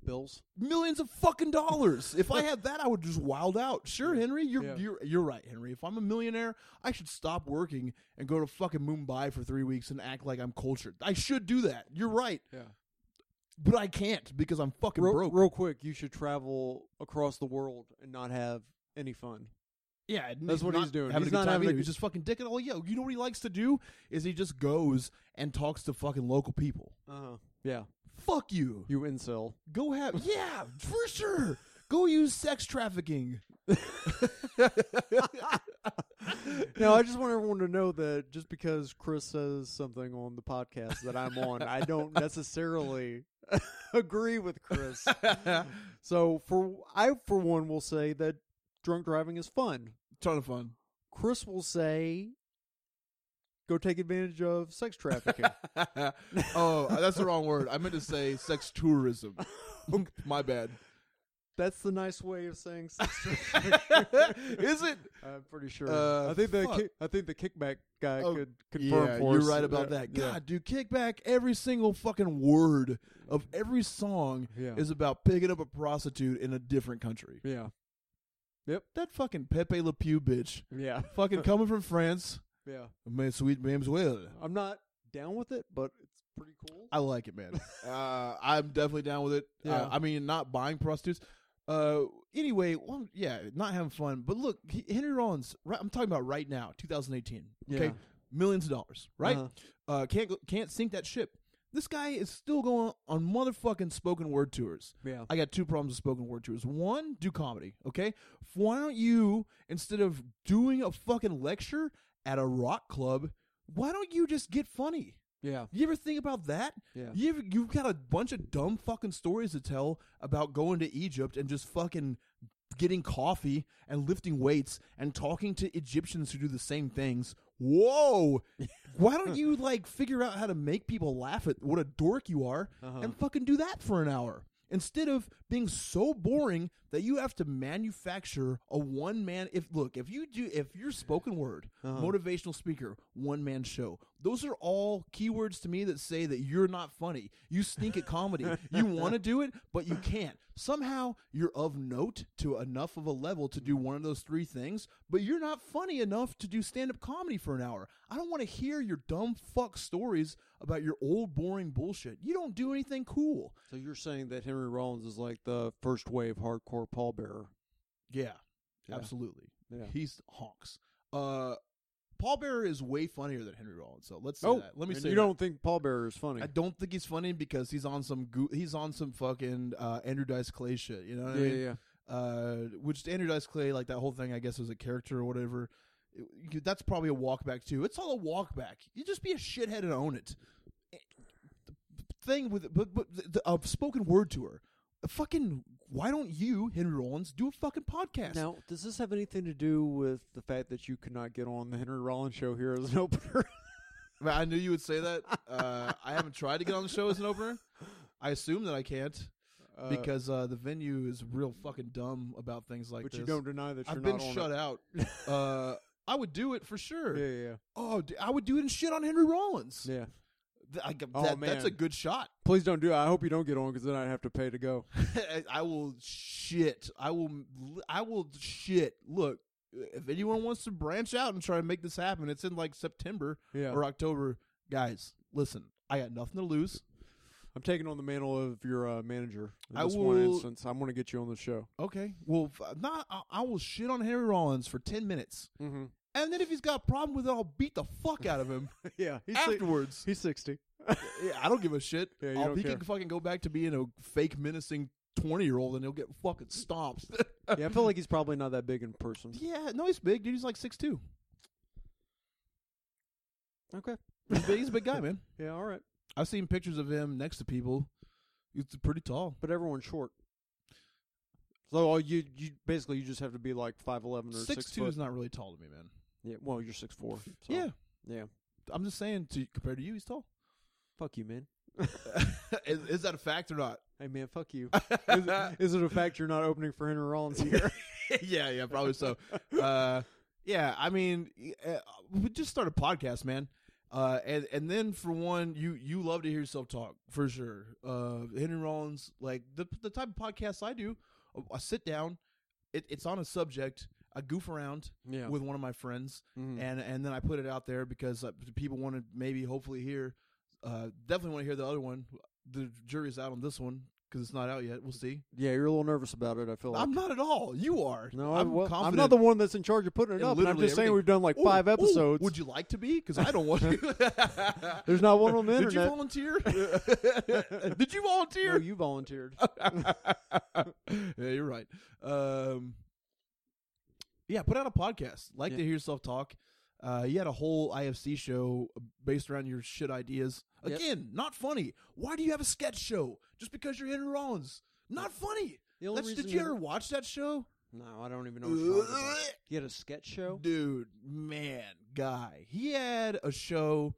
Speaker 1: Bills.
Speaker 2: Millions of fucking dollars. if I had that, I would just wild out. Sure, Henry, you're
Speaker 1: Yeah.
Speaker 2: you're you're right, Henry. If I'm a millionaire, I should stop working and go to fucking Mumbai for three weeks and act like I'm cultured. I should do that. You're right,
Speaker 1: Yeah.
Speaker 2: but I can't because I'm fucking
Speaker 1: Real,
Speaker 2: broke.
Speaker 1: real quick, you should travel across the world and not have any fun.
Speaker 2: Yeah, and
Speaker 1: That's
Speaker 2: he's
Speaker 1: what
Speaker 2: not
Speaker 1: he's doing.
Speaker 2: Having
Speaker 1: He's
Speaker 2: a good
Speaker 1: not
Speaker 2: time
Speaker 1: having a
Speaker 2: either.
Speaker 1: good-
Speaker 2: He's just fucking dicking all. Yo, you know what he likes to do is he just goes and talks to fucking local people.
Speaker 1: Uh-huh. Yeah.
Speaker 2: Fuck you.
Speaker 1: You incel.
Speaker 2: Go have yeah for sure. Go use sex trafficking.
Speaker 1: No, I just want everyone to know that just because Chris says something on the podcast that I'm on, I don't necessarily agree with Chris. so for I for one will say that drunk driving is fun.
Speaker 3: Ton of fun.
Speaker 1: Chris will say go take advantage of sex trafficking.
Speaker 3: oh, that's the wrong word. I meant to say sex tourism. My bad.
Speaker 1: That's the nice way of saying sex trafficking.
Speaker 3: Is it?
Speaker 1: I'm pretty sure.
Speaker 3: Uh,
Speaker 1: I think the
Speaker 3: fuck.
Speaker 1: ki- I think the kickback guy
Speaker 3: Oh,
Speaker 1: could confirm for
Speaker 2: you're
Speaker 1: us.
Speaker 2: right about
Speaker 1: Yeah,
Speaker 2: that.
Speaker 1: yeah.
Speaker 2: God, dude, kickback. Every single fucking word of every song
Speaker 1: Yeah.
Speaker 2: is about picking up a prostitute in a different country.
Speaker 1: Yeah.
Speaker 2: That fucking Pepe Le Pew bitch,
Speaker 1: Yeah.
Speaker 2: fucking coming from France,
Speaker 1: Yeah.
Speaker 2: man, sweet mademoiselle.
Speaker 1: I'm not down with it, but it's pretty cool.
Speaker 2: I like it, man.
Speaker 3: Uh, I'm definitely down with it.
Speaker 1: Yeah.
Speaker 3: Uh,
Speaker 2: I mean, not buying prostitutes. Uh, anyway, well, yeah, not having fun. But look, he- Henry Rollins. Right, I'm talking about right now, 2018. Okay,
Speaker 1: Yeah.
Speaker 2: millions of dollars, right?
Speaker 1: Uh-huh.
Speaker 2: uh, can't go- can't sink that ship. This guy is still going on motherfucking spoken word tours.
Speaker 1: Yeah.
Speaker 2: I got two problems with spoken word tours. One, do comedy, okay? Why don't you instead of doing a fucking lecture at a rock club, why don't you just get funny?
Speaker 1: yeah.
Speaker 2: You ever think about that?
Speaker 1: Yeah.
Speaker 2: You ever, you've got a bunch of dumb fucking stories to tell about going to Egypt and just fucking getting coffee and lifting weights and talking to Egyptians who do the same things. Whoa! Why don't you like figure out how to make people laugh at what a dork you are
Speaker 1: Uh-huh.
Speaker 2: and fucking do that for an hour instead of being so boring that you have to manufacture a one man if look if you do if you're spoken word
Speaker 1: Uh-huh.
Speaker 2: motivational speaker one man show those are all keywords to me that say that you're not funny you stink at comedy you want to do it but you can't somehow you're of note to enough of a level to do one of those three things but you're not funny enough to do stand up comedy for an hour i don't want to hear your dumb fuck stories about your old boring bullshit you don't do anything cool
Speaker 1: So you're saying that Henry Rollins is like the first wave hardcore pallbearer?
Speaker 2: Yeah,
Speaker 1: Yeah.
Speaker 2: absolutely.
Speaker 1: Yeah.
Speaker 2: He's honks. Uh, Paul Bearer is way funnier than Henry Rollins. So let's say that. Let me
Speaker 1: Oh, and
Speaker 2: say
Speaker 1: you
Speaker 2: that.
Speaker 1: don't think pallbearer is funny?
Speaker 2: I don't think he's funny because he's on some goo- he's on some fucking uh, Andrew Dice Clay shit. You know what
Speaker 1: yeah,
Speaker 2: I
Speaker 1: yeah,
Speaker 2: mean?
Speaker 1: yeah.
Speaker 2: Uh, which Andrew Dice Clay like that whole thing. I guess was a character or whatever. It- you- that's probably a walkback too. It's all a walkback. You just be a shithead and own it. The thing with but but the, the uh, spoken word to her. Fucking why don't you Henry Rollins do a fucking podcast?
Speaker 1: Now, does this have anything to do with the fact that you could not get on the Henry Rollins show here as an opener?
Speaker 3: Man, I knew you would say that. Uh, I haven't tried to get on the show as an opener.
Speaker 2: I assume that I can't
Speaker 1: Uh,
Speaker 2: because uh, the venue is real fucking dumb about things like
Speaker 1: but
Speaker 2: this.
Speaker 1: you don't deny that you're
Speaker 2: I've
Speaker 1: not
Speaker 2: been
Speaker 1: on
Speaker 2: shut out. uh, I would do it for sure.
Speaker 1: it. Yeah, yeah,
Speaker 2: Oh, d- I would do it and shit on Henry Rollins.
Speaker 1: yeah. yeah.
Speaker 2: Th- I,
Speaker 1: Oh,
Speaker 2: that- That's
Speaker 1: man.
Speaker 2: a good shot.
Speaker 1: Please don't do it. I hope you don't get on because then I'd have to pay to go.
Speaker 2: I will shit. I will. l- I will shit. Look, if anyone wants to branch out and try to make this happen, it's in like September
Speaker 1: Yeah,
Speaker 2: or October. Guys, listen. I got nothing to lose.
Speaker 1: I'm taking on the mantle of your uh, manager. In
Speaker 2: I
Speaker 1: this one
Speaker 2: will-
Speaker 1: instance, I'm going to get you on the show.
Speaker 2: Okay. Well, f- not. I, I will shit on Henry Rollins for ten minutes.
Speaker 1: Mm-hmm.
Speaker 2: And then if he's got a problem with it, I'll beat the fuck out of him
Speaker 1: yeah, he's si-
Speaker 2: afterwards.
Speaker 1: he's sixty.
Speaker 2: Yeah, I don't give a shit.
Speaker 1: Yeah, you
Speaker 2: I'll-
Speaker 1: don't
Speaker 2: he
Speaker 1: care.
Speaker 2: can fucking go back to being a fake menacing twenty year old, and he'll get fucking stomped.
Speaker 1: Yeah, I feel like he's probably not that big in person.
Speaker 2: yeah, no, he's big, dude. He's like six two.
Speaker 1: Okay.
Speaker 2: He's big, he's a big guy, man.
Speaker 1: Yeah, all right.
Speaker 2: I've seen pictures of him next to people. He's pretty tall.
Speaker 1: But everyone's short. So all you you basically you just have to be like five eleven or six,
Speaker 2: Six two
Speaker 1: foot.
Speaker 2: is not really tall to me, man.
Speaker 1: Yeah, well you're six four. So.
Speaker 2: Yeah,
Speaker 1: yeah.
Speaker 2: I'm just saying. To compared to you, he's tall.
Speaker 1: Fuck you, man.
Speaker 2: is, is that a fact or not?
Speaker 1: Hey man, fuck you. is, is it a fact you're not opening for Henry Rollins here?
Speaker 2: yeah, yeah, probably so. Uh, yeah, I mean, uh, we just started a podcast, man. Uh, and and then for one, you you love to hear yourself talk for sure. Uh, Henry Rollins, like the the type of podcast I do, uh, I sit down, it, it's on a subject, I goof around
Speaker 1: yeah.
Speaker 2: with one of my friends,
Speaker 1: Mhm.
Speaker 2: and and then I put it out there because uh, people want to maybe hopefully hear, uh, definitely want to hear the other one. The jury's out on this one because it's not out yet. We'll see.
Speaker 1: yeah, you're a little nervous about it, I feel like.
Speaker 2: I'm not at all. You are.
Speaker 1: no, I'm, well, I'm
Speaker 2: confident
Speaker 1: not the one that's in charge of putting it
Speaker 2: in
Speaker 1: up. and I'm
Speaker 2: literally
Speaker 1: just saying
Speaker 2: everything.
Speaker 1: we've done like
Speaker 2: Ooh,
Speaker 1: five
Speaker 2: ooh,
Speaker 1: episodes.
Speaker 2: would you like to be? Because I don't want to.
Speaker 1: There's not one on the
Speaker 2: Did you
Speaker 1: internet.
Speaker 2: volunteer? Did you volunteer?
Speaker 1: no, you volunteered.
Speaker 2: yeah, you're right. Um, yeah, put out a podcast. Like
Speaker 1: Yeah.
Speaker 2: to hear yourself talk. Uh, you had a whole IFC show based around your shit ideas.
Speaker 1: Yep.
Speaker 2: Again, not funny. Why do you have a sketch show just because you're Henry Rollins? Not funny.
Speaker 1: The only
Speaker 2: That's,
Speaker 1: reason
Speaker 2: did you
Speaker 1: that-
Speaker 2: ever watch that show,
Speaker 1: No, I don't even know what you're talking about. He had a sketch show.
Speaker 2: dude? Man, guy, he had a show.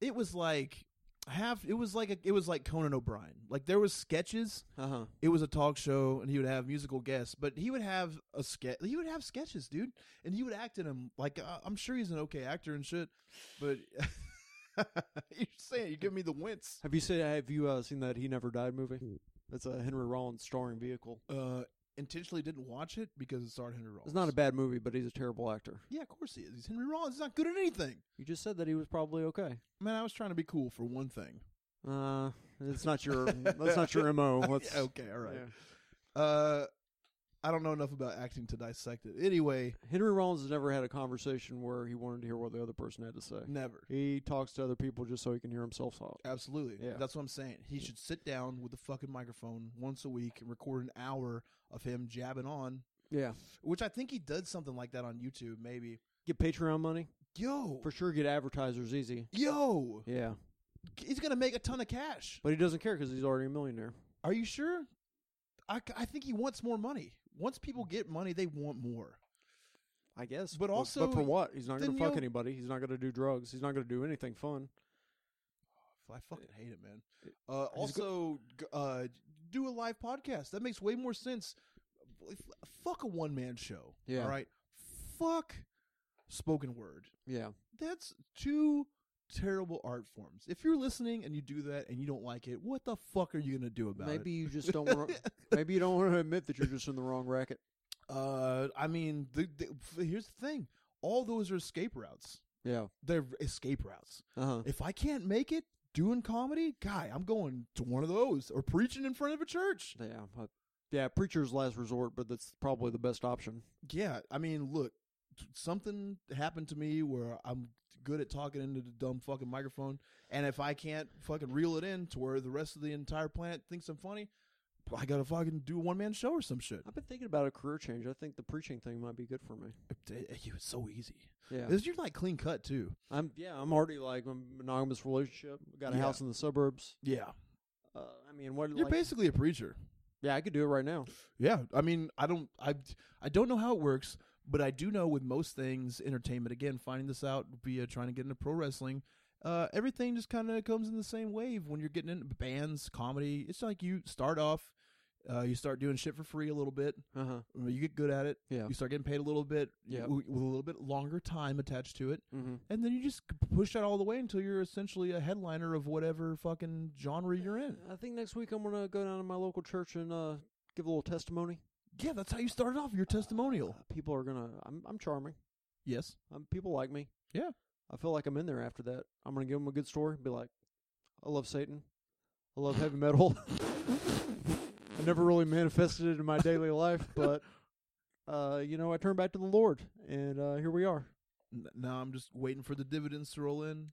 Speaker 2: It was like half. It was like a, it was like Conan O'Brien. Like there was sketches,
Speaker 1: Uh huh.
Speaker 2: it was a talk show and he would have musical guests but he would have a sketch he would have sketches dude and he would act in them like uh, i'm sure he's an okay actor and shit but you're saying you give me the wince
Speaker 1: Have you seen Have you uh, seen that He Never Died movie? That's a Henry Rollins starring vehicle.
Speaker 2: uh intentionally didn't watch it because it starred henry rollins
Speaker 1: It's not a bad movie, but he's a terrible actor.
Speaker 2: yeah of course he is he's henry rollins he's not good at anything
Speaker 1: You just said that he was probably okay.
Speaker 2: man i was trying to be cool for one thing
Speaker 1: Uh, it's not your. that's not your mo. Let's,
Speaker 2: Yeah, okay all right
Speaker 1: yeah.
Speaker 2: uh i don't know enough about acting to dissect it anyway
Speaker 1: Henry Rollins has never had a conversation where he wanted to hear what the other person had to say.
Speaker 2: never
Speaker 1: He talks to other people just so he can hear himself talk.
Speaker 2: Absolutely.
Speaker 1: Yeah.
Speaker 2: That's what I'm saying. He should sit down with the fucking microphone once a week and record an hour of him jabbing on,
Speaker 1: Yeah,
Speaker 2: which I think he did something like that on YouTube, maybe.
Speaker 1: get Patreon money
Speaker 2: Yo.
Speaker 1: for sure. Get advertisers easy.
Speaker 2: yo.
Speaker 1: Yeah,
Speaker 2: He's going to make a ton of cash.
Speaker 1: but he doesn't care because he's already a millionaire.
Speaker 2: Are you sure? I, c- I think he wants more money. Once people get money, they want more.
Speaker 1: I guess.
Speaker 2: But also,
Speaker 1: but for what? He's not going to
Speaker 2: then
Speaker 1: fuck
Speaker 2: you'll-
Speaker 1: anybody. He's not going to do drugs. He's not going to do anything fun.
Speaker 2: I fucking hate it, man. Uh,
Speaker 1: He's go-
Speaker 2: also, g- uh, do a live podcast. That makes way more sense. F- Fuck a one man show.
Speaker 1: Yeah.
Speaker 2: All right. Fuck spoken word.
Speaker 1: Yeah,
Speaker 2: That's two terrible art forms. If you're listening and you do that and you don't like it, what the fuck are you gonna do about
Speaker 1: maybe you just don't want. to Maybe you don't want to admit that you're just in the wrong racket.
Speaker 2: it? Uh, I mean, the, the, f- here's the thing: all those are escape routes.
Speaker 1: Yeah.
Speaker 2: They're escape routes.
Speaker 1: Uh huh.
Speaker 2: If I can't make it doing comedy, guy, I'm going to one of those or preaching in front of a church.
Speaker 1: Yeah. but- yeah. Preacher's last resort, but that's probably the best option.
Speaker 2: Yeah, I mean, look, t- something happened to me where I'm good at talking into the dumb fucking microphone, and if I can't fucking reel it in to where the rest of the entire planet thinks I'm funny, I gotta fucking do a one man show or some shit.
Speaker 1: I've been thinking about a career change. I think the preaching thing might be good for me.
Speaker 2: It, was so easy.
Speaker 1: Yeah.
Speaker 2: This- You're like clean cut too.
Speaker 1: I'm. Yeah. I'm already like a monogamous relationship. Got a
Speaker 2: Yeah.
Speaker 1: house in the suburbs.
Speaker 2: Yeah,
Speaker 1: Uh, I mean, what?
Speaker 2: you're
Speaker 1: like-
Speaker 2: basically a preacher.
Speaker 1: yeah, I could do it right now.
Speaker 2: Yeah, I mean, I don't, I, I don't know how it works, but I do know with most things, entertainment. Again, finding this out via trying to get into pro wrestling, uh, everything just kind of comes in the same wave when you're getting into bands, comedy. It's like you start off, uh, you start doing shit for free a little bit,
Speaker 1: Uh huh.
Speaker 2: you get good at it,
Speaker 1: Yeah.
Speaker 2: you start getting paid a little bit,
Speaker 1: Yeah.
Speaker 2: w- with a little bit longer time attached to it,
Speaker 1: Mm-hmm.
Speaker 2: and then you just push that all the way until you're essentially a headliner of whatever fucking genre you're in.
Speaker 1: I think next week I'm gonna go down to my local church and uh, give a little testimony.
Speaker 2: Yeah, that's how you started off. Your testimonial.
Speaker 1: Uh, people are gonna. I'm. I'm charming.
Speaker 2: Yes.
Speaker 1: Um, people like me.
Speaker 2: Yeah.
Speaker 1: I feel like I'm in there after that. I'm going to give them a good story. Be like, I love Satan. I love heavy metal. I never really manifested it in my daily life, but, uh, you know, I turned back to the Lord, and uh, here we are.
Speaker 2: n- now I'm just waiting for the dividends to roll in.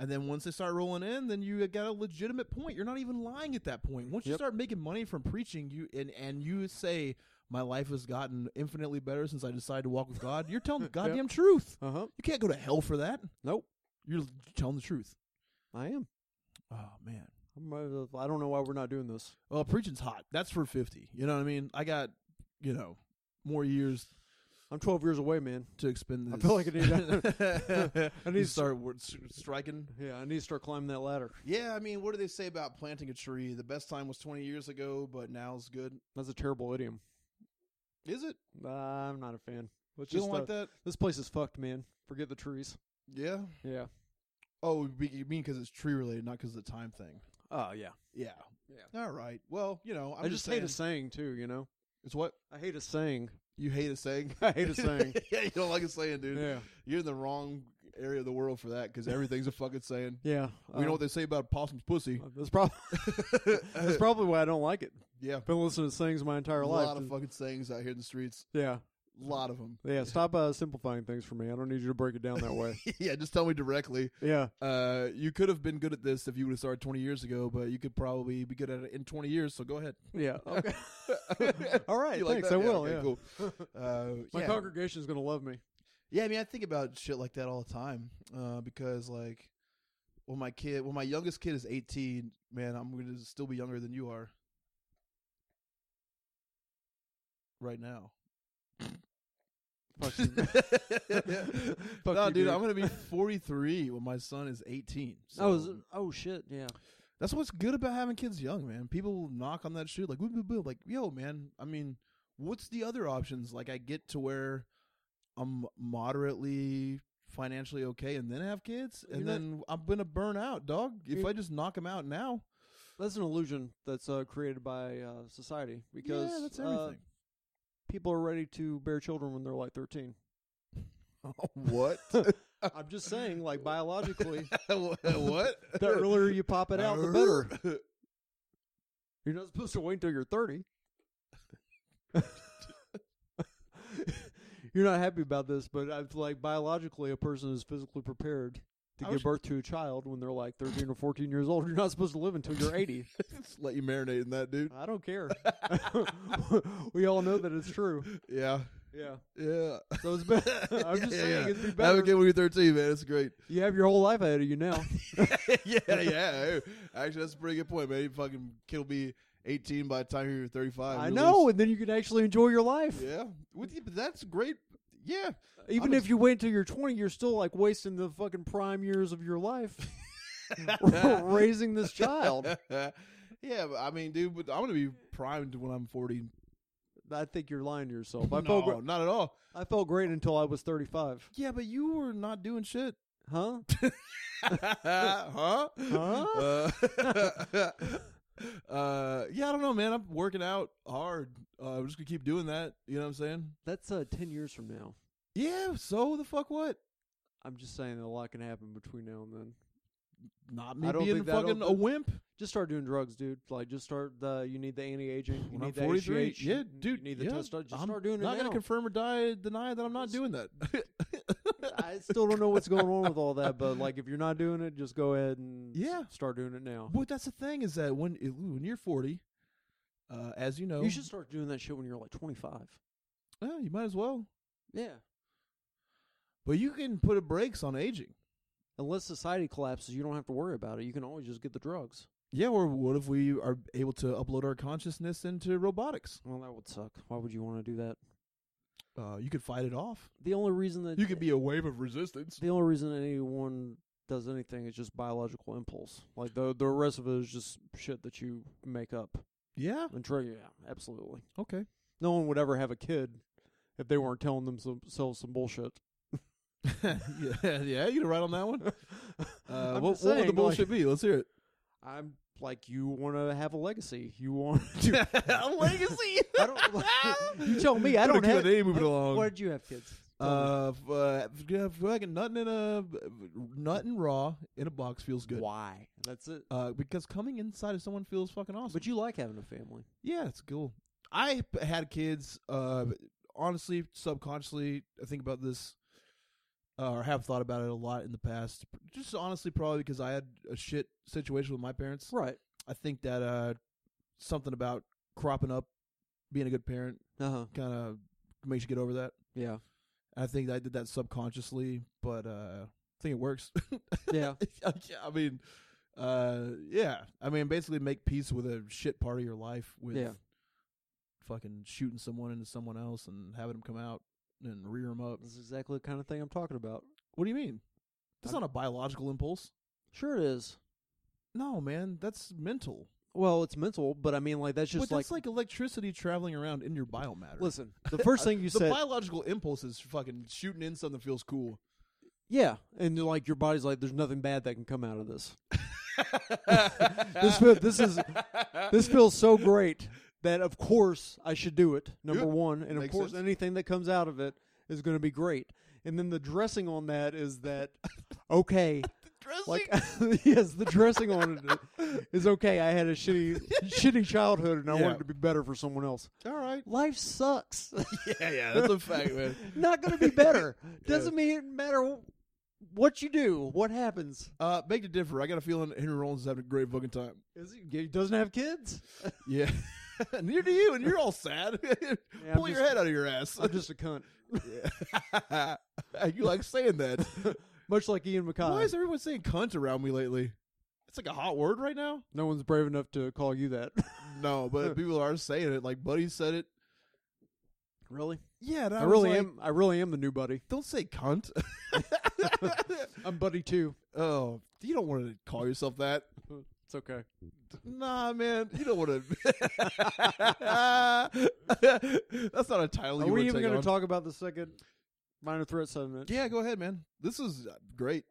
Speaker 2: And then once they start rolling in, then you got a legitimate point. You're not even lying at that point. Once you
Speaker 1: Yep.
Speaker 2: start making money from preaching, you and and you say my life has gotten infinitely better since I decided to walk with God. You're telling the
Speaker 1: Yep.
Speaker 2: goddamn truth.
Speaker 1: Uh huh.
Speaker 2: You can't go to hell for that.
Speaker 1: Nope.
Speaker 2: You're telling the truth.
Speaker 1: I am.
Speaker 2: Oh man.
Speaker 1: I'm, uh, I don't know why we're not doing this.
Speaker 2: Well, preaching's hot. That's for fifty. You know what I mean? I got, you know, more years
Speaker 1: I'm 12 years away, man.
Speaker 2: to expend. This.
Speaker 1: I feel like I
Speaker 2: need.
Speaker 1: I
Speaker 2: I
Speaker 1: need
Speaker 2: need
Speaker 1: to-
Speaker 2: to start wor- s- striking.
Speaker 1: Yeah, I need to start climbing that ladder.
Speaker 2: Yeah, I mean, what do they say about planting a tree? The best time was twenty years ago, but now's good.
Speaker 1: That's a terrible idiom.
Speaker 2: Is it?
Speaker 1: Uh, I'm not a fan. Let's
Speaker 2: You
Speaker 1: just
Speaker 2: don't
Speaker 1: uh,
Speaker 2: like that?
Speaker 1: This place is fucked, man. Forget the trees.
Speaker 2: Yeah.
Speaker 1: Yeah.
Speaker 2: Oh, be- you mean because it's tree related, not because of the time thing?
Speaker 1: Oh yeah.
Speaker 2: Yeah.
Speaker 1: Yeah.
Speaker 2: All right. Well, you know,
Speaker 1: i
Speaker 2: I'm
Speaker 1: just, hate a
Speaker 2: saying-
Speaker 1: saying too. You know.
Speaker 2: It's what
Speaker 1: I hate a saying.
Speaker 2: you hate a saying.
Speaker 1: I hate a saying.
Speaker 2: yeah, you don't like a saying, dude.
Speaker 1: yeah.
Speaker 2: You're in the wrong area of the world for that because everything's a fucking saying.
Speaker 1: Yeah. uh,
Speaker 2: We know what they say about a possum's pussy.
Speaker 1: That's probably that's probably why I don't like it.
Speaker 2: yeah,
Speaker 1: Been listening to sayings my entire
Speaker 2: a
Speaker 1: life.
Speaker 2: lot of
Speaker 1: and-
Speaker 2: fucking sayings out here in the streets.
Speaker 1: yeah.
Speaker 2: A lot of them.
Speaker 1: Yeah. Stop uh, simplifying things for me. I don't need you to break it down that way.
Speaker 2: yeah, just tell me directly.
Speaker 1: yeah.
Speaker 2: Uh, you could have been good at this if you would have started 20 years ago, but you could probably be good at it in 20 years. So go ahead.
Speaker 1: Yeah. Okay. All right.
Speaker 2: You like
Speaker 1: thanks.
Speaker 2: that?
Speaker 1: I will.
Speaker 2: okay,
Speaker 1: yeah.
Speaker 2: Cool. Uh,
Speaker 1: My
Speaker 2: yeah.
Speaker 1: congregation's gonna love me.
Speaker 2: Yeah, I mean, I think about shit like that all the time uh, because, like, when my kid, when my youngest kid is 18, man, I'm going to still be younger than you are right now.
Speaker 1: Fuck you. Fuck
Speaker 2: no,
Speaker 1: you,
Speaker 2: dude, I'm going to be 43 when my son is 18. So
Speaker 1: Oh, is it- oh shit. Yeah.
Speaker 2: that's what's good about having kids young, man. People will knock on that shit like, "Woo, woo, woo," like, yo, man. I mean, what's the other options? Like, I get to where I'm moderately financially okay, and then have kids, and
Speaker 1: You're not-
Speaker 2: then I'm gonna burn out, dog. If
Speaker 1: You're-
Speaker 2: I just knock them out now,
Speaker 1: That's an illusion that's uh, created by uh, society because
Speaker 2: yeah, that's
Speaker 1: uh,
Speaker 2: everything.
Speaker 1: people are ready to bear children when they're like 13. uh,
Speaker 2: what?
Speaker 1: I'm just saying, like biologically,
Speaker 2: what?
Speaker 1: the earlier you pop it out, the better. You're not supposed to wait until you're 30. you're not happy about this, but I feel like biologically, a person is physically prepared to
Speaker 2: I
Speaker 1: give
Speaker 2: was-
Speaker 1: birth to a child when they're like 13 or 14 years old. You're not supposed to live until you're 80.
Speaker 2: Just let you marinate in that, dude.
Speaker 1: I don't care. we all know that it's true.
Speaker 2: Yeah,
Speaker 1: Yeah.
Speaker 2: yeah.
Speaker 1: So it's better. I'm just
Speaker 2: Yeah,
Speaker 1: saying
Speaker 2: yeah.
Speaker 1: it'd be
Speaker 2: Have a
Speaker 1: better.
Speaker 2: kid when you're 13, man. It's great.
Speaker 1: you have your whole life ahead of you now.
Speaker 2: yeah, yeah. Actually, that's a pretty good point, man. You fucking kill me 18 by the time you're 35.
Speaker 1: I
Speaker 2: You're
Speaker 1: know, and then you can actually enjoy your life.
Speaker 2: loose. Yeah. With you, but that's great. Yeah.
Speaker 1: Even
Speaker 2: I'm
Speaker 1: if you wait until you're 20, you're still like wasting the fucking prime years of your life raising this child.
Speaker 2: yeah, but I mean, dude, but I'm going to be primed when I'm 40.
Speaker 1: I think you're lying to yourself. I felt
Speaker 2: No,
Speaker 1: gr-
Speaker 2: not at all.
Speaker 1: I felt great until I was 35.
Speaker 2: Yeah, but you were not doing shit.
Speaker 1: Huh?
Speaker 2: huh?
Speaker 1: Huh?
Speaker 2: Uh, uh, yeah, I don't know, man. I'm working out hard. Uh, I'm just going to keep doing that. You know what I'm saying?
Speaker 1: That's uh, 10 years from now.
Speaker 2: Yeah, so the fuck what?
Speaker 1: I'm just saying that a lot can happen between now and then.
Speaker 2: Not me
Speaker 1: I don't
Speaker 2: being
Speaker 1: think that'll
Speaker 2: fucking
Speaker 1: do-
Speaker 2: a wimp.
Speaker 1: Just start doing drugs, dude. Like, just start the. You need the anti-aging. You
Speaker 2: When I'm
Speaker 1: need the
Speaker 2: 43,
Speaker 1: HGH,
Speaker 2: yeah, dude,
Speaker 1: You need the
Speaker 2: yeah,
Speaker 1: testosterone. Just
Speaker 2: I'm
Speaker 1: start doing it
Speaker 2: not
Speaker 1: now.
Speaker 2: gonna confirm or die, deny that I'm not doing that.
Speaker 1: I still don't know what's going on with all that, but like, if you're not doing it, just go ahead and s-
Speaker 2: Yeah.
Speaker 1: start doing it now.
Speaker 2: but that's the thing is that when when you're 40, uh, as you know,
Speaker 1: You should start doing that shit when you're like 25.
Speaker 2: yeah, you might as well.
Speaker 1: Yeah.
Speaker 2: But you can put a brakes on aging.
Speaker 1: Unless society collapses, you don't have to worry about it. You can always just get the drugs.
Speaker 2: Yeah, or what if we are able to upload our consciousness into robotics?
Speaker 1: Well, that would suck. Why would you want to do that?
Speaker 2: Uh, you could fight it off.
Speaker 1: The only reason that
Speaker 2: You could be a wave of resistance.
Speaker 1: the only reason anyone does anything is just biological impulse. Like the the rest of it is just shit that you make up
Speaker 2: Yeah.
Speaker 1: and trigger. Yeah, absolutely.
Speaker 2: Okay.
Speaker 1: No one would ever have a kid if they weren't telling themselves some bullshit.
Speaker 2: yeah, yeah, you gonna write on that one? Uh,
Speaker 1: I'm just
Speaker 2: what, what would the
Speaker 1: saying, like-
Speaker 2: bullshit be? Let's hear it.
Speaker 1: I'm like you want to have a legacy. You want to.
Speaker 2: a legacy.
Speaker 1: I don't. you tell me. I
Speaker 2: Go to
Speaker 1: don't have.
Speaker 2: Q&A, moving along.
Speaker 1: Where did you have kids? Tell me.
Speaker 2: Uh, f- uh, f- yeah, fucking nothing in a nothing raw in a box feels good.
Speaker 1: Why? That's it.
Speaker 2: Uh, because coming inside of someone feels fucking awesome.
Speaker 1: But you like having a family.
Speaker 2: yeah, it's cool. I p- had kids. Uh, honestly, subconsciously, I think about this uh, or have thought about it a lot in the past. Just honestly, probably because I had a shit situation with my parents.
Speaker 1: Right.
Speaker 2: I think that uh, something about cropping up, being a good parent,
Speaker 1: Uh huh.
Speaker 2: kind of makes you get over that.
Speaker 1: Yeah.
Speaker 2: I think that I did that subconsciously, but uh, I think it works.
Speaker 1: Yeah.
Speaker 2: I mean, uh, yeah. I mean, basically make peace with a shit part of your life with
Speaker 1: Yeah.
Speaker 2: fucking shooting someone into someone else and having them come out and rear them up.
Speaker 1: That's exactly the kind of thing I'm talking about.
Speaker 2: What do you mean? That's
Speaker 1: I'm-
Speaker 2: not a biological impulse.
Speaker 1: Sure, it is.
Speaker 2: No, man, that's mental.
Speaker 1: Well, it's mental, but I mean, like that's just
Speaker 2: but that's like electricity traveling around in your biomatter.
Speaker 1: listen. The first thing you
Speaker 2: the
Speaker 1: said,
Speaker 2: biological impulse is fucking shooting in something that feels cool.
Speaker 1: yeah, and you're like your body's like, there's nothing bad that can come out of this.
Speaker 3: this
Speaker 1: This fe- this is this feels so great that of course I should do it. Number
Speaker 3: Yeah.
Speaker 1: one, and of
Speaker 3: Makes
Speaker 1: course
Speaker 3: sense.
Speaker 1: anything that comes out of it is going to be great. And then the dressing on that is that okay, like yes, the dressing on it is okay. I had a shitty shitty childhood, and I
Speaker 3: Yeah.
Speaker 1: wanted to be better for someone else.
Speaker 2: All right.
Speaker 1: Life sucks.
Speaker 3: yeah, yeah, that's a fact, man.
Speaker 1: Not going to be better. Doesn't mean it matter what you do, what happens.
Speaker 2: Uh, beg to differ. I got a feeling Henry Rollins is having a great fucking time.
Speaker 1: Is he, he doesn't have kids.
Speaker 2: Yeah. Near to you, and you're all sad.
Speaker 1: Yeah, I'm
Speaker 2: Pull your
Speaker 1: just-
Speaker 2: head out of your ass.
Speaker 1: I'm just a cunt.
Speaker 2: you like saying that.
Speaker 1: Much like Ian McKay.
Speaker 2: Why is everyone saying cunt around me lately? It's like a hot word right now.
Speaker 1: no one's brave enough to call you that.
Speaker 2: No, but people are saying it. Like Buddy said it.
Speaker 1: really?
Speaker 2: Yeah, and
Speaker 1: I,
Speaker 2: I, was
Speaker 1: really
Speaker 2: like,
Speaker 1: am. I really am the new buddy.
Speaker 2: Don't say cunt.
Speaker 1: I'm buddy too.
Speaker 2: oh, you don't want to call yourself that.
Speaker 1: It's okay.
Speaker 2: Nah, man, you don't want to. That's not a title
Speaker 1: Are
Speaker 2: you
Speaker 1: we
Speaker 2: want
Speaker 1: even
Speaker 2: to
Speaker 1: going to talk about the second minor threat segment?
Speaker 2: Yeah, go ahead, man. This is uh, great.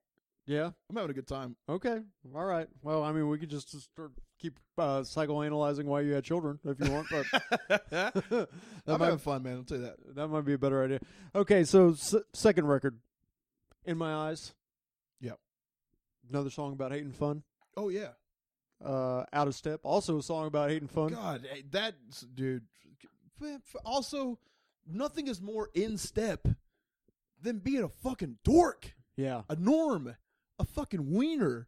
Speaker 1: Yeah.
Speaker 2: I'm having a good time.
Speaker 1: Okay. All right. Well, I mean, we could just, just start keep uh, psychoanalyzing why you had children if you want, but that,
Speaker 2: I'm
Speaker 1: might,
Speaker 2: having fun, man. I'll tell you that.
Speaker 1: that might be a better idea. Okay, so s- second record, in my eyes.
Speaker 2: Yep.
Speaker 1: Another song about hating fun.
Speaker 2: Oh yeah,
Speaker 1: Uh, out of step. Also a song about hating fun.
Speaker 2: God, hey, that dude. man, f- Also, nothing is more in step than being a fucking dork,
Speaker 1: Yeah.
Speaker 2: a norm, a fucking wiener,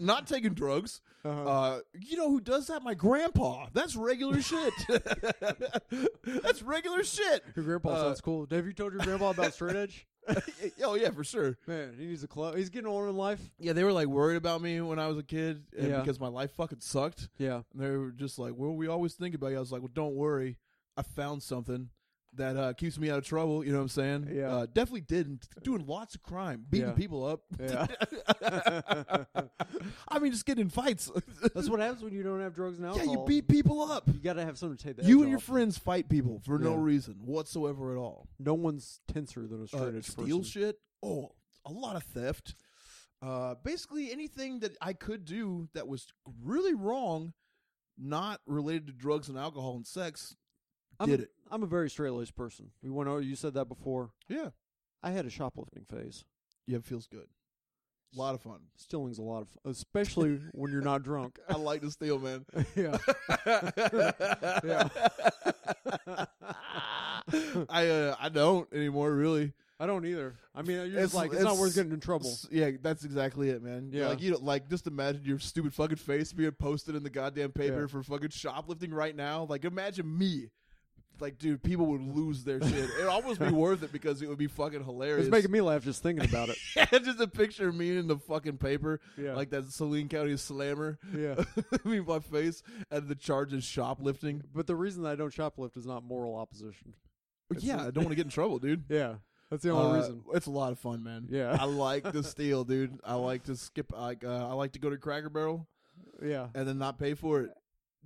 Speaker 2: not taking drugs.
Speaker 1: Uh-huh.
Speaker 2: Uh, you know who does that? My grandpa. That's regular shit. That's regular shit.
Speaker 1: your grandpa
Speaker 2: uh,
Speaker 1: sounds cool. Have you told your grandpa about straight edge?
Speaker 2: oh yeah, for sure.
Speaker 1: Man, he needs a club. He's getting older in life.
Speaker 2: Yeah, they were like worried about me when I was a kid and
Speaker 1: Yeah.
Speaker 2: because my life fucking sucked.
Speaker 1: Yeah.
Speaker 2: And they were just like, "Well, we always think about you." I was like, "Well, don't worry, I found something that uh, keeps me out of trouble." You know what I'm saying?
Speaker 1: Yeah.
Speaker 2: Uh, definitely didn't doing lots of crime, beating
Speaker 1: Yeah.
Speaker 2: people up.
Speaker 1: Yeah.
Speaker 2: I mean, just getting in fights.
Speaker 1: That's what happens when you don't have drugs and
Speaker 2: yeah,
Speaker 1: alcohol.
Speaker 2: you beat people up.
Speaker 1: You got to have something to take that.
Speaker 2: You and your friends fight people for no
Speaker 1: Yeah.
Speaker 2: reason whatsoever at all.
Speaker 1: No one's tenser than a straight
Speaker 2: Uh,
Speaker 1: edge
Speaker 2: steal
Speaker 1: person.
Speaker 2: shit. Oh, a lot of theft. Uh, basically anything that I could do that was really wrong, not related to drugs and alcohol and sex,
Speaker 1: I'm,
Speaker 2: did it.
Speaker 1: I'm a very straight laced person. We went over. You said that before.
Speaker 2: Yeah.
Speaker 1: I had a shoplifting phase.
Speaker 2: Yeah, it feels good. A lot of fun.
Speaker 1: Stealing's a lot of, fun, especially when you're not drunk.
Speaker 2: I like to steal, man.
Speaker 1: yeah.
Speaker 2: yeah. I uh, I don't anymore, really.
Speaker 1: I don't either. I mean, you're
Speaker 2: It's-
Speaker 1: just like it's not
Speaker 2: it's-
Speaker 1: worth getting in trouble.
Speaker 2: S- Yeah, that's exactly it, man.
Speaker 1: Yeah.
Speaker 2: like you don't like just imagine your stupid fucking face being posted in the goddamn paper
Speaker 1: Yeah.
Speaker 2: for fucking shoplifting right now. Like, imagine me. Like, dude, people would lose their shit. It'd almost be worth it because it would be fucking hilarious.
Speaker 1: It's making me laugh just thinking about it.
Speaker 2: just a picture of me in the fucking paper,
Speaker 1: Yeah.
Speaker 2: like that Saline County slammer.
Speaker 1: yeah.
Speaker 2: I mean, my face and the charge is shoplifting.
Speaker 1: But the reason that I don't shoplift is not moral opposition. It's
Speaker 2: yeah, I don't want to get in trouble, dude.
Speaker 1: Yeah. That's the only
Speaker 2: Uh,
Speaker 1: reason.
Speaker 2: It's a lot of fun, man.
Speaker 1: Yeah.
Speaker 2: I like to steal, dude. I like to skip. Like, uh, I like to go to Cracker Barrel
Speaker 1: Yeah. I
Speaker 2: and then not pay for it.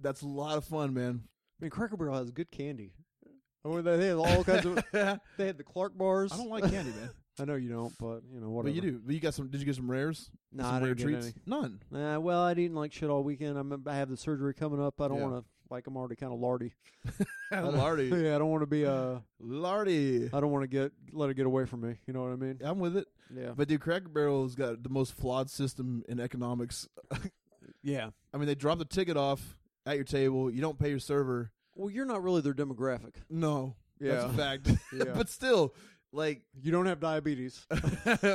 Speaker 2: That's a lot of fun, man.
Speaker 1: mean, Cracker Barrel has good candy. I mean, Oh, they they had all kinds of.
Speaker 2: I
Speaker 1: They had the Clark bars.
Speaker 2: don't like candy, man.
Speaker 1: I know you don't, but you know whatever.
Speaker 2: But you do. But you got some? Did you get some rares?
Speaker 1: Nah,
Speaker 2: some
Speaker 1: I
Speaker 2: rare
Speaker 1: didn't get
Speaker 2: treats? None.
Speaker 1: Nah, well, I didn't like shit all weekend. I'm, I have the surgery coming up. I don't
Speaker 2: Yeah.
Speaker 1: want to. Like I'm already kind of lardy. don't-
Speaker 2: Lardy,
Speaker 1: yeah, I don't want to be. Uh,
Speaker 2: Lardy.
Speaker 1: I don't want to get let it get away from me. You know what I mean?
Speaker 2: I'm with it.
Speaker 1: Yeah.
Speaker 2: But dude, Cracker Barrel's got the most flawed system in economics.
Speaker 1: Yeah.
Speaker 2: I mean, they drop the ticket off at your table. You don't pay your server.
Speaker 1: Well, you're not really their demographic.
Speaker 2: No, that's a fact.
Speaker 1: Yeah.
Speaker 2: but still, like
Speaker 1: You don't have diabetes.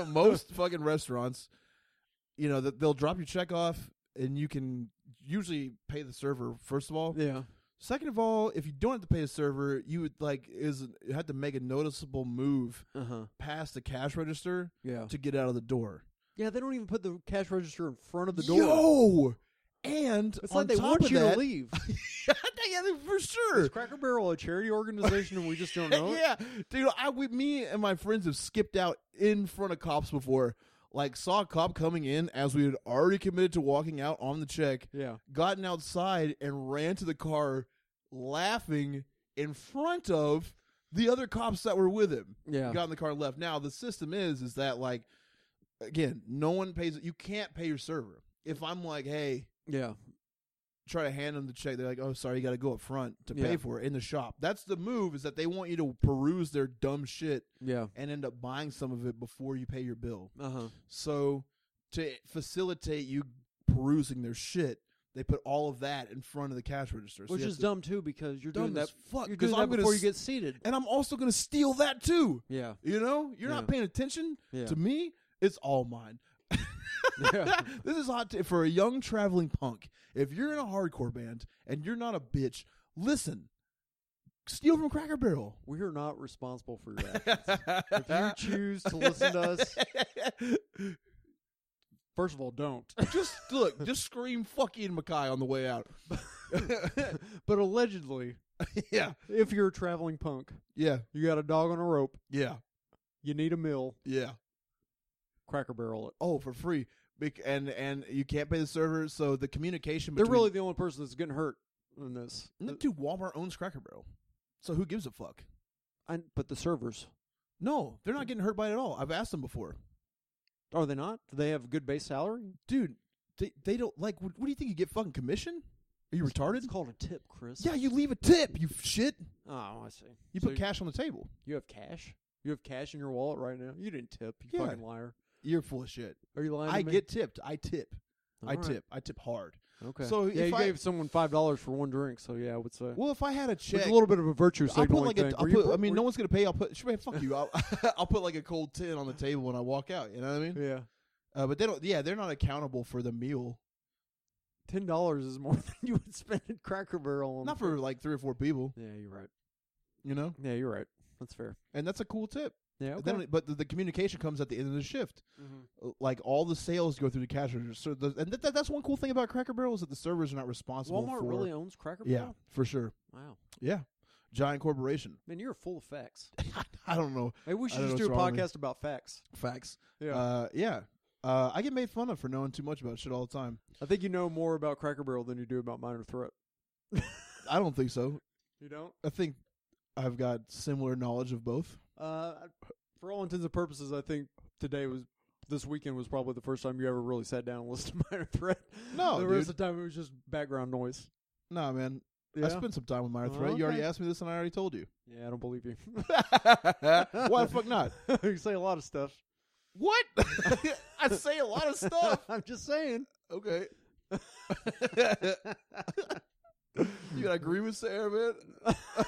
Speaker 2: most fucking restaurants, you know, that they'll drop your check off and you can usually pay the server first of all.
Speaker 1: yeah.
Speaker 2: Second of all, if you don't have to pay the server, you would like is you had to make a noticeable move
Speaker 1: Uh huh.
Speaker 2: past the cash register
Speaker 1: Yeah.
Speaker 2: to get out of the door.
Speaker 1: Yeah, they don't even put the cash register in front of the door.
Speaker 2: Yo, and
Speaker 1: it's
Speaker 2: on
Speaker 1: like they
Speaker 2: top
Speaker 1: want
Speaker 2: of
Speaker 1: you
Speaker 2: that,
Speaker 1: to leave.
Speaker 2: yeah, for
Speaker 1: Is
Speaker 2: sure.
Speaker 1: Cracker Barrel a charity organization and we just don't know it?
Speaker 2: yeah, dude. I we, me and my friends have skipped out in front of cops before. Like saw a cop coming in as we had already committed to walking out on the check,
Speaker 1: Yeah.
Speaker 2: gotten outside and ran to the car, laughing in front of the other cops that were with him.
Speaker 1: Yeah.
Speaker 2: Got in the car and left. Now the system is is that like again, no one pays. You can't pay your server. If I'm like, hey,
Speaker 1: Yeah.
Speaker 2: try to hand them the check. They're like, "Oh, sorry, you got to go up front to
Speaker 1: Yeah.
Speaker 2: pay for it in the shop." That's the move is that they want you to peruse their dumb shit
Speaker 1: Yeah.
Speaker 2: and end up buying some of it before you pay your bill.
Speaker 1: Uh huh.
Speaker 2: So to facilitate you perusing their shit, they put all of that in front of the cash register, So
Speaker 1: Which
Speaker 2: you have
Speaker 1: is
Speaker 2: to-
Speaker 1: dumb too because you're
Speaker 2: dumb
Speaker 1: doing that.
Speaker 2: as fuck.
Speaker 1: You're
Speaker 2: 'cause
Speaker 1: doing
Speaker 2: I'm
Speaker 1: that
Speaker 2: gonna
Speaker 1: before you
Speaker 2: s-
Speaker 1: get seated.
Speaker 2: and I'm also going to steal that too.
Speaker 1: Yeah.
Speaker 2: You know, you're
Speaker 1: Yeah.
Speaker 2: not paying attention
Speaker 1: Yeah.
Speaker 2: to me. It's all mine.
Speaker 1: yeah.
Speaker 2: this is hot t- for a young traveling punk. If you're in a hardcore band and you're not a bitch, listen. Steal from Cracker Barrel.
Speaker 1: We are not responsible for your actions. if you choose to listen to us, first of all, don't.
Speaker 2: just look, just scream "fucking Mackay" on the way out.
Speaker 1: but allegedly,
Speaker 2: yeah,
Speaker 1: if you're a traveling punk,
Speaker 2: yeah,
Speaker 1: you got a dog on a rope,
Speaker 2: yeah,
Speaker 1: you need a mill,
Speaker 2: yeah.
Speaker 1: Cracker Barrel it.
Speaker 2: Oh, for free, Bec- and and you can't pay the server, so the communication.
Speaker 1: They're
Speaker 2: between- Mm-hmm.
Speaker 1: really the only person that's getting hurt in this.
Speaker 2: No, dude. Walmart owns Cracker Barrel, so who gives a fuck?
Speaker 1: I, but the servers
Speaker 2: No, they're not getting hurt by it at all. I've asked them before.
Speaker 1: are they not? Do they have good base salary?
Speaker 2: dude, they, they don't like. What, what do you think you get? Fucking commission? Are you retarded?
Speaker 1: It's called a tip, Chris.
Speaker 2: Yeah, you leave a tip. You f- shit.
Speaker 1: Oh, I see.
Speaker 2: You
Speaker 1: So
Speaker 2: put cash on the table.
Speaker 1: You have cash. You have cash in your wallet right now. You didn't tip. You
Speaker 2: Yeah.
Speaker 1: fucking liar.
Speaker 2: You're full of shit.
Speaker 1: Are you lying? to
Speaker 2: I
Speaker 1: me?
Speaker 2: get tipped. I tip.
Speaker 1: All
Speaker 2: I
Speaker 1: right.
Speaker 2: tip. I tip hard.
Speaker 1: Okay.
Speaker 2: So
Speaker 1: yeah,
Speaker 2: if
Speaker 1: you
Speaker 2: I-
Speaker 1: gave someone five dollars for one drink. So yeah, I would say
Speaker 2: Well, if I had a
Speaker 1: it's
Speaker 2: check,
Speaker 1: a little bit of a virtue
Speaker 2: I'll put
Speaker 1: signaling
Speaker 2: like
Speaker 1: thing.
Speaker 2: a. I'll
Speaker 1: Were you
Speaker 2: put,
Speaker 1: put-
Speaker 2: I mean,
Speaker 1: were
Speaker 2: no one's gonna pay. I'll put. Sure, man, fuck you. I'll, I'll put like a cold tin on the table when I walk out. You know what I mean?
Speaker 1: you- Yeah,
Speaker 2: Uh, but they don't. Yeah, they're not accountable for the meal.
Speaker 1: ten dollars is more than you would spend at Cracker Barrel. On
Speaker 2: Not for like three or four people.
Speaker 1: Yeah, you're right.
Speaker 2: You know,
Speaker 1: Yeah, you're right. That's fair.
Speaker 2: and that's a cool tip.
Speaker 1: Yeah.
Speaker 2: They
Speaker 1: Okay.
Speaker 2: don't- but the, the communication comes at the end of the shift.
Speaker 1: Mhm.
Speaker 2: uh, like all the sales go through the cash register. So the, and that, that, that's one cool thing about Cracker Barrel is that the servers are not responsible.
Speaker 1: Walmart
Speaker 2: for,
Speaker 1: really owns Cracker
Speaker 2: yeah,
Speaker 1: Barrel.
Speaker 2: for sure.
Speaker 1: Wow.
Speaker 2: Yeah, giant corporation.
Speaker 1: Man, you're full of facts.
Speaker 2: I don't know
Speaker 1: Maybe we
Speaker 2: I
Speaker 1: should
Speaker 2: don't
Speaker 1: just
Speaker 2: know
Speaker 1: do a
Speaker 2: what's wrong with me.
Speaker 1: podcast about facts.
Speaker 2: facts.
Speaker 1: Yeah.
Speaker 2: Uh, yeah. Uh, I get made fun of for knowing too much about shit all the time.
Speaker 1: I think you know more about Cracker Barrel than you do about Minor Threat.
Speaker 2: I don't think so.
Speaker 1: You don't?
Speaker 2: I think I've got similar knowledge of both.
Speaker 1: Uh, for all intents and purposes, I think today was this weekend was probably the first time you ever really sat down and listened to Minor Threat.
Speaker 2: No,
Speaker 1: the rest
Speaker 2: dude.
Speaker 1: of the time it was just background noise.
Speaker 2: Nah, man.
Speaker 1: Yeah,
Speaker 2: I spent some time with Minor Threat. You already
Speaker 1: Okay.
Speaker 2: asked me this, and I already told you.
Speaker 1: yeah, I don't believe you.
Speaker 2: Why the fuck not?
Speaker 1: you say a lot of stuff.
Speaker 2: What? I say a lot of stuff.
Speaker 1: I'm just saying.
Speaker 2: Okay. you got agreements there, man?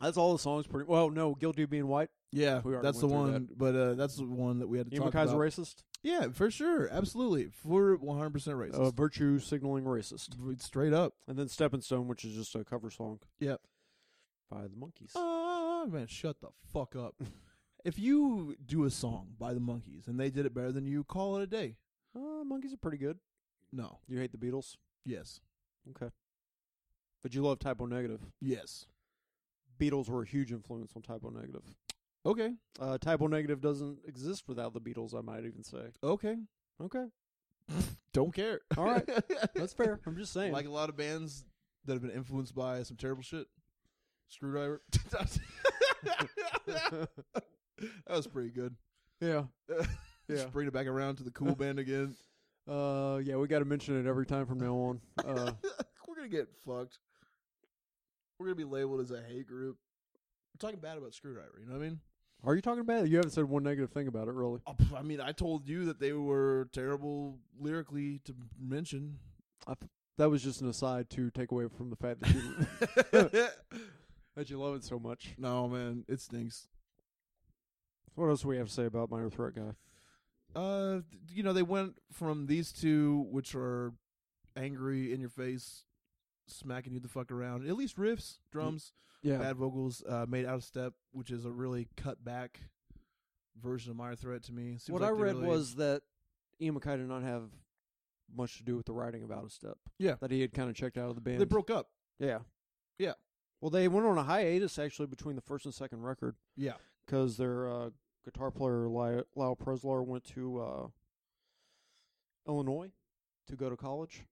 Speaker 1: That's all the songs. Pretty well. No, guilty of being white.
Speaker 2: yeah,
Speaker 1: We already
Speaker 2: that's the
Speaker 1: went through
Speaker 2: one. But uh, that's the one that we had to
Speaker 1: Ian
Speaker 2: talk
Speaker 1: Kaiser
Speaker 2: about.
Speaker 1: racist.
Speaker 2: Yeah, for sure, absolutely, for one hundred percent
Speaker 1: Uh,
Speaker 2: racist,
Speaker 1: virtue signaling racist.
Speaker 2: straight up.
Speaker 1: And then Stepping Stone, which is just a cover song.
Speaker 2: Yep.
Speaker 1: By the Monkeys.
Speaker 2: Oh man, shut the fuck up. if you do a song by the Monkeys and they did it better than you, call it a day.
Speaker 1: Uh, monkeys are pretty good.
Speaker 2: No.
Speaker 1: You hate the Beatles,
Speaker 2: Yes.
Speaker 1: but you love Typo Negative.
Speaker 2: Yes.
Speaker 1: Beatles were a huge influence on Typo Negative.
Speaker 2: Okay.
Speaker 1: Uh, Typo Negative doesn't exist without the Beatles, I might even say.
Speaker 2: Okay.
Speaker 1: Okay.
Speaker 2: Don't care.
Speaker 1: All right. That's fair. I'm just saying.
Speaker 2: Like a lot of bands that have been influenced by some terrible shit. Screwdriver. that was pretty good.
Speaker 1: yeah. Yeah.
Speaker 2: Just bring it back around to the cool band again.
Speaker 1: Uh, yeah, we got to mention it every time from now on. Uh,
Speaker 2: We're gonna get fucked. We're gonna be labeled as a hate group. We're talking bad about Screwdriver. You know what I mean?
Speaker 1: are you talking about it? You haven't said one negative thing about it, really.
Speaker 2: Oh, pff, I mean, I told you that they were terrible lyrically to mention.
Speaker 1: I f- That was just an aside to take away from the fact that you that you love it so much.
Speaker 2: no, man, it stinks.
Speaker 1: What else do we have to say about Minor Threat Guy?
Speaker 4: Uh, th- you know, they went from these two, which are angry in your face, smacking you the fuck around. At least riffs, drums,
Speaker 1: Yeah,
Speaker 4: bad vocals, uh, made out of step, which is a really cut back version of Minor Threat to me. Seems
Speaker 1: what
Speaker 4: like
Speaker 1: I
Speaker 4: they
Speaker 1: read
Speaker 4: really-
Speaker 1: was that Ian MacKay did not have much to do with the writing about a step.
Speaker 4: Yeah.
Speaker 1: that he had kind of checked out of the band.
Speaker 4: they broke up.
Speaker 1: Yeah,
Speaker 4: Yeah.
Speaker 1: Well, they went on a hiatus actually between the first and second record.
Speaker 4: Yeah.
Speaker 1: because their uh, guitar player Ly- Lyle Preslar went to uh, Illinois to go to college.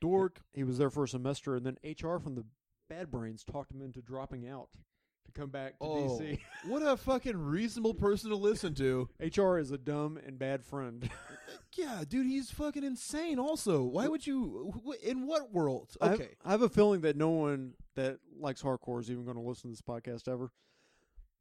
Speaker 4: Dork.
Speaker 1: He was there for a semester, and then HR from the Bad Brains talked him into dropping out to come back to
Speaker 4: Oh.
Speaker 1: DC.
Speaker 4: what a fucking reasonable person to listen to.
Speaker 1: HR is a dumb and bad friend.
Speaker 4: Yeah, dude, he's fucking insane. Also, why would you? wh- In what world?
Speaker 1: I have-
Speaker 4: Okay,
Speaker 1: I have a feeling that no one that likes hardcore is even going to listen to this podcast ever.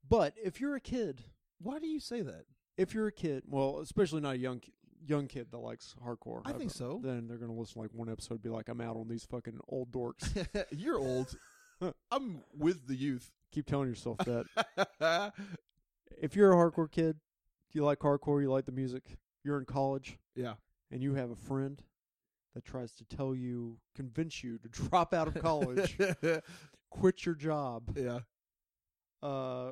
Speaker 1: But if you're a kid,
Speaker 4: why do you say that?
Speaker 1: if you're a kid, well, especially not a young ki- young kid that likes hardcore,
Speaker 4: I think so.
Speaker 1: Then they're going to listen to like one episode, be like, "I'm out on these fucking old dorks."
Speaker 2: You're old. I'm with the youth.
Speaker 1: Keep telling yourself that.
Speaker 2: yeah,
Speaker 1: if you're a hardcore kid, you like hardcore, you like the music, you're in college,
Speaker 2: Yeah.
Speaker 1: and you have a friend that tries to tell you, convince you to drop out of college, quit your job,
Speaker 2: yeah,
Speaker 1: uh,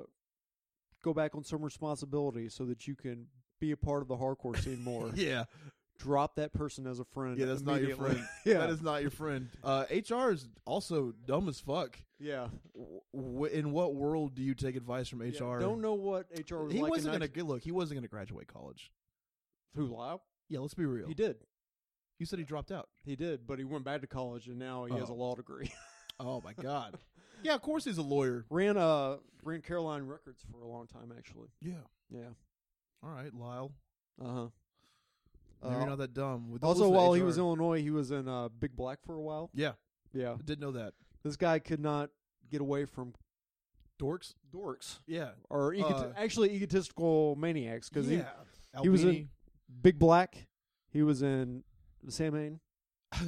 Speaker 1: go back on some responsibility so that you can be a part of the hardcore scene more.
Speaker 2: yeah.
Speaker 1: Drop that person as a friend.
Speaker 2: That's not your
Speaker 1: immediately.
Speaker 2: friend.
Speaker 1: yeah,
Speaker 2: That is not your friend. Uh, HR is also dumb as fuck.
Speaker 1: yeah.
Speaker 2: W- w- in what world do you take advice from HR?
Speaker 1: Yeah, Don't know what HR was
Speaker 4: He
Speaker 1: like.
Speaker 4: wasn't
Speaker 1: in
Speaker 4: gonna look. He wasn't gonna graduate college.
Speaker 1: Who Lyle?
Speaker 4: Yeah, let's be real.
Speaker 1: He did.
Speaker 4: You said he dropped out.
Speaker 1: He did, but he went back to college and now he has a
Speaker 4: Oh.
Speaker 1: law degree.
Speaker 2: Oh my god.
Speaker 4: Yeah, of course he's a lawyer.
Speaker 1: ran uh ran Caroline Records for a long time actually.
Speaker 4: Yeah.
Speaker 1: Yeah.
Speaker 4: All right, Lyle.
Speaker 1: Uh-huh.
Speaker 4: Maybe
Speaker 1: Uh,
Speaker 4: you're not that dumb. Don't
Speaker 1: also,
Speaker 4: listen to
Speaker 1: while he was in
Speaker 4: HR.
Speaker 1: Illinois, he was in uh, Big Black for a while.
Speaker 4: Yeah.
Speaker 1: Yeah,
Speaker 4: I did know that.
Speaker 1: this guy could not get away from
Speaker 4: Dorks.
Speaker 1: dorks
Speaker 4: Yeah.
Speaker 1: or egot-
Speaker 4: Uh,
Speaker 1: actually egotistical maniacs because
Speaker 4: yeah.
Speaker 1: he he was in
Speaker 4: Albini.
Speaker 1: Big Black. He was in Sam Hain.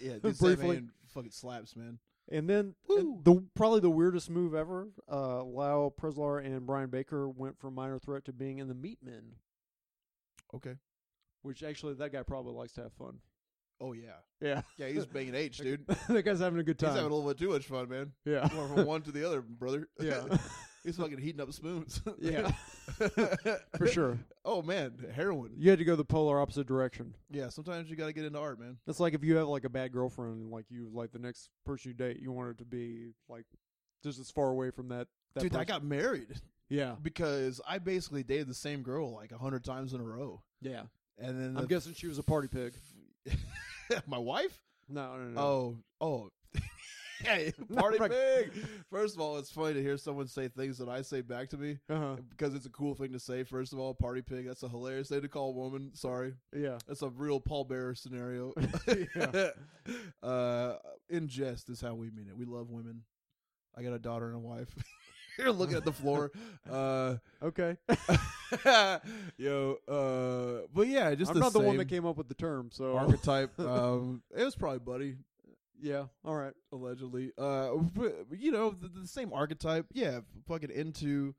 Speaker 2: yeah,
Speaker 1: dude,
Speaker 2: dude,
Speaker 1: Sam
Speaker 2: briefly.
Speaker 1: Briefly.
Speaker 2: fucking slaps, man.
Speaker 1: And then
Speaker 4: Woo.
Speaker 1: and the probably the weirdest move ever. Uh, Lyle Preslar and Brian Baker went from Minor Threat to being in the Meat Men,
Speaker 4: Okay.
Speaker 1: which actually that guy probably likes to have fun.
Speaker 2: Oh yeah,
Speaker 1: Yeah,
Speaker 2: yeah. He's banging H, dude.
Speaker 1: that guy's having a good
Speaker 2: He's
Speaker 1: time.
Speaker 2: having a little bit too much fun, man.
Speaker 1: yeah,
Speaker 2: Going from one to the other, brother.
Speaker 1: yeah,
Speaker 2: he's fucking heating up spoons.
Speaker 1: yeah, for sure.
Speaker 2: Oh man, heroin.
Speaker 1: You had to go the polar opposite direction.
Speaker 2: Yeah, sometimes you got to get into art, man.
Speaker 1: It's like if you have like a bad girlfriend, and like you like the next person you date, you want it to be like just as far away from that. that
Speaker 2: dude, I
Speaker 1: person.
Speaker 2: got married
Speaker 1: yeah,
Speaker 2: because I basically dated the same girl like a hundred times in a row,
Speaker 1: yeah.
Speaker 2: and then
Speaker 1: I'm
Speaker 2: the-
Speaker 1: guessing she was a party pig.
Speaker 2: my wife.
Speaker 1: No, no, no.
Speaker 2: Oh, oh. Hey, party
Speaker 1: Right.
Speaker 2: pig. First of all, it's funny to hear someone say things that I say back to me
Speaker 1: Oh, uh-huh.
Speaker 2: because it's a cool thing to say. First of all, party pig. That's a hilarious thing to call a woman. Sorry,
Speaker 1: yeah,
Speaker 2: that's a real pallbearer scenario.
Speaker 1: Yeah.
Speaker 2: uh, in jest is how we mean it. We love women. I got a daughter and a wife. You're looking at the floor. Uh,
Speaker 1: okay.
Speaker 2: yo, uh, but yeah, just
Speaker 1: I'm not the one
Speaker 2: same
Speaker 1: that came up with the term, so
Speaker 2: archetype. um, it was probably Buddy.
Speaker 1: yeah. All right.
Speaker 2: allegedly. Uh, but, you know, the, the same archetype. Yeah, fucking into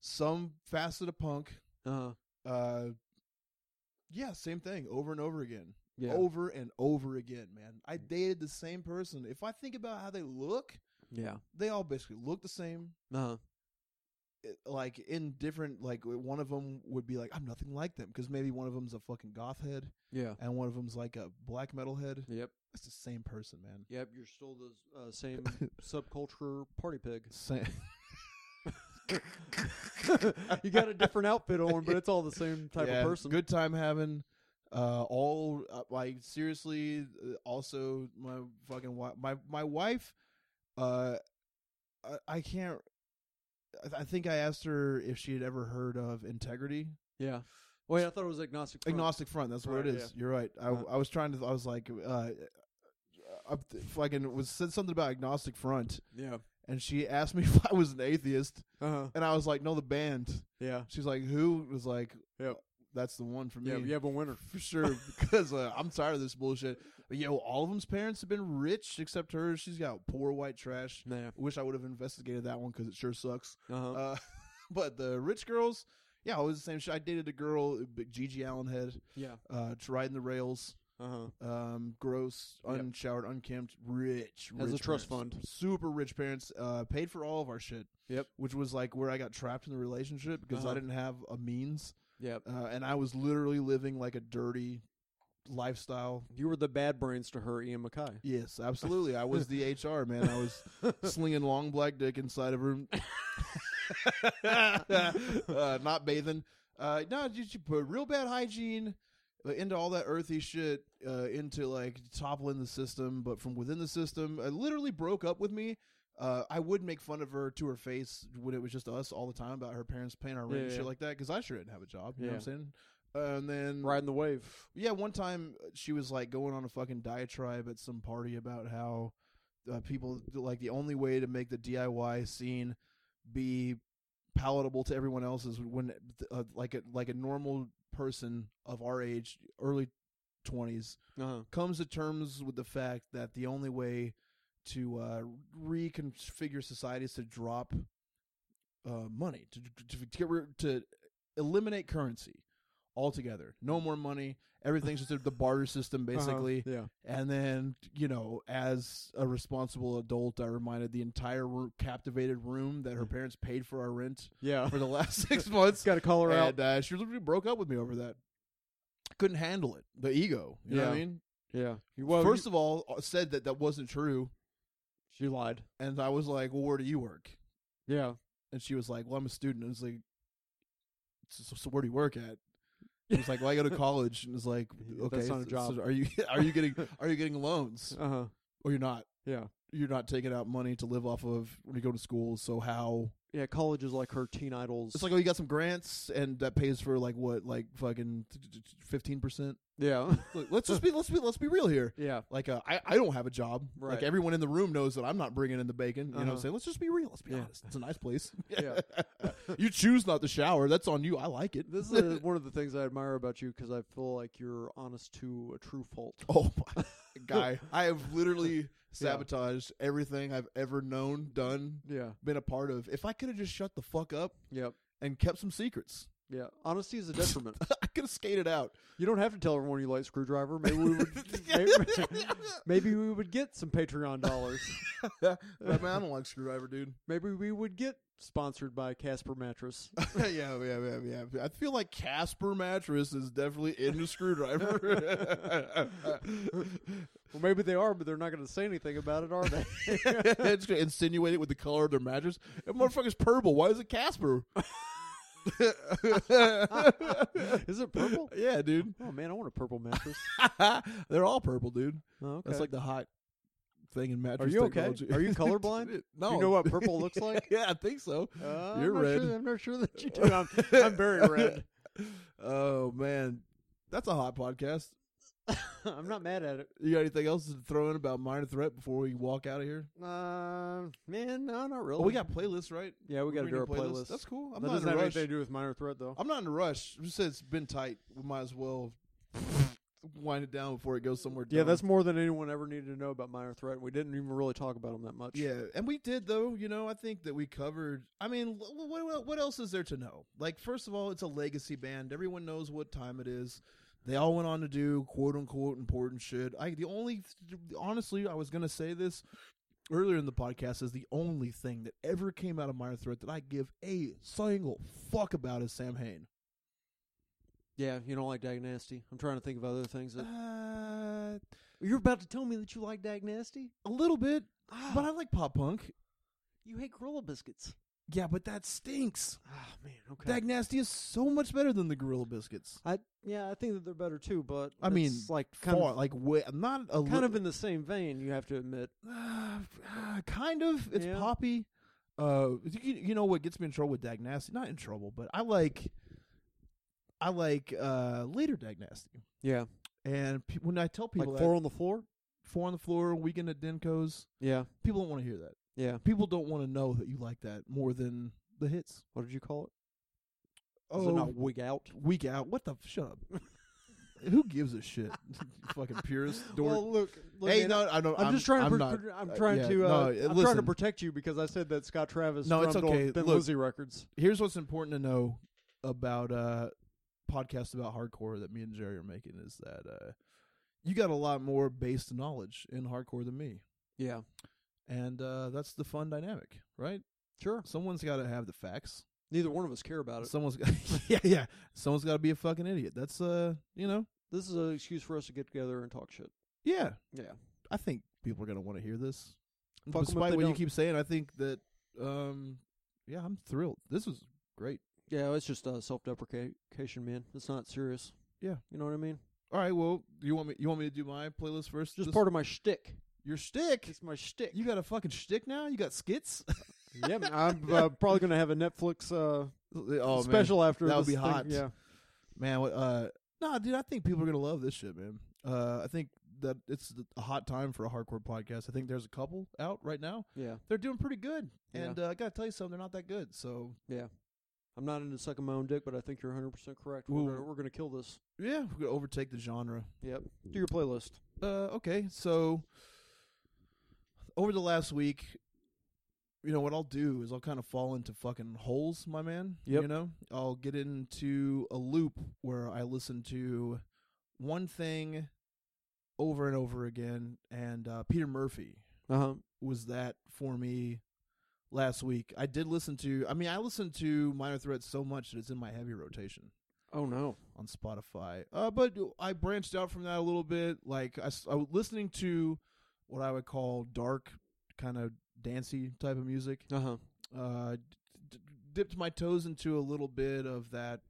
Speaker 2: some facet of punk.
Speaker 1: Uh,
Speaker 2: Uh, yeah, same thing over and over again,
Speaker 1: yeah.
Speaker 2: over and over again, man. I dated the same person. If I think about how they look,
Speaker 1: Yeah.
Speaker 2: they all basically look the same.
Speaker 1: Uh-huh.
Speaker 2: It- Like in different, like one of them would be like, I'm nothing like them because maybe one of them's a fucking goth head
Speaker 1: Yeah.
Speaker 2: and one of them's like a black metal head.
Speaker 1: Yep.
Speaker 2: It's the same person, man.
Speaker 1: Yep. You're still the uh, same subculture party pig.
Speaker 2: Same.
Speaker 1: you got a different outfit on, but it's all the same type
Speaker 2: Yeah,
Speaker 1: of person.
Speaker 2: Good time having. Uh, all uh, like seriously. uh, Also, my fucking wi- my my wife. Uh, I, I can't. I- I think I asked her if she had ever heard of Integrity
Speaker 1: Yeah. Wait, I thought it was agnostic. Front.
Speaker 2: Agnostic Front. That's what
Speaker 1: Right,
Speaker 2: it is. You're right. I,
Speaker 1: Uh-huh.
Speaker 2: I was trying to. I was like, uh, I fucking was said something about Agnostic Front,
Speaker 1: Yeah.
Speaker 2: and she asked me if I was an atheist,
Speaker 1: Uh huh.
Speaker 2: and I was like, no, the band.
Speaker 1: Yeah.
Speaker 2: She's like, who? It was like,
Speaker 1: Yep.
Speaker 2: that's the one for me.
Speaker 1: Yeah. You have a winner.
Speaker 2: for sure because uh, I'm tired of this bullshit. But yo, all of them's parents have been rich except hers. She's got poor white trash.
Speaker 1: Yeah.
Speaker 2: Wish I would have investigated that one because it sure sucks.
Speaker 1: Uh-huh.
Speaker 2: Uh, but the rich girls, yeah, always the same shit. I dated a girl, big Gigi Allen head,
Speaker 1: yeah.
Speaker 2: uh, to ride in the rails.
Speaker 1: Uh-huh.
Speaker 2: Um, gross,
Speaker 1: Yep.
Speaker 2: unshowered, unkempt, rich.
Speaker 1: Has a
Speaker 2: rich
Speaker 1: trust
Speaker 2: parents.
Speaker 1: fund.
Speaker 2: Super rich parents. Uh, paid for all of our shit.
Speaker 1: Yep.
Speaker 2: Which was like where I got trapped in the relationship because I
Speaker 1: Uh-huh.
Speaker 2: didn't have a means,
Speaker 1: Yep.
Speaker 2: uh, and I was literally living like a dirty lifestyle.
Speaker 1: You were the bad brains to her, Ian Mackay.
Speaker 2: Yes, absolutely. I was the HR man. I was slinging long black dick inside of her, uh, not bathing. Uh, no, just you put real bad hygiene uh, into all that earthy shit, uh, into like toppling the system, but from within the system, uh, literally broke up with me. Uh, I would make fun of her to her face when it was just us all the time about her parents paying our rent and
Speaker 1: Yeah,
Speaker 2: shit
Speaker 1: yeah.
Speaker 2: like that because I sure didn't have a job. You know what
Speaker 1: Yeah.
Speaker 2: I'm saying? And then
Speaker 1: Riding the wave.
Speaker 2: yeah, one time uh, she was like going on a fucking diatribe at some party about how uh, people like the only way to make the DIY scene be palatable to everyone else is when uh, like a like a normal person of our age, early 20s,
Speaker 1: Uh-huh.
Speaker 2: comes to terms with the fact that the only way to uh, reconfigure society is to drop uh, money to to, to, get rid, to eliminate currency altogether. No more money. Everything's just the barter system, basically.
Speaker 1: Uh-huh.
Speaker 2: And then you know, as a responsible adult, I reminded the entire room, captivated room that her
Speaker 1: Mm-hmm.
Speaker 2: parents paid for our rent
Speaker 1: Yeah. Yeah.
Speaker 2: for the last six months.
Speaker 1: Got to call her out.
Speaker 2: And uh, she literally broke up with me over that. Couldn't handle it. The ego. You know what I
Speaker 1: Yeah.
Speaker 2: mean?
Speaker 1: Yeah. Well,
Speaker 2: First of all, uh, said that that wasn't true,
Speaker 1: she lied.
Speaker 2: and I was like, "Well, where do you work?"
Speaker 1: Yeah.
Speaker 2: And she was like, "Well, I'm a student." And I was like, "So, so where do you work at?" She was like, "Well, I go to college." And it's like,
Speaker 1: Yeah,
Speaker 2: "Okay,
Speaker 1: that's not a
Speaker 2: so-
Speaker 1: job.
Speaker 2: so are you are you getting are you getting loans
Speaker 1: Uh-huh.
Speaker 2: or you're not?
Speaker 1: Yeah.
Speaker 2: You're not taking out money to live off of when you go to school. So how?
Speaker 1: Yeah, college is like her teen idols.
Speaker 2: It's like, oh, you got some grants, and that pays for like what, like fucking fifteen percent.
Speaker 1: yeah.
Speaker 2: Let's just be let's be let's be real here.
Speaker 1: yeah.
Speaker 2: Like uh, I, I don't have a job. Like
Speaker 1: Right.
Speaker 2: everyone in the room knows that I'm not bringing in the bacon. You know what I'm
Speaker 1: Uh-huh.
Speaker 2: saying? Let's just be real. Let's be
Speaker 1: Yeah.
Speaker 2: honest. It's a nice place.
Speaker 1: Yeah.
Speaker 2: you choose not to shower. That's on you. I like it.
Speaker 1: This is one of the things I admire about you because I feel like you're honest to a true fault.
Speaker 2: oh my guy, I have literally sabotaged everything I've ever known, done,
Speaker 1: Yeah.
Speaker 2: been a part of. If I could have just shut the fuck up
Speaker 1: Yep.
Speaker 2: and kept some secrets,
Speaker 1: Yeah. Honesty is a detriment.
Speaker 2: I could have skated out.
Speaker 1: you don't have to tell everyone you like Screwdriver. Maybe we would. maybe, maybe we would get some Patreon dollars.
Speaker 2: But, man, I don't like screwdriver, dude.
Speaker 1: Maybe we would get sponsored by Casper Mattress.
Speaker 2: yeah, yeah, yeah, yeah. I feel like Casper mattress is definitely in the screwdriver.
Speaker 1: Well, maybe they are, but they're not going to say anything about it, are they?
Speaker 2: it's gonna insinuate it with the color of their mattress. That motherfucker's purple. Why is it Casper?
Speaker 1: is it purple?
Speaker 2: yeah, dude.
Speaker 1: Oh man, I want a purple mattress.
Speaker 2: They're all purple, dude.
Speaker 1: Oh, okay.
Speaker 2: That's like the hot thing in mattress.
Speaker 1: Are you okay?
Speaker 2: technology.
Speaker 1: Are you colorblind?
Speaker 2: no.
Speaker 1: You know what purple looks like?
Speaker 2: yeah, I think so.
Speaker 1: Uh,
Speaker 2: You're
Speaker 1: I'm not
Speaker 2: red.
Speaker 1: Sure, I'm not sure that you do. I'm, I'm very red.
Speaker 2: Oh man, that's a hot podcast.
Speaker 1: I'm not mad at it.
Speaker 2: You got anything else to throw in about minor threat before we walk out of here?
Speaker 1: Uh, man, no, not really.
Speaker 2: Oh, we got playlists, right?
Speaker 1: yeah, we got to do our playlist.
Speaker 2: That's cool. I'm
Speaker 1: that
Speaker 2: not in
Speaker 1: doesn't
Speaker 2: a
Speaker 1: have
Speaker 2: rush.
Speaker 1: anything to do with minor threat though.
Speaker 2: I'm not in a rush. Just said it's been tight. We might as well wind it down before it goes somewhere.
Speaker 1: yeah,
Speaker 2: dumb.
Speaker 1: that's more than anyone ever needed to know about minor threat. We didn't even really talk about them that much.
Speaker 2: yeah. And we did though. You know, I think that we covered. I mean, what, what what else is there to know? Like, first of all, it's a legacy band. Everyone knows what time it is. They all went on to do quote unquote important shit. I the only honestly, I was gonna say this earlier in the podcast is the only thing that ever came out of Minor Threat that I give a single fuck about is Sam Hain.
Speaker 1: yeah. You don't like Dag Nasty? I'm trying to think of other things. That,
Speaker 2: Uh,
Speaker 1: you're about to tell me that you like Dag Nasty?
Speaker 2: a little bit,
Speaker 1: Ah,
Speaker 2: but I like pop punk.
Speaker 1: you hate Gorilla Biscuits.
Speaker 2: Yeah, but that stinks.
Speaker 1: Ah, man. Okay.
Speaker 2: Dag Nasty is so much better than the Gorilla Biscuits.
Speaker 1: I yeah, I think that they're better too, but
Speaker 2: I mean,
Speaker 1: it's like kind
Speaker 2: Kind
Speaker 1: of
Speaker 2: like way, not a
Speaker 1: kind
Speaker 2: li-
Speaker 1: of in the same vein. You have to admit.
Speaker 2: Ah, ah, kind of. It's
Speaker 1: Yeah.
Speaker 2: poppy. Uh, you, you know what gets me in trouble with Dag Nasty? Not in trouble, but I like, I like uh later Dag Nasty.
Speaker 1: Yeah,
Speaker 2: And pe- when I tell people
Speaker 1: like
Speaker 2: that,
Speaker 1: four on the floor.
Speaker 2: four on the floor, weekend at Denko's,
Speaker 1: Yeah,
Speaker 2: people don't want to hear that.
Speaker 1: yeah.
Speaker 2: People don't want to know that you like that more than the hits.
Speaker 1: What did you call it? Is
Speaker 2: Oh,
Speaker 1: it not wig out?
Speaker 2: week out. What the? Shut up. Who gives a shit? Fucking purist dork.
Speaker 1: Well, look, look
Speaker 2: hey,
Speaker 1: man,
Speaker 2: no, I don't.
Speaker 1: I'm, just trying to.
Speaker 2: I'm
Speaker 1: pro-
Speaker 2: not-
Speaker 1: pro- I'm
Speaker 2: uh,
Speaker 1: trying
Speaker 2: yeah,
Speaker 1: to. Uh,
Speaker 2: no,
Speaker 1: I'm trying to
Speaker 2: listen.
Speaker 1: protect you because I said that Scott Travis.
Speaker 2: No, it's
Speaker 1: drummed on
Speaker 2: okay.
Speaker 1: Ben
Speaker 2: Look.
Speaker 1: Lizzy records.
Speaker 2: Here's what's important to know about uh podcasts about hardcore that me and Jerry are making is that uh you got a lot more base knowledge in hardcore than me.
Speaker 1: Yeah,
Speaker 2: And uh that's the fun dynamic, right?
Speaker 1: sure.
Speaker 2: Someone's got to have the facts.
Speaker 1: Neither one of us care about it.
Speaker 2: Someone's got Yeah, yeah. Someone's got to be a fucking idiot. That's uh, you know.
Speaker 1: This is an excuse for us to get together and talk shit.
Speaker 2: Yeah.
Speaker 1: Yeah.
Speaker 2: I think people are going to want to hear this.
Speaker 1: Fuck 'em if
Speaker 2: Despite
Speaker 1: they
Speaker 2: what you
Speaker 1: don't.
Speaker 2: keep saying, I think that um yeah, I'm thrilled. This was great.
Speaker 1: Yeah, it's just uh, self-deprecation, man. It's not serious.
Speaker 2: Yeah.
Speaker 1: you know what I mean.
Speaker 2: All right, well, you want me you want me to do my playlist first?
Speaker 1: Just
Speaker 2: This-
Speaker 1: part of my shtick.
Speaker 2: your shtick.
Speaker 1: It's my shtick.
Speaker 2: You got a fucking shtick now? You got skits?
Speaker 1: yeah, man, I'm uh, probably gonna have a Netflix uh,
Speaker 2: oh
Speaker 1: special after
Speaker 2: that would
Speaker 1: this
Speaker 2: be
Speaker 1: thing.
Speaker 2: hot.
Speaker 1: Yeah,
Speaker 2: man, man what, uh no, dude, I think people are gonna love this shit, man. Uh I think that it's the- a hot time for a hardcore podcast. I think there's a couple out right now.
Speaker 1: yeah.
Speaker 2: They're doing pretty good.
Speaker 1: Yeah.
Speaker 2: And uh, I gotta tell you something, they're not that good. So
Speaker 1: I'm not into sucking my own dick, but I think you're 100 percent correct. We're
Speaker 2: Ooh.
Speaker 1: gonna, we're gonna kill this.
Speaker 2: yeah, we're gonna overtake the genre.
Speaker 1: Yep. Do your playlist.
Speaker 2: Uh, okay, so over the last week, you know what I'll do is I'll kind of fall into fucking holes, my man.
Speaker 1: Yep.
Speaker 2: You know, I'll get into a loop where I listen to one thing over and over again, and uh, Peter Murphy
Speaker 1: Uh huh.
Speaker 2: was that for me last week. I did listen to, I mean, I listened to Minor Threat so much that it's in my heavy rotation
Speaker 1: Oh no.
Speaker 2: on Spotify. Uh, but I branched out from that a little bit. Like I, s- I was listening to what I would call dark, kind of dancey type of music.
Speaker 1: Uh huh.
Speaker 2: Uh, d- d- dipped my toes into a little bit of that,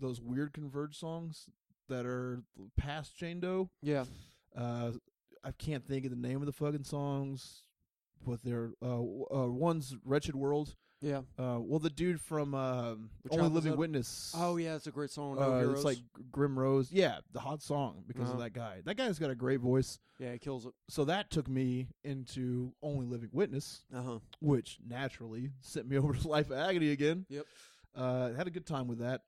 Speaker 2: those weird converge songs that are past Jane Doe.
Speaker 1: Yeah.
Speaker 2: Uh, I can't think of the name of the fucking songs, but they're uh, w- uh one's Wretched World.
Speaker 1: Yeah.
Speaker 2: Uh, well, the dude from um,
Speaker 1: Which
Speaker 2: Only
Speaker 1: album is
Speaker 2: Living
Speaker 1: that?
Speaker 2: Witness.
Speaker 1: Oh yeah, it's a great song. No
Speaker 2: Uh,
Speaker 1: heroes.
Speaker 2: it's like Grim Rose. Yeah, the hot song because of
Speaker 1: Uh-huh.
Speaker 2: that guy. That guy's got a great voice.
Speaker 1: yeah, he kills it.
Speaker 2: So that took me into Only Living Witness,
Speaker 1: Uh huh.
Speaker 2: which naturally sent me over to Life of Agony again.
Speaker 1: Yep.
Speaker 2: Uh, had a good time with that.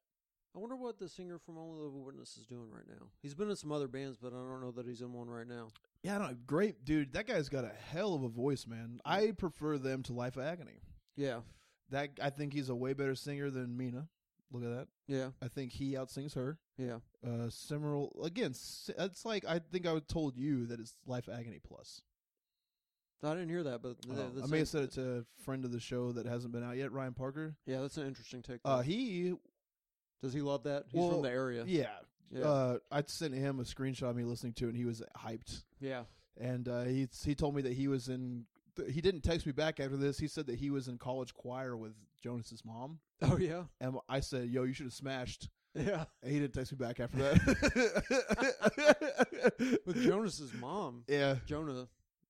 Speaker 1: I wonder what the singer from Only Living Witness is doing right now. He's been in some other bands, but I don't know that he's in one right now.
Speaker 2: Yeah, I don't, great dude. That guy's got a hell of a voice, man. I prefer them to Life of Agony.
Speaker 1: Yeah.
Speaker 2: That I think he's a way better singer than Mina. Look at that.
Speaker 1: Yeah.
Speaker 2: I think he outsings her.
Speaker 1: Yeah.
Speaker 2: Uh, similar again. s- It's like I think I told you that it's Life of Agony plus.
Speaker 1: I didn't hear that, but th-
Speaker 2: Oh,
Speaker 1: that's
Speaker 2: I may
Speaker 1: an-
Speaker 2: have said it to a friend of the show that hasn't been out yet, Ryan Parker.
Speaker 1: Yeah, that's an interesting take.
Speaker 2: Uh,
Speaker 1: though.
Speaker 2: he,
Speaker 1: Does he love that? He's
Speaker 2: well,
Speaker 1: from the area.
Speaker 2: yeah,
Speaker 1: Yeah.
Speaker 2: Uh, I sent him a screenshot of me listening to, it, and he was hyped.
Speaker 1: yeah.
Speaker 2: And uh, he he told me that he was in. Th- he didn't text me back after this. He said that he was in college choir with Jonas's mom,
Speaker 1: Oh yeah.
Speaker 2: and I said, "Yo, you should have smashed."
Speaker 1: Yeah.
Speaker 2: And he didn't text me back after that.
Speaker 1: With Jonas's mom.
Speaker 2: yeah,
Speaker 1: Jonah.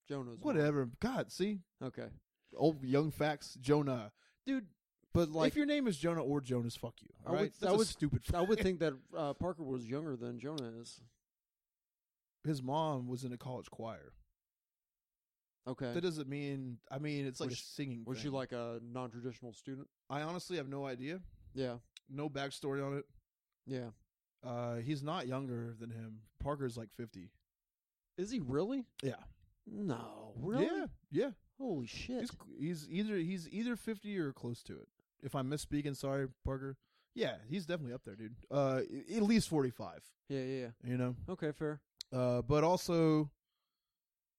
Speaker 1: Jonah's mom.
Speaker 2: whatever. God, see,
Speaker 1: Okay.
Speaker 2: old young facts, Jonah, dude.
Speaker 1: But like
Speaker 2: if your name is Jonah or Jonas, fuck you.
Speaker 1: I
Speaker 2: All right,
Speaker 1: would-
Speaker 2: that's
Speaker 1: I
Speaker 2: a
Speaker 1: would-
Speaker 2: stupid.
Speaker 1: I would think that uh, Parker was younger than Jonah is.
Speaker 2: his mom was in a college choir.
Speaker 1: Okay.
Speaker 2: That doesn't mean. I mean, it's like
Speaker 1: Was
Speaker 2: a
Speaker 1: she-
Speaker 2: singing.
Speaker 1: was she
Speaker 2: thing.
Speaker 1: like a non traditional student?
Speaker 2: I honestly have no idea.
Speaker 1: Yeah.
Speaker 2: No backstory on it.
Speaker 1: Yeah.
Speaker 2: Uh, he's not younger than him. Parker's like fifty.
Speaker 1: Is he really?
Speaker 2: Yeah.
Speaker 1: No. Really?
Speaker 2: Yeah. Yeah.
Speaker 1: Holy shit.
Speaker 2: He's, he's either he's either fifty or close to it. If I'm misspeaking, sorry, Parker. Yeah, he's definitely up there, dude. Uh, i- at least forty five.
Speaker 1: yeah, yeah, yeah.
Speaker 2: You know.
Speaker 1: Okay, fair.
Speaker 2: Uh, but also,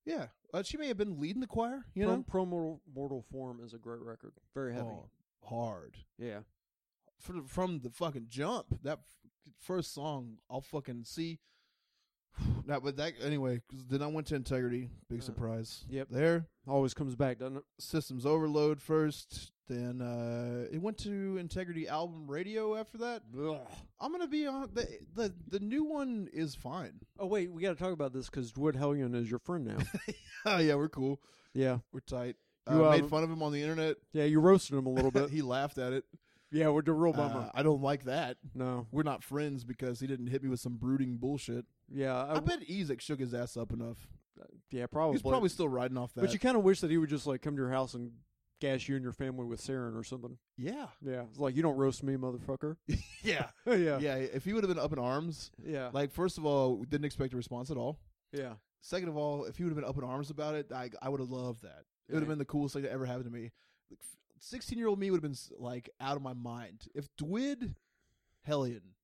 Speaker 2: yeah, uh, she may have been leading the choir. You know,
Speaker 1: Pro, Pro Mortal, Mortal Form is a great record. Very heavy.
Speaker 2: Oh, hard.
Speaker 1: Yeah.
Speaker 2: from from the fucking jump. That f- first song, I'll fucking see. That but that anyway. 'cause Then I went to Integrity. Big
Speaker 1: Uh,
Speaker 2: surprise.
Speaker 1: yep.
Speaker 2: There,
Speaker 1: Always comes back, doesn't it?
Speaker 2: Systems Overload first. Then uh it went to Integrity album radio after that. I'm gonna be on the the the new one is fine.
Speaker 1: Oh, wait. We got to talk about this because Dwight Hellion is your friend now.
Speaker 2: Oh yeah, we're cool.
Speaker 1: yeah.
Speaker 2: We're tight. I
Speaker 1: You,
Speaker 2: uh,
Speaker 1: um,
Speaker 2: made fun of him on the internet.
Speaker 1: Yeah, you roasted him a little bit.
Speaker 2: he laughed at it.
Speaker 1: yeah, we're the real bummer.
Speaker 2: Uh, I don't like that.
Speaker 1: no.
Speaker 2: We're not friends because he didn't hit me with some brooding bullshit.
Speaker 1: Yeah. I,
Speaker 2: I bet Ezek shook his ass up enough.
Speaker 1: yeah, probably.
Speaker 2: He's probably still riding off that.
Speaker 1: But you kind of wish that he would just like come to your house and gas you and your family with sarin or something.
Speaker 2: Yeah.
Speaker 1: Yeah, it's like you don't roast me, motherfucker.
Speaker 2: Yeah.
Speaker 1: yeah,
Speaker 2: Yeah. If he would have been up in arms,
Speaker 1: yeah,
Speaker 2: like, first of all, we didn't expect a response at all.
Speaker 1: yeah.
Speaker 2: Second of all, if he would have been up in arms about it, I, I would have loved that. It would have
Speaker 1: Yeah.
Speaker 2: been the coolest thing that ever happened to me. Like, 16 year old me would have been s- like out of my mind. If Dwid Hellion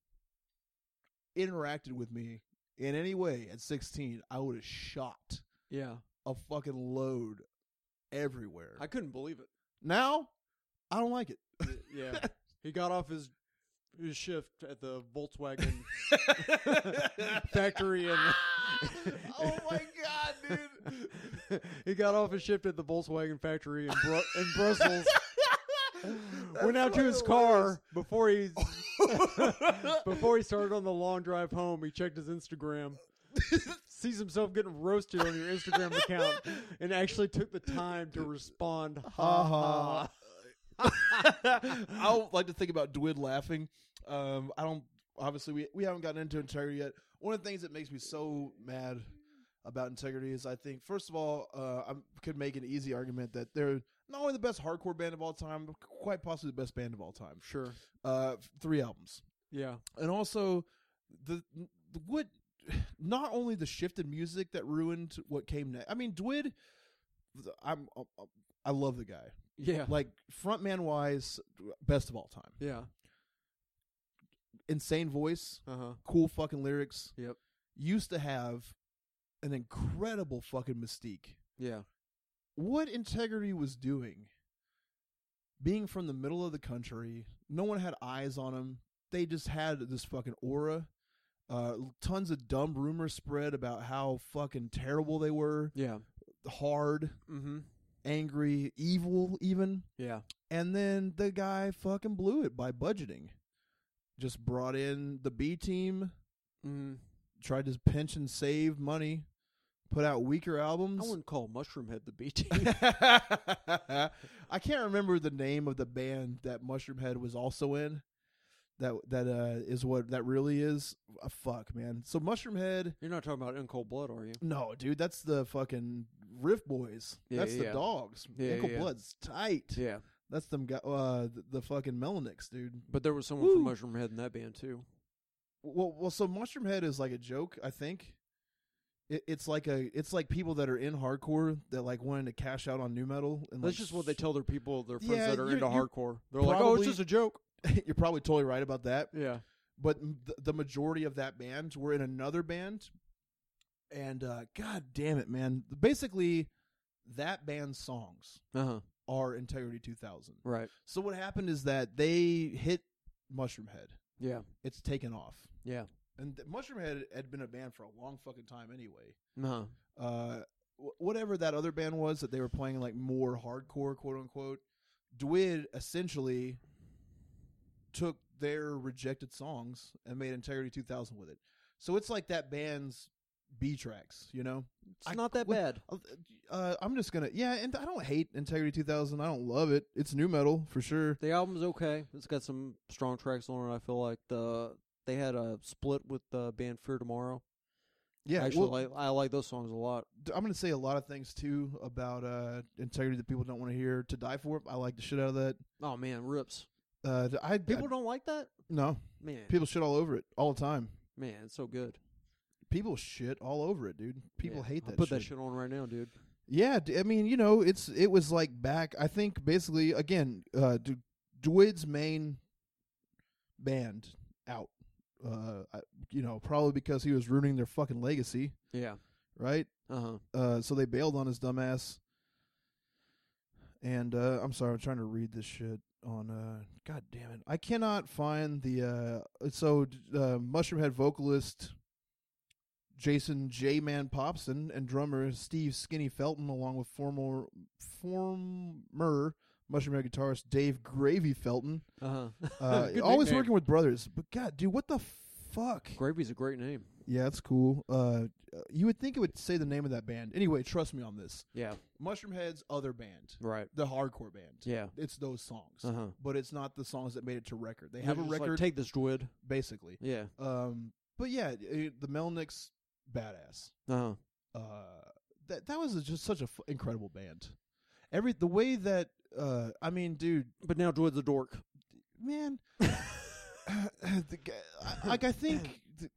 Speaker 2: interacted with me in any way at 16, I would have shot
Speaker 1: Yeah,
Speaker 2: a fucking load everywhere.
Speaker 1: I couldn't believe it.
Speaker 2: now, I don't like it.
Speaker 1: Y- Yeah, he got off his his shift at the Volkswagen factory and.
Speaker 2: oh my God, dude.
Speaker 1: he got off his shift at the Volkswagen factory in, Bru- in Brussels. went out to his car before he before he started on the long drive home. He checked his Instagram, sees himself getting roasted on your Instagram account, and actually took the time to respond. Ha ha.
Speaker 2: I don't like to think about Dwid laughing. Um, I don't. Obviously, we we haven't gotten into integrity yet. One of the things that makes me so mad about integrity is I think first of all, uh, I could make an easy argument that they're not only the best hardcore band of all time, but quite possibly the best band of all time.
Speaker 1: Sure.
Speaker 2: Uh, three albums,
Speaker 1: Yeah.
Speaker 2: and also the, the what. Not only the shift in music that ruined what came next. I mean, Dwid, I'm, um, I love the guy.
Speaker 1: Yeah.
Speaker 2: Like frontman wise, best of all time
Speaker 1: Yeah.
Speaker 2: insane voice,
Speaker 1: Uh huh.
Speaker 2: cool fucking lyrics.
Speaker 1: Yep.
Speaker 2: Used to have an incredible fucking mystique.
Speaker 1: Yeah.
Speaker 2: What integrity was doing? Being from the middle of the country, no one had eyes on him. They just had this fucking aura. Uh, tons of dumb rumors spread about how fucking terrible they were,
Speaker 1: Yeah.
Speaker 2: hard,
Speaker 1: Mm-hmm.
Speaker 2: angry, evil, even.
Speaker 1: Yeah.
Speaker 2: And then the guy fucking blew it by budgeting. Just brought in the B team,
Speaker 1: Mm-hmm.
Speaker 2: tried to pinch and save money, put out weaker
Speaker 1: I
Speaker 2: albums.
Speaker 1: wouldn't call Mushroom Head the B team.
Speaker 2: I, can't remember the name of the band that Mushroom Head was also in. That that uh, is what that really is. Uh, fuck, man. So Mushroom Head,
Speaker 1: You're not talking about In Cold Blood, are you?
Speaker 2: no, dude, that's the fucking Riff Boys.
Speaker 1: Yeah,
Speaker 2: that's
Speaker 1: yeah.
Speaker 2: the Dogs.
Speaker 1: Yeah,
Speaker 2: Ankle
Speaker 1: yeah.
Speaker 2: Blood's tight.
Speaker 1: Yeah.
Speaker 2: That's them. Go- uh, the, the fucking Melanics, dude.
Speaker 1: But there was someone from
Speaker 2: Woo.
Speaker 1: Mushroom Head in that band too.
Speaker 2: Well, well, so Mushroom Head is like a joke, I think. It, it's like a, it's like people that are in hardcore that like wanted to cash out on new metal, and
Speaker 1: That's
Speaker 2: like,
Speaker 1: just what they tell their people, their friends
Speaker 2: Yeah,
Speaker 1: that are
Speaker 2: you're-
Speaker 1: into
Speaker 2: you're
Speaker 1: hardcore. They're like, "Oh, it's
Speaker 2: probably-
Speaker 1: just a joke."
Speaker 2: you're probably totally right about that.
Speaker 1: Yeah,
Speaker 2: But m- the, the majority of that band were in another band, and uh, god damn it, man! Basically, that band's songs
Speaker 1: uh huh,
Speaker 2: are Integrity 2000.
Speaker 1: right.
Speaker 2: So what happened is that they hit Mushroom Head.
Speaker 1: Yeah,
Speaker 2: It's taken off,
Speaker 1: yeah,
Speaker 2: and th- Mushroom Head had been a band for a long fucking time anyway.
Speaker 1: uh huh,
Speaker 2: uh, wh- whatever that other band was that they were playing like more hardcore, quote unquote. Dwid essentially took their rejected songs and made Integrity 2000 with it. So it's like that band's B tracks, you know.
Speaker 1: It's
Speaker 2: I-
Speaker 1: not that
Speaker 2: what-
Speaker 1: bad.
Speaker 2: Uh, I'm just gonna yeah, and I don't hate Integrity 2000. I don't love it. It's new metal for sure.
Speaker 1: The album's okay. It's got some strong tracks on it. I feel like the they had a split with the band Fear Tomorrow.
Speaker 2: Yeah,
Speaker 1: Actually,
Speaker 2: well,
Speaker 1: I, I like those songs a lot.
Speaker 2: d- I'm gonna say a lot of things too about uh, Integrity that people don't want to hear. To Die For, I like the shit out of that.
Speaker 1: Oh man, rips.
Speaker 2: Uh, I
Speaker 1: People
Speaker 2: I,
Speaker 1: don't like that.
Speaker 2: no
Speaker 1: Man,
Speaker 2: people shit all over it all the time.
Speaker 1: man, it's so good.
Speaker 2: people shit all over it, dude. People
Speaker 1: Yeah.
Speaker 2: hate
Speaker 1: I'll
Speaker 2: that.
Speaker 1: Put
Speaker 2: shit.
Speaker 1: that shit on right now, dude.
Speaker 2: Yeah, d- I mean, you know, it's it was like back. I think basically again, uh, D- Dwid's main band out. Uh, I, you know, probably because he was ruining their fucking legacy,
Speaker 1: Yeah.
Speaker 2: right?
Speaker 1: Uh huh.
Speaker 2: Uh, so they bailed on his dumbass. And uh, I'm sorry, I'm trying to read this shit on. Uh, God damn it, I cannot find the. Uh, so uh, Mushroomhead vocalist Jason J Man Popson and drummer Steve Skinny Felton, along with former former Mushroomhead guitarist Dave Gravy Felton,
Speaker 1: Uh huh.
Speaker 2: uh,
Speaker 1: Good
Speaker 2: always
Speaker 1: nickname.
Speaker 2: working with brothers. But God, dude, what the fuck?
Speaker 1: Gravy's a great name.
Speaker 2: Yeah, it's cool. Uh, you would think it would say the name of that band. Anyway, trust me on this.
Speaker 1: Yeah.
Speaker 2: Mushroom Head's other band,
Speaker 1: Right.
Speaker 2: the hardcore band.
Speaker 1: Yeah.
Speaker 2: It's those songs,
Speaker 1: Uh huh.
Speaker 2: but it's not the songs that made it to record. They have a record,
Speaker 1: Take this, Dwid.
Speaker 2: basically.
Speaker 1: Yeah.
Speaker 2: Um, but yeah, it, the Melnicks, badass.
Speaker 1: Uh huh.
Speaker 2: Uh, that that was just such an f- incredible band. Every the way that uh, I mean, dude,
Speaker 1: But now Droid's a dork.
Speaker 2: man, the, guy- I- like I think, th-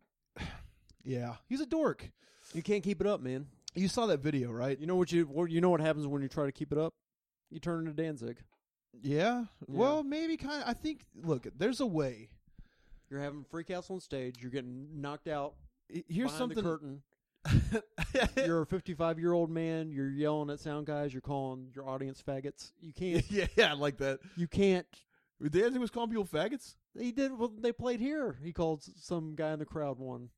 Speaker 2: yeah, he's a dork.
Speaker 1: You can't keep it up, man.
Speaker 2: You saw that video, right?
Speaker 1: You know what you what- you know what happens when you try to keep it up? You turn into Danzig.
Speaker 2: Yeah. Well, maybe kind. of I think. Look, there's a way.
Speaker 1: You're having freakouts on stage. You're getting knocked out
Speaker 2: Here's
Speaker 1: behind the
Speaker 2: something.
Speaker 1: curtain. You're a 55 year old man. You're yelling at sound guys. You're calling your audience faggots. You can't.
Speaker 3: yeah, yeah, I like that.
Speaker 1: You can't.
Speaker 3: Danzig was calling people faggots.
Speaker 1: He did. Well, they played here. He called s- some guy in the crowd one.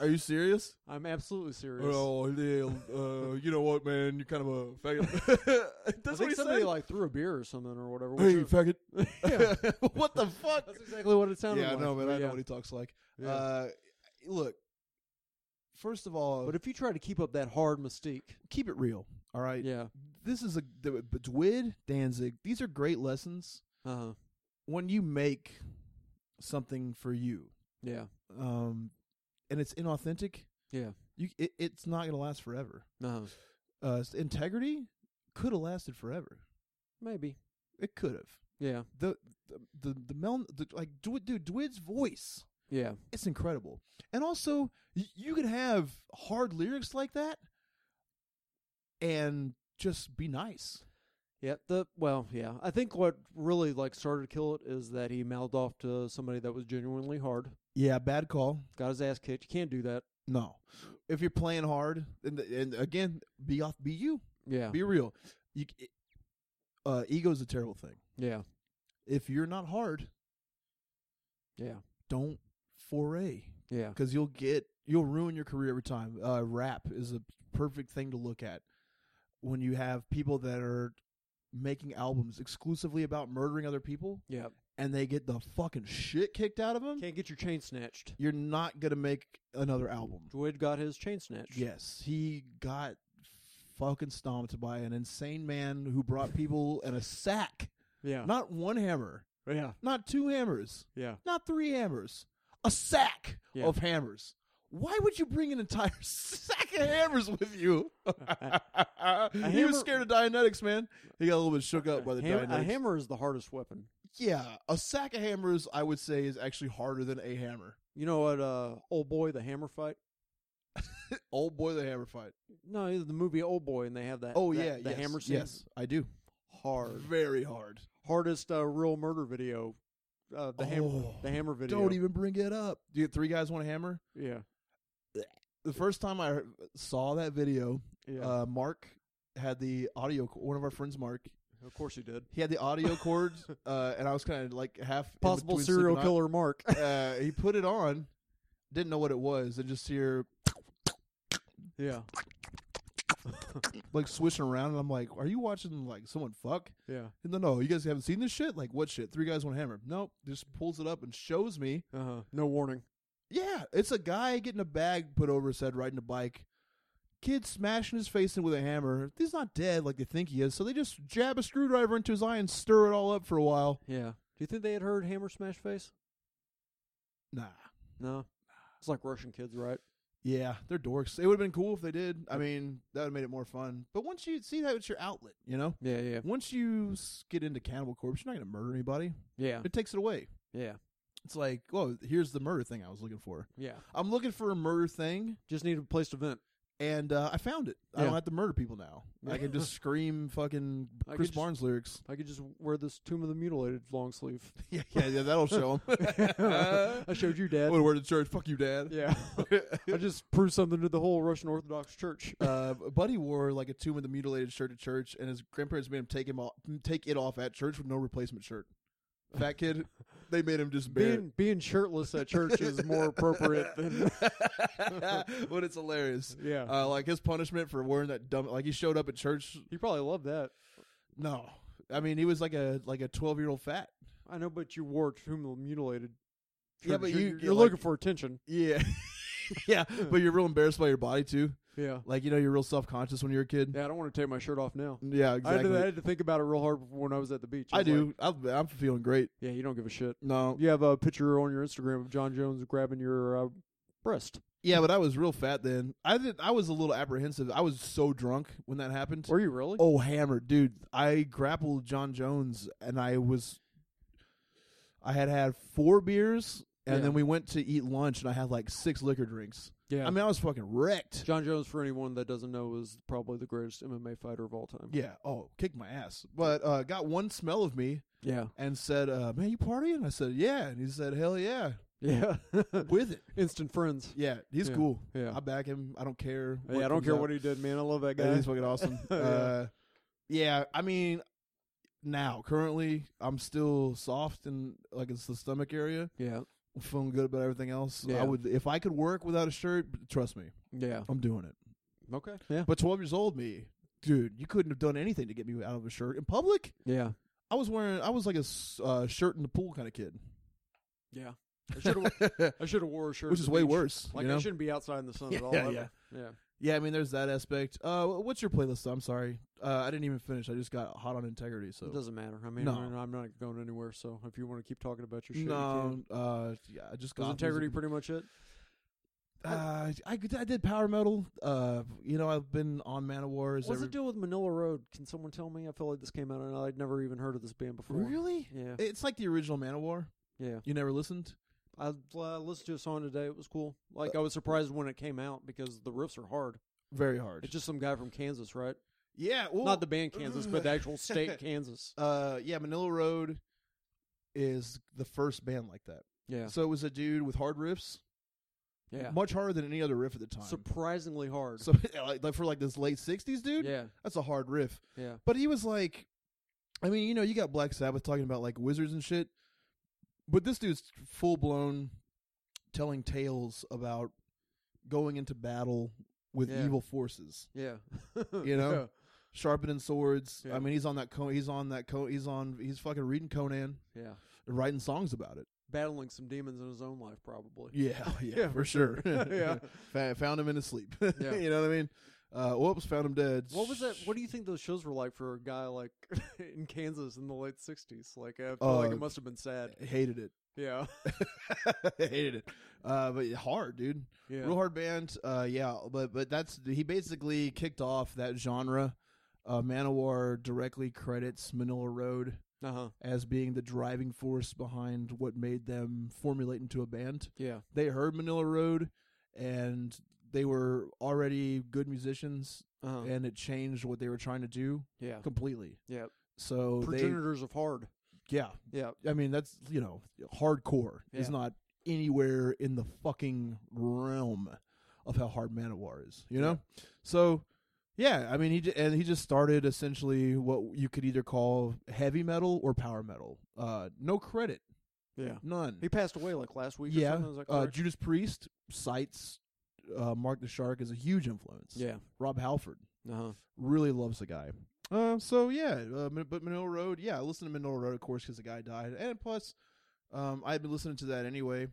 Speaker 3: Are you serious?
Speaker 1: I'm absolutely serious.
Speaker 3: Oh, yeah, uh, you know what, man? You're kind of a faggot.
Speaker 1: I
Speaker 3: That's
Speaker 1: think
Speaker 3: what he
Speaker 1: somebody
Speaker 3: said.
Speaker 1: like threw a beer or something or whatever.
Speaker 3: hey,
Speaker 1: which
Speaker 3: you
Speaker 1: is-
Speaker 3: faggot.
Speaker 1: yeah,
Speaker 3: what the fuck?
Speaker 1: that's exactly what it sounded
Speaker 2: Yeah, I
Speaker 1: like.
Speaker 2: know, man.
Speaker 1: but
Speaker 2: I know
Speaker 1: yeah.
Speaker 2: what he talks like.
Speaker 1: Yeah.
Speaker 2: Uh, look. First of all,
Speaker 1: But if you try to keep up that hard mystique,
Speaker 2: keep it real. All right.
Speaker 1: yeah,
Speaker 2: This is a the, but Dwid Danzig. These are great lessons
Speaker 1: uh huh,
Speaker 2: when you make something for you,
Speaker 1: yeah,
Speaker 2: um, and it's inauthentic.
Speaker 1: Yeah.
Speaker 2: You it, it's not gonna last forever.
Speaker 1: uh huh,
Speaker 2: Uh, s- integrity could have lasted forever.
Speaker 1: maybe,
Speaker 2: It could have.
Speaker 1: yeah,
Speaker 2: The the the, the mel the, like Dwid, dude Dwid's voice.
Speaker 1: yeah,
Speaker 2: It's incredible. And also, y- you could have hard lyrics like that and just be nice.
Speaker 1: yeah. The well, yeah. I think what really like started to kill it is that he mouthed off to somebody that was genuinely hard,
Speaker 2: Yeah, bad call.
Speaker 1: got his ass kicked. You can't do that.
Speaker 2: No. If you're playing hard, and, and again, be off, be you,
Speaker 1: Yeah,
Speaker 2: be real. You, c- uh, ego's a terrible thing.
Speaker 1: yeah,
Speaker 2: If you're not hard,
Speaker 1: yeah,
Speaker 2: don't foray
Speaker 1: yeah,
Speaker 2: because you'll get you'll ruin your career every time. Uh, rap is a perfect thing to look at when you have people that are making albums exclusively about murdering other people
Speaker 1: yeah.
Speaker 2: and they get the fucking shit kicked out of them.
Speaker 1: Can't get your chain snatched.
Speaker 2: You're not gonna make another album.
Speaker 1: Dwid got his chain snatched.
Speaker 2: Yes, he got fucking stomped by an insane man who brought people in a sack.
Speaker 1: yeah,
Speaker 2: Not one hammer,
Speaker 1: yeah,
Speaker 2: not two hammers,
Speaker 1: yeah.
Speaker 2: not three hammers, a sack
Speaker 1: Yeah.
Speaker 2: of hammers. Why would you bring an entire sack of hammers with you? he
Speaker 1: hammer-
Speaker 2: was scared of Dianetics, man. He got a little bit shook up by the
Speaker 1: Ham- a
Speaker 2: Dianetics.
Speaker 1: hammer is the hardest weapon.
Speaker 2: yeah, a sack of hammers, I would say, is actually harder than a hammer.
Speaker 1: You know what? Uh, old boy, the hammer fight.
Speaker 2: Old boy, the hammer fight.
Speaker 1: No, it was the movie Old Boy, and they have that.
Speaker 2: Oh
Speaker 1: that-
Speaker 2: yeah,
Speaker 1: the
Speaker 2: yes,
Speaker 1: hammer scene.
Speaker 2: Yes, I do.
Speaker 1: Hard,
Speaker 2: Very hard.
Speaker 1: hardest uh, real murder video. Uh, the hammer,
Speaker 2: Oh,
Speaker 1: the hammer video.
Speaker 2: Don't even bring it up. Do you three guys want a hammer?
Speaker 1: Yeah,
Speaker 2: The first time I saw that video,
Speaker 1: yeah.
Speaker 2: uh, Mark had the audio. One of our friends, Mark,
Speaker 1: of course you did.
Speaker 2: He had the audio cord, uh, and I was kind of like half in
Speaker 1: Possible
Speaker 2: between
Speaker 1: serial
Speaker 2: sleeping
Speaker 1: killer Mark.
Speaker 2: on- Uh, he put it on, didn't know what it was, and just hear
Speaker 1: yeah,
Speaker 2: like swishing around, and I'm like, "Are you watching like someone fuck?"
Speaker 1: yeah.
Speaker 2: And no, no, you guys haven't seen this shit. Like, what shit? Three guys, one hammer. Nope. Just pulls it up and shows me.
Speaker 1: Uh huh. No warning.
Speaker 2: Yeah, it's a guy getting a bag put over his head, riding a bike. Kid smashing his face in with a hammer. He's not dead like they think he is, so they just jab a screwdriver into his eye and stir it all up for a while.
Speaker 1: Yeah. Do you think they had heard Hammer Smash Face?
Speaker 2: Nah.
Speaker 1: No. It's like Russian kids, right?
Speaker 2: Yeah, they're dorks. It would have been cool if they did. I mean, that would have made it more fun. But once you see that, it's your outlet, you know?
Speaker 1: Yeah, yeah,
Speaker 2: Once you s- get into Cannibal Corpse, you're not going to murder anybody.
Speaker 1: yeah,
Speaker 2: It takes it away.
Speaker 1: yeah,
Speaker 2: It's like, well, here's the murder thing I was looking for.
Speaker 1: yeah.
Speaker 2: I'm looking for a murder thing,
Speaker 1: Just need a place to vent.
Speaker 2: and uh, I found it. I
Speaker 1: Yeah.
Speaker 2: don't have to murder people now. I can just scream fucking
Speaker 1: I could
Speaker 2: Chris
Speaker 1: just-
Speaker 2: Barnes lyrics.
Speaker 1: I could just wear this Tomb of the Mutilated long sleeve.
Speaker 2: yeah, yeah, yeah, that'll show them.
Speaker 1: I showed you, Dad.
Speaker 2: What a word to church. Fuck you, Dad.
Speaker 1: Yeah. I just proved something to the whole Russian Orthodox Church.
Speaker 2: uh, Buddy wore like a Tomb of the Mutilated shirt to church, and his grandparents made him take him off, take it off at church with no replacement shirt. Fat kid, they made him just bear.
Speaker 1: Being being shirtless at church is more appropriate than
Speaker 2: it. but it's hilarious.
Speaker 1: yeah.
Speaker 2: Uh, like his punishment for wearing that dumb, like he showed up at church.
Speaker 1: you probably love that.
Speaker 2: No, I mean he was like a like a twelve year old fat.
Speaker 1: I know, but you wore Tomb of the Mutilated.
Speaker 2: Yeah,
Speaker 1: Church.
Speaker 2: but
Speaker 1: you're,
Speaker 2: you-
Speaker 1: you're
Speaker 2: you're
Speaker 1: looking
Speaker 2: like-
Speaker 1: for attention.
Speaker 2: Yeah, yeah. But you're real embarrassed by your body too.
Speaker 1: Yeah.
Speaker 2: Like you know you're real self conscious when you're a kid.
Speaker 1: Yeah, I don't want to take my shirt off now.
Speaker 2: Yeah,
Speaker 1: I, had to,
Speaker 2: exactly.
Speaker 1: I had to think about it real hard when I was at the beach.
Speaker 2: I,
Speaker 1: was like,
Speaker 2: do. I, I'm feeling great.
Speaker 1: yeah, you don't give a shit.
Speaker 2: No,
Speaker 1: You have a picture on your Instagram of John Jones grabbing your uh, breast.
Speaker 2: Yeah, but I was real fat then. I did. I was a little apprehensive. I was so drunk when that happened.
Speaker 1: Were you really?
Speaker 2: Oh, hammered, dude! I grappled John Jones, and I was. I had had four beers, and
Speaker 1: Yeah.
Speaker 2: then we went to eat lunch, and I had like six liquor drinks.
Speaker 1: yeah.
Speaker 2: I mean, I was fucking wrecked.
Speaker 1: John Jones, for anyone that doesn't know, is probably the greatest MMA fighter of all time.
Speaker 2: Yeah. Oh, kicked my ass. But uh, got one smell of me
Speaker 1: Yeah.
Speaker 2: and said, uh, "Man, you partying?" I said, "Yeah," and he said, "Hell yeah,
Speaker 1: Yeah.
Speaker 2: with it."
Speaker 1: Instant friends.
Speaker 2: Yeah, he's
Speaker 1: Yeah.
Speaker 2: cool.
Speaker 1: Yeah.
Speaker 2: I back him. I don't care.
Speaker 1: yeah, I don't
Speaker 2: comes
Speaker 1: care
Speaker 2: out.
Speaker 1: what he did, man. I love that
Speaker 2: Yeah,
Speaker 1: guy.
Speaker 2: He's fucking awesome.
Speaker 1: Yeah.
Speaker 2: Uh, yeah, I mean, now currently I'm still soft and like it's the stomach area.
Speaker 1: Yeah.
Speaker 2: I'm feeling good about everything else.
Speaker 1: Yeah.
Speaker 2: I would if I could work without a shirt. Trust me,
Speaker 1: Yeah.
Speaker 2: I'm doing it.
Speaker 1: Okay. Yeah.
Speaker 2: But 12 years old me, dude, you couldn't have done anything to get me out of a shirt in public.
Speaker 1: Yeah.
Speaker 2: I was wearing I was like a s- uh, shirt in the pool kind of kid,
Speaker 1: Yeah. I should have. I should have wore a shirt. at
Speaker 2: which is
Speaker 1: the
Speaker 2: way
Speaker 1: beach.
Speaker 2: worse.
Speaker 1: Like
Speaker 2: you know?
Speaker 1: I shouldn't be outside in the sun
Speaker 2: Yeah,
Speaker 1: at all.
Speaker 2: yeah,
Speaker 1: ever.
Speaker 2: yeah.
Speaker 1: yeah.
Speaker 2: Yeah, I mean, there's that aspect. Uh, what's your playlist? I'm sorry, uh, I didn't even finish. I just got hot on integrity. So
Speaker 1: It doesn't matter. I mean,
Speaker 2: No.
Speaker 1: I mean, I'm not going anywhere. So if you want to keep talking about your shit, you
Speaker 2: no,
Speaker 1: can.
Speaker 2: uh, yeah, I just
Speaker 1: Was
Speaker 2: got
Speaker 1: integrity pretty much it?
Speaker 2: Uh, I I did power metal. Uh, you know, I've been on Manowar. Is
Speaker 1: What's
Speaker 2: every-
Speaker 1: the deal with Manila Road? Can someone tell me? I feel like this came out and I'd never even heard of this band before.
Speaker 2: really?
Speaker 1: Yeah.
Speaker 2: It's like the original Manowar.
Speaker 1: Yeah.
Speaker 2: You never listened?
Speaker 1: I uh, listened to a song today. It was cool. Like I was surprised when it came out because the riffs are hard.
Speaker 2: Very hard.
Speaker 1: It's just some guy from Kansas, right?
Speaker 2: yeah, well,
Speaker 1: Not the band Kansas, but the actual state Kansas.
Speaker 2: uh, yeah, Manila Road is the first band like that.
Speaker 1: Yeah.
Speaker 2: So it was a dude with hard riffs,
Speaker 1: Yeah.
Speaker 2: much harder than any other riff at the time.
Speaker 1: Surprisingly hard.
Speaker 2: So like, like for like this late '60s dude,
Speaker 1: Yeah.
Speaker 2: that's a hard riff.
Speaker 1: Yeah.
Speaker 2: But he was like, I mean, you know, you got Black Sabbath talking about like wizards and shit, but this dude's full blown telling tales about going into battle with
Speaker 1: Yeah.
Speaker 2: evil forces,
Speaker 1: Yeah.
Speaker 2: You know? sharpening swords.
Speaker 1: Yeah.
Speaker 2: I mean, he's on that. Co- he's on that. Co- he's on. He's fucking reading Conan,
Speaker 1: Yeah. Yeah.
Speaker 2: and writing songs about it.
Speaker 1: Battling some demons in his own life, probably.
Speaker 2: Yeah, yeah,
Speaker 1: Yeah,
Speaker 2: for sure.
Speaker 1: Yeah.
Speaker 2: Fa- found him in his sleep.
Speaker 1: Yeah.
Speaker 2: you know what I mean? Uh, whoops, found him dead.
Speaker 1: What was that? What do you think those shows were like for a guy like in Kansas in the late '60s? Like, I feel like
Speaker 2: Uh,
Speaker 1: it must have been sad.
Speaker 2: Hated it.
Speaker 1: Yeah,
Speaker 2: Hated it. Uh, but hard, dude.
Speaker 1: yeah,
Speaker 2: Real hard band, uh, yeah, but but that's he basically kicked off that genre. Uh, Manowar directly credits Manila Road
Speaker 1: uh huh,
Speaker 2: as being the driving force behind what made them formulate into a band.
Speaker 1: yeah,
Speaker 2: They heard Manila Road, and they were already good musicians,
Speaker 1: uh-huh.
Speaker 2: and it changed what they were trying to do
Speaker 1: yeah,
Speaker 2: completely.
Speaker 1: yeah.
Speaker 2: So
Speaker 1: Progenitors of hard.
Speaker 2: they, yeah,
Speaker 1: Yeah,
Speaker 2: I mean that's you know hardcore is
Speaker 1: Yeah.
Speaker 2: not anywhere in the fucking realm of how hard Manowar is, you know. So yeah, I mean he j- and he just started essentially what you could either call heavy metal or power metal. Uh, no credit,
Speaker 1: yeah.
Speaker 2: none.
Speaker 1: He passed away like last week. or
Speaker 2: yeah,
Speaker 1: something, is that
Speaker 2: uh,
Speaker 1: correct?
Speaker 2: Judas Priest cites uh, Mark the Shark as a huge influence.
Speaker 1: yeah,
Speaker 2: Rob Halford
Speaker 1: uh huh,
Speaker 2: really loves the guy. Uh, so yeah, uh, Ma- but Manila Road, yeah, I listened to Manila Road, of course, because the guy died, and plus, um, I had been listening to that anyway.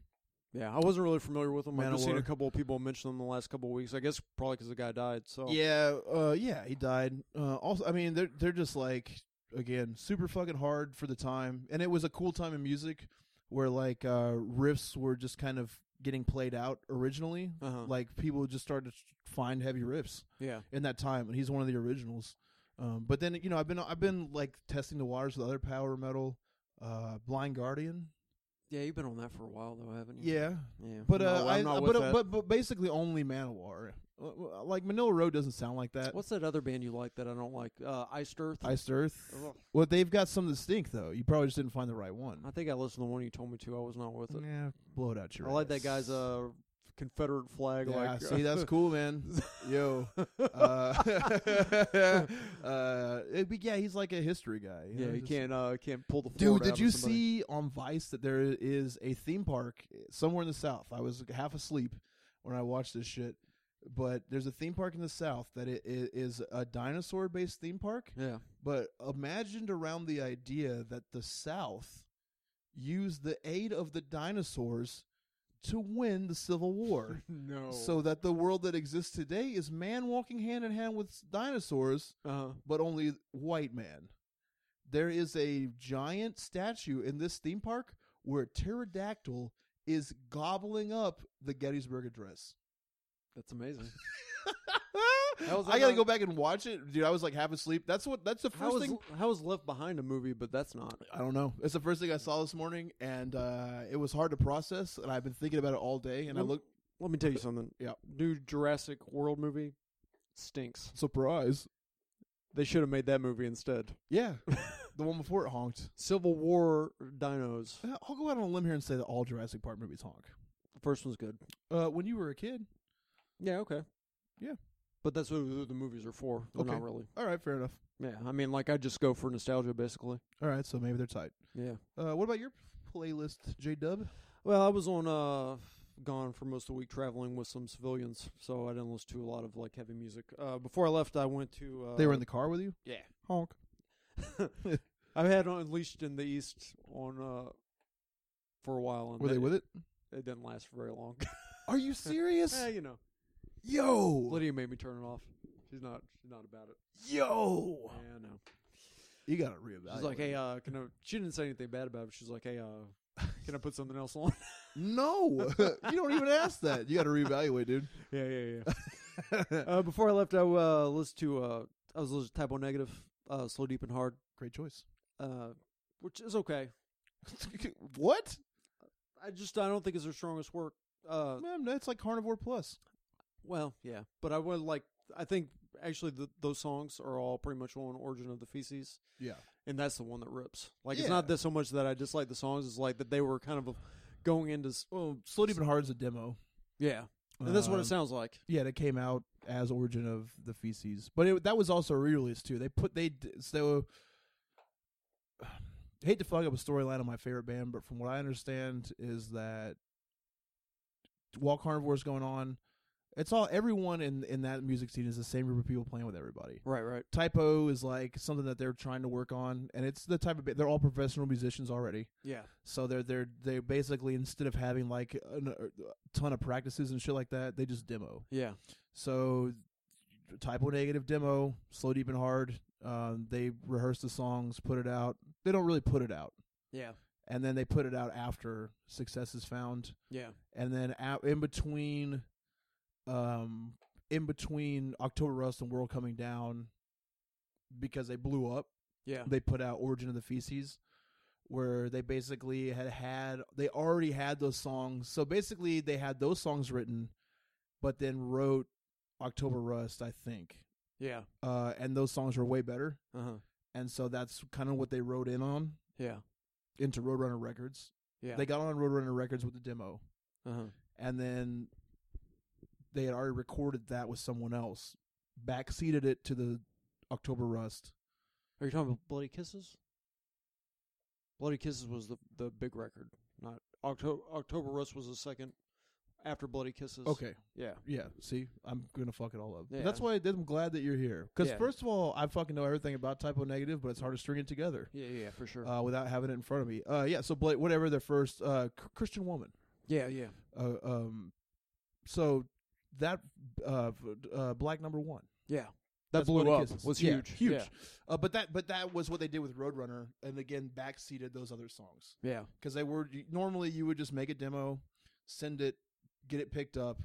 Speaker 1: yeah. I wasn't really familiar with him. I've just seen a
Speaker 2: Manowar.
Speaker 1: couple of people mention them the last couple of weeks. I guess probably because the guy died. So
Speaker 2: Yeah, uh, yeah, he died. Uh, also, I mean, they're they're just like again super fucking hard for the time, and it was a cool time in music where like uh, riffs were just kind of getting played out originally.
Speaker 1: uh huh,
Speaker 2: Like people just started to find heavy riffs
Speaker 1: yeah,
Speaker 2: in that time, and he's one of the originals. Um, but then you know, I've been I've been like testing the waters with other power metal, uh, Blind Guardian.
Speaker 1: yeah. You've been on that for a while though, haven't you?
Speaker 2: Yeah,
Speaker 1: yeah.
Speaker 2: but
Speaker 1: Mm-hmm. No,
Speaker 2: uh,
Speaker 1: I'm
Speaker 2: I,
Speaker 1: not with
Speaker 2: but, uh,
Speaker 1: that.
Speaker 2: but but basically only Manowar. Uh, Like Manila Road doesn't sound like that.
Speaker 1: what's that other band you like that I don't like? Uh, Iced Earth.
Speaker 2: Iced Earth.
Speaker 1: Ugh.
Speaker 2: Well, they've got some that stink though. You probably just didn't find the right
Speaker 1: I
Speaker 2: one.
Speaker 1: think I listened to the one you told me to. I was not with it.
Speaker 2: Yeah, blow it out your.
Speaker 1: I like that
Speaker 2: ass.
Speaker 1: guy's uh Confederate flag.
Speaker 2: Yeah,
Speaker 1: like,
Speaker 2: see, that's cool, man. Yo, uh, uh, it- but yeah, he's like a history guy. you
Speaker 1: yeah,
Speaker 2: know,
Speaker 1: you
Speaker 2: just-
Speaker 1: can't uh can't pull the
Speaker 2: Dude,
Speaker 1: Florida out
Speaker 2: did
Speaker 1: of
Speaker 2: you
Speaker 1: somebody.
Speaker 2: see on Vice that there is a theme park somewhere in the South? I was half asleep when I watched this shit, but there's a theme park in the South that it, it is a dinosaur based theme park,
Speaker 1: Yeah,
Speaker 2: but imagined around the idea that the South used the aid of the dinosaurs to win the Civil War.
Speaker 1: no.
Speaker 2: So that the world that exists today is man walking hand in hand with dinosaurs
Speaker 1: uh,
Speaker 2: but only white man. There is a giant statue in this theme park where a pterodactyl is gobbling up the Gettysburg Address.
Speaker 1: That's amazing. How was
Speaker 3: I
Speaker 1: that
Speaker 3: gotta
Speaker 1: not-
Speaker 3: go back and watch it, dude. I was like half asleep. That's what. That's the
Speaker 1: How
Speaker 3: first
Speaker 1: was
Speaker 3: thing.
Speaker 1: how was Left Behind a movie, but that's not.
Speaker 3: I don't know.
Speaker 2: It's the first thing I saw this morning, and uh, it was hard to process. And I've been thinking about it all day. And I
Speaker 1: Lem-
Speaker 2: look
Speaker 1: Let me tell you something.
Speaker 2: Yeah.
Speaker 1: New Jurassic World movie stinks.
Speaker 2: surprised.
Speaker 1: They should have made that movie instead.
Speaker 2: Yeah, the one before it honked. Uh,
Speaker 1: Civil War dinos.
Speaker 2: I'll go out on a limb here and say that all Jurassic Park movies honk.
Speaker 1: The first one's good.
Speaker 2: Uh, when you were a kid,
Speaker 1: Yeah, okay.
Speaker 2: Yeah.
Speaker 1: But that's what the movies are for. They're
Speaker 2: Okay.
Speaker 1: Not really.
Speaker 2: all right, fair enough.
Speaker 1: Yeah. I mean, like, I just go for nostalgia, basically.
Speaker 2: All right, so maybe they're tight.
Speaker 1: Yeah.
Speaker 2: Uh, what about your playlist, J Dub?
Speaker 1: Well, I was on, uh, gone for most of the week traveling with some civilians, so I didn't listen to a lot of, like, heavy music. Uh, before I left, I went to, uh,
Speaker 2: They were in the car with you.
Speaker 1: Yeah.
Speaker 2: honk.
Speaker 1: I had Unleashed in the East on, uh, for a while. And
Speaker 2: Were they with it?
Speaker 1: It didn't last very long.
Speaker 2: Are you serious?
Speaker 1: eh, you know.
Speaker 2: Yo,
Speaker 1: Lydia made me turn it off. She's not, she's not about it.
Speaker 2: yo,
Speaker 1: Yeah, no.
Speaker 2: you got to reevaluate.
Speaker 1: She's like, hey, uh, can I? She didn't say anything bad about it. but She's like, hey, uh, can I put something else on?
Speaker 2: no, you don't even ask that. You got to reevaluate, dude.
Speaker 1: yeah, yeah, yeah. uh, before I left, I uh, listened to uh, I was listening to Typo Negative, uh, Slow, Deep, and Hard,
Speaker 2: Great choice.
Speaker 1: uh, which is okay.
Speaker 2: what?
Speaker 1: I just I don't think it's their strongest work. Uh,
Speaker 2: Man, that's like Carnivore Plus.
Speaker 1: well, yeah, but I would like. I think actually the, those songs are all pretty much on Origin of the Feces.
Speaker 2: Yeah.
Speaker 1: and that's the one that rips. Like
Speaker 2: Yeah.
Speaker 1: it's not that so much that I dislike the songs. It's like that they were kind of going into s- oh,
Speaker 2: Well, Slow Deep and Hard's a demo.
Speaker 1: yeah, and that's what
Speaker 2: Um,
Speaker 1: it sounds like.
Speaker 2: Yeah, that came out as Origin of the Feces, but it, that was also a re-release too. They put they d- so hate to fuck up a storyline of my favorite band, but from what I understand is that while Carnivore's going on, it's all everyone in in that music scene is the same group of people playing with everybody.
Speaker 1: Right, right.
Speaker 2: Typo is like something that they're trying to work on, and it's the type of ba- they're all professional musicians already.
Speaker 1: Yeah.
Speaker 2: So they're they're they basically instead of having like an, a ton of practices and shit like that, they just demo.
Speaker 1: Yeah.
Speaker 2: So typo negative demo, slow deep and hard. Um, they rehearse the songs, put it out. They don't really put it out,
Speaker 1: Yeah.
Speaker 2: and then they put it out after success is found,
Speaker 1: Yeah.
Speaker 2: and then out in between, um, in between October Rust and World Coming Down, because they blew up
Speaker 1: Yeah.
Speaker 2: they put out Origin of the Feces, where they basically had had they already had those songs. So basically, they had those songs written, but then wrote October Rust, I think,
Speaker 1: Yeah.
Speaker 2: uh, and those songs were way better.
Speaker 1: Uh huh.
Speaker 2: And so that's kind of what they wrote in on
Speaker 1: Yeah.
Speaker 2: into Roadrunner Records.
Speaker 1: Yeah.
Speaker 2: They got on Roadrunner Records with the demo,
Speaker 1: uh huh.
Speaker 2: and then they had already recorded that with someone else, backseated it to the October Rust.
Speaker 1: Are you talking about Bloody Kisses? Bloody Kisses was the the big record. Not October October Rust was the second after Bloody Kisses.
Speaker 2: Okay.
Speaker 1: Yeah.
Speaker 2: Yeah, see, I'm gonna fuck it all up. But
Speaker 1: Yeah.
Speaker 2: That's why I'm glad that you're here. Because
Speaker 1: Yeah.
Speaker 2: first of all, I fucking know everything about typo negative, but it's hard to string it together
Speaker 1: Yeah, yeah, for sure.
Speaker 2: uh, without having it in front of me. Uh, yeah, so Blake, whatever their first uh, Ch- Christian woman.
Speaker 1: yeah, yeah.
Speaker 2: Uh, um, so that uh, f- uh, black number one.
Speaker 1: Yeah.
Speaker 2: That
Speaker 1: blew
Speaker 2: Bloody
Speaker 1: up.
Speaker 2: Kisses.
Speaker 1: Was
Speaker 2: Yeah,
Speaker 1: huge.
Speaker 2: huge.
Speaker 1: Yeah.
Speaker 2: Uh, but that, but that was what they did with Roadrunner, and again backseated those other songs
Speaker 1: Yeah.
Speaker 2: because they were normally you would just make a demo, send it, get it picked up,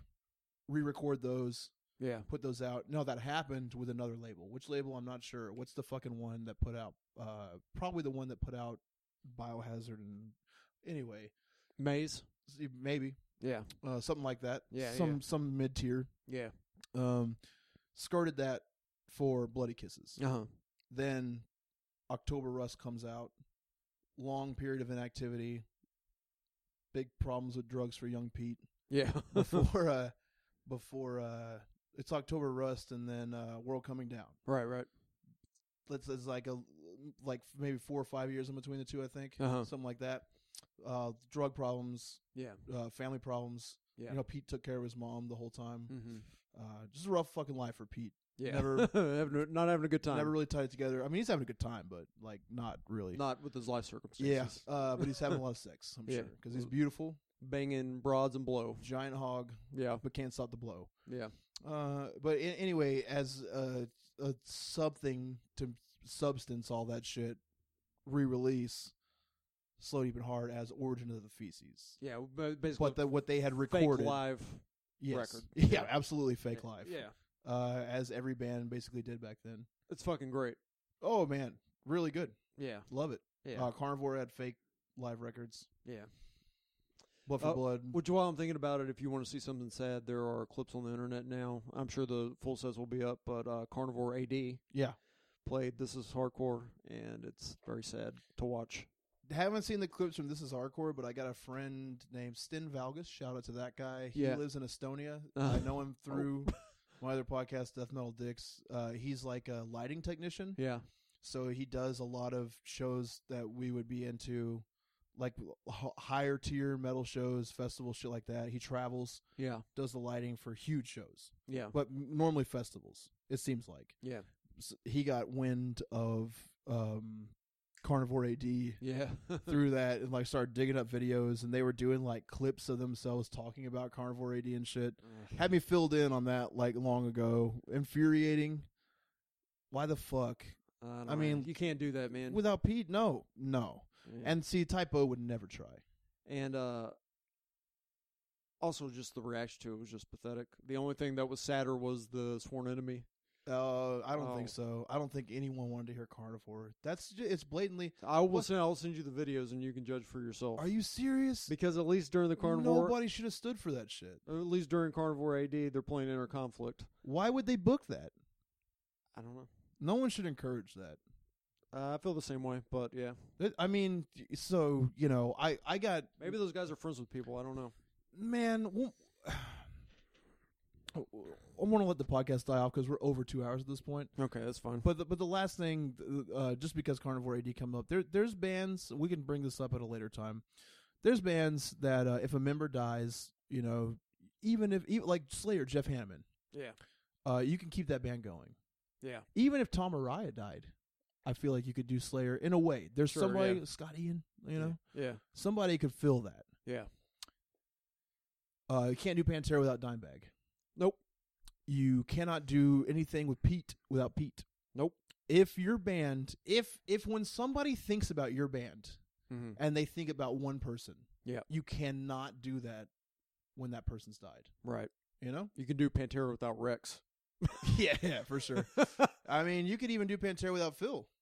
Speaker 2: re-record those,
Speaker 1: Yeah.
Speaker 2: put those out. No, that happened with another label. Which label? I'm not sure. What's the fucking one that put out? Uh, probably the one that put out Biohazard and anyway,
Speaker 1: Maze.
Speaker 2: see, maybe
Speaker 1: Yeah.
Speaker 2: uh, something like that.
Speaker 1: Yeah,
Speaker 2: some
Speaker 1: yeah.
Speaker 2: some mid tier.
Speaker 1: Yeah.
Speaker 2: Um, skirted that for Bloody Kisses.
Speaker 1: Uh huh.
Speaker 2: Then October Rust comes out. Long period of inactivity. Big problems with drugs for young Pete
Speaker 1: Yeah.
Speaker 2: before uh before uh it's October Rust and then uh World Coming Down.
Speaker 1: right, right.
Speaker 2: Let's it's like a like maybe four or five years in between the two, I think,
Speaker 1: Uh-huh.
Speaker 2: something like that. Uh, drug problems,
Speaker 1: Yeah.
Speaker 2: uh, family problems.
Speaker 1: Yeah.
Speaker 2: You know, Pete took care of his mom the whole time.
Speaker 1: Mm-hmm.
Speaker 2: Uh, just a rough fucking life for Pete.
Speaker 1: Yeah.
Speaker 2: Never-
Speaker 1: Having a- not having a good time.
Speaker 2: Never really tied it together. I mean, he's having a good time, but like not really.
Speaker 1: not with his life circumstances.
Speaker 2: yeah, uh, but he's having a lot of sex, I'm
Speaker 1: Yeah.
Speaker 2: sure, because he's beautiful,
Speaker 1: Banging broads and blow.
Speaker 2: giant hog,
Speaker 1: Yeah.
Speaker 2: but can't stop the blow.
Speaker 1: Yeah.
Speaker 2: Uh, but in, anyway, as a, a something to substance all that shit, re-release slow deep and hard as origin of the feces.
Speaker 1: Yeah. ba- Basically,
Speaker 2: But the, what they had
Speaker 1: fake
Speaker 2: recorded,
Speaker 1: live
Speaker 2: yes.
Speaker 1: record.
Speaker 2: Yeah, absolutely fake
Speaker 1: Yeah.
Speaker 2: live.
Speaker 1: Yeah,
Speaker 2: Uh, as every band basically did back then.
Speaker 1: it's fucking great.
Speaker 2: Oh man, really good.
Speaker 1: Yeah,
Speaker 2: Love it.
Speaker 1: yeah,
Speaker 2: Uh, Carnivore had fake live records.
Speaker 1: yeah.
Speaker 2: Blood for
Speaker 1: Oh,
Speaker 2: Blood.
Speaker 1: Which, while I'm thinking about it, if you want to see something sad, there are clips on the internet now. I'm sure the full sets will be up, but uh, Carnivore AD
Speaker 2: Yeah.
Speaker 1: played This Is Hardcore, and it's very sad to watch.
Speaker 2: Haven't seen the clips from This Is Hardcore, but I got a friend named Sten Valgus. Shout out to that guy. He
Speaker 1: Yeah.
Speaker 2: lives in Estonia.
Speaker 1: Uh,
Speaker 2: I know him through my other podcast, Death Metal Dicks. Uh, he's like a lighting technician.
Speaker 1: Yeah,
Speaker 2: So he does a lot of shows that we would be into, like h- higher tier metal shows, festival shit like that. He travels,
Speaker 1: yeah,
Speaker 2: does the lighting for huge shows,
Speaker 1: yeah,
Speaker 2: but m- normally festivals. It seems like
Speaker 1: yeah,
Speaker 2: S he got wind of um, Carnivore AD
Speaker 1: yeah.
Speaker 2: through that and like started digging up videos, and they were doing like clips of themselves talking about Carnivore AD and shit. Had me filled in on that like long ago. Infuriating. Why the fuck?
Speaker 1: don't
Speaker 2: I
Speaker 1: know.
Speaker 2: mean,
Speaker 1: you can't do that, man.
Speaker 2: Without Pete, no, no.
Speaker 1: Yeah.
Speaker 2: And see, typo would never try.
Speaker 1: and uh also just the reaction to it was just pathetic. The only thing that was sadder was the sworn enemy.
Speaker 2: Uh, I don't think
Speaker 1: Oh.
Speaker 2: so. I don't think anyone wanted to hear Carnivore. That's ju- it's blatantly.
Speaker 1: I will
Speaker 2: What-
Speaker 1: send I'll send you the videos and you can judge for yourself.
Speaker 2: Are you serious?
Speaker 1: because at least during the carnivore
Speaker 2: Nobody should have stood for that shit.
Speaker 1: at least during carnivore AD they're playing inner conflict.
Speaker 2: Why would they book that?
Speaker 1: I don't know.
Speaker 2: No one should encourage that.
Speaker 1: Uh, I feel the same way, but yeah.
Speaker 2: That- I mean, so you know, I I got
Speaker 1: Maybe those guys are friends with people. I don't know.
Speaker 2: man. w- I want to let the podcast die off because we're over two hours at this point.
Speaker 1: Okay, that's fine.
Speaker 2: But the, but the last thing, uh, just because Carnivore AD come up, there there's bands we can bring this up at a later time. There's bands that uh, if a member dies, you know, even if even, like Slayer, Jeff Hammond,
Speaker 1: Yeah.
Speaker 2: uh, you can keep that band going.
Speaker 1: Yeah.
Speaker 2: Even if Tom Araya died, I feel like you could do Slayer in a way. There's
Speaker 1: Sure,
Speaker 2: somebody,
Speaker 1: yeah.
Speaker 2: Scott Ian, you know,
Speaker 1: Yeah.
Speaker 2: somebody could fill that.
Speaker 1: Yeah.
Speaker 2: Uh, you can't do Pantera without Dimebag.
Speaker 1: Nope.
Speaker 2: You cannot do anything with Pete without Pete.
Speaker 1: Nope.
Speaker 2: If your band, if if when somebody thinks about your band
Speaker 1: Mm-hmm.
Speaker 2: and they think about one person,
Speaker 1: Yeah.
Speaker 2: you cannot do that when that person's died.
Speaker 1: Right.
Speaker 2: You know?
Speaker 1: You can do Pantera without Rex.
Speaker 2: yeah, yeah, for sure. I mean, you could even do Pantera without Phil.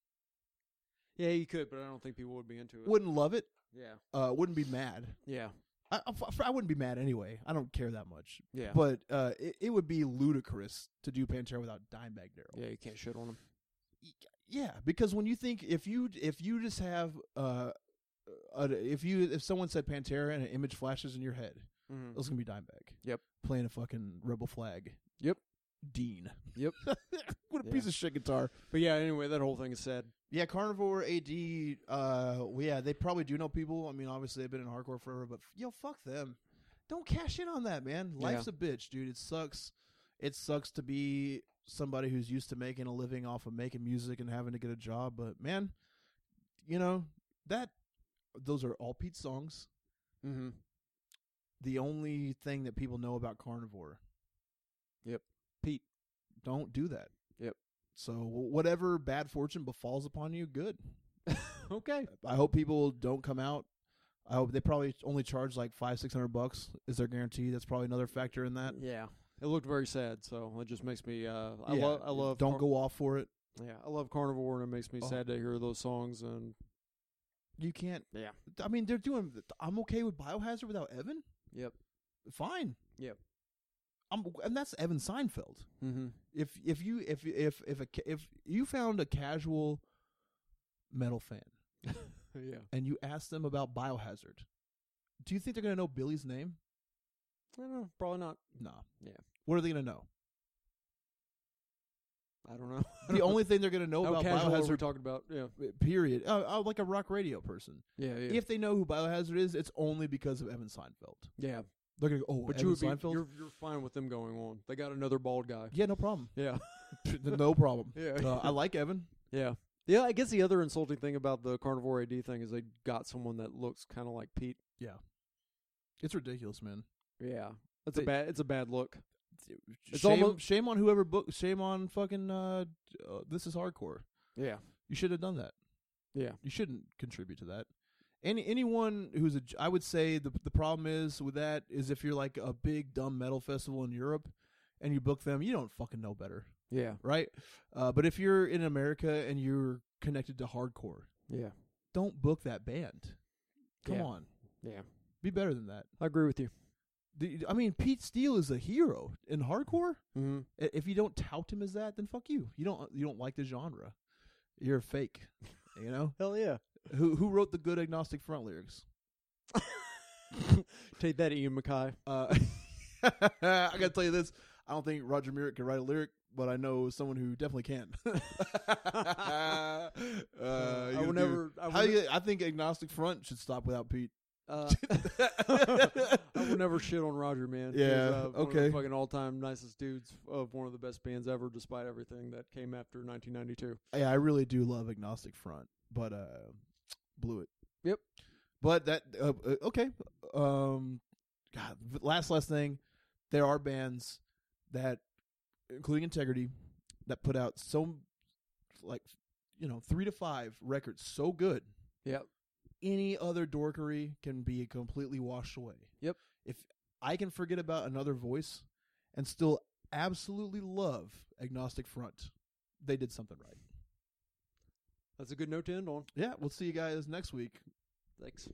Speaker 1: Yeah, you could, but I don't think people would be into it.
Speaker 2: Wouldn't love it.
Speaker 1: Yeah.
Speaker 2: Uh, wouldn't be mad.
Speaker 1: Yeah.
Speaker 2: I, I, I wouldn't be mad anyway. I don't care that much.
Speaker 1: Yeah.
Speaker 2: But uh, it, it would be ludicrous to do Pantera without Dimebag Daryl.
Speaker 1: yeah, you can't shit on them.
Speaker 2: Yeah, because when you think if you if you just have uh, uh if you if someone said Pantera and an image flashes in your head,
Speaker 1: Mm-hmm.
Speaker 2: it's gonna be Dimebag.
Speaker 1: Yep.
Speaker 2: playing a fucking rebel flag.
Speaker 1: Yep.
Speaker 2: Dean.
Speaker 1: Yep.
Speaker 2: what a
Speaker 1: Yeah.
Speaker 2: piece of shit guitar.
Speaker 1: But yeah, anyway, that whole thing is sad.
Speaker 2: Yeah, Carnivore AD. Uh, well, yeah, they probably do know people. I mean, obviously they've been in hardcore forever, but f- yo, fuck them. Don't cash in on that, man. Life's a bitch, dude. It sucks. It sucks to be somebody who's used to making a living off of making music and having to get a job, but man, you know that those are all Pete songs.
Speaker 1: Mm-hmm.
Speaker 2: The only thing that people know about Carnivore.
Speaker 1: Yep. Pete.
Speaker 2: Don't do that.
Speaker 1: Yep.
Speaker 2: So wh- whatever bad fortune befalls upon you, good.
Speaker 1: Okay.
Speaker 2: I hope people don't come out. I hope they probably only charge like five, six hundred bucks is their guarantee. That's probably another factor in that.
Speaker 1: Yeah. It looked very sad, so it just makes me. Uh, I
Speaker 2: Yeah.
Speaker 1: love. I love.
Speaker 2: Don't
Speaker 1: Car-
Speaker 2: go off for it.
Speaker 1: Yeah, I love Carnivore, and it makes me
Speaker 2: Oh.
Speaker 1: sad to hear those songs. And
Speaker 2: You can't.
Speaker 1: Yeah.
Speaker 2: I mean, they're doing. I'm okay with Biohazard without Evan.
Speaker 1: Yep.
Speaker 2: Fine.
Speaker 1: Yep.
Speaker 2: I'm, and that's Evan Seinfeld.
Speaker 1: mm-hmm.
Speaker 2: If if you if if if a ca- if you found a casual metal fan
Speaker 1: yeah,
Speaker 2: and you asked them about Biohazard, do you think they're gonna know Billy's name?
Speaker 1: I don't know. Probably not.
Speaker 2: Nah.
Speaker 1: Yeah.
Speaker 2: What are they gonna know?
Speaker 1: I don't know.
Speaker 2: The only thing they're gonna know
Speaker 1: How
Speaker 2: about
Speaker 1: casual are we
Speaker 2: Biohazard
Speaker 1: talking about? Yeah.
Speaker 2: period. Uh, uh, like a rock radio person.
Speaker 1: Yeah. Yeah.
Speaker 2: If they know who Biohazard is, it's only because of Evan Seinfeld.
Speaker 1: yeah.
Speaker 2: They're gonna go, oh,
Speaker 1: But
Speaker 2: Evan
Speaker 1: you would be.
Speaker 2: Seinfeld.
Speaker 1: You're, you're fine with them going on. They got another bald guy.
Speaker 2: yeah, no problem.
Speaker 1: Yeah.
Speaker 2: no problem.
Speaker 1: Yeah.
Speaker 2: Uh, I like Evan.
Speaker 1: yeah. Yeah, I guess the other insulting thing about the Carnivore AD thing is they got someone that looks kind of like Pete.
Speaker 2: It's ridiculous, man.
Speaker 1: Yeah, it's
Speaker 2: They-
Speaker 1: a bad. It's a bad look. It's
Speaker 2: shame,
Speaker 1: almost-
Speaker 2: shame on whoever booked. Shame on fucking. Uh, uh, this is hardcore.
Speaker 1: Yeah.
Speaker 2: You should have done that.
Speaker 1: Yeah.
Speaker 2: You shouldn't contribute to that. any anyone who's a, I would say the the problem is with that is if you're like a big dumb metal festival in Europe, and you book them, you don't fucking know better,
Speaker 1: Yeah.
Speaker 2: right? Uh, but if you're in America and you're connected to hardcore,
Speaker 1: Yeah.
Speaker 2: don't book that band. Come
Speaker 1: Yeah.
Speaker 2: on,
Speaker 1: Yeah.
Speaker 2: be better than that.
Speaker 1: I agree with you.
Speaker 2: The- I mean, Pete Steele is a hero in hardcore.
Speaker 1: Mm-hmm.
Speaker 2: I- If you don't tout him as that, then fuck you. You don't you don't like the genre. You're a fake. You know
Speaker 1: Hell yeah.
Speaker 2: who who wrote the good agnostic front lyrics?
Speaker 1: Take that, Ian Mackay.
Speaker 2: Uh, I gotta tell you this. I don't think Roger Merrick could write a lyric, but I know someone who definitely can. uh,
Speaker 1: Uh,
Speaker 2: you
Speaker 1: I will
Speaker 2: do-
Speaker 1: never. I will,
Speaker 2: How
Speaker 1: ne-
Speaker 2: you, I think Agnostic Front should stop without Pete.
Speaker 1: uh, I will never shit on Roger, man. 'cause,
Speaker 2: Yeah,
Speaker 1: uh, one of the
Speaker 2: okay.
Speaker 1: fucking all-time nicest dudes of one of the best bands ever, despite everything that came after 1992.
Speaker 2: yeah, I really do love Agnostic Front, but uh, blew it.
Speaker 1: Yep.
Speaker 2: But that uh, uh, okay. Um, God, v- last last thing, there are bands that, including Integrity, that put out so, like, you know, three to five records so good.
Speaker 1: Yep.
Speaker 2: Any other dorkery can be completely washed away.
Speaker 1: Yep.
Speaker 2: If I can forget about another voice, and still absolutely love Agnostic Front, they did something right.
Speaker 1: That's a good note to end on.
Speaker 2: Yeah, we'll see you guys next week.
Speaker 1: Thanks.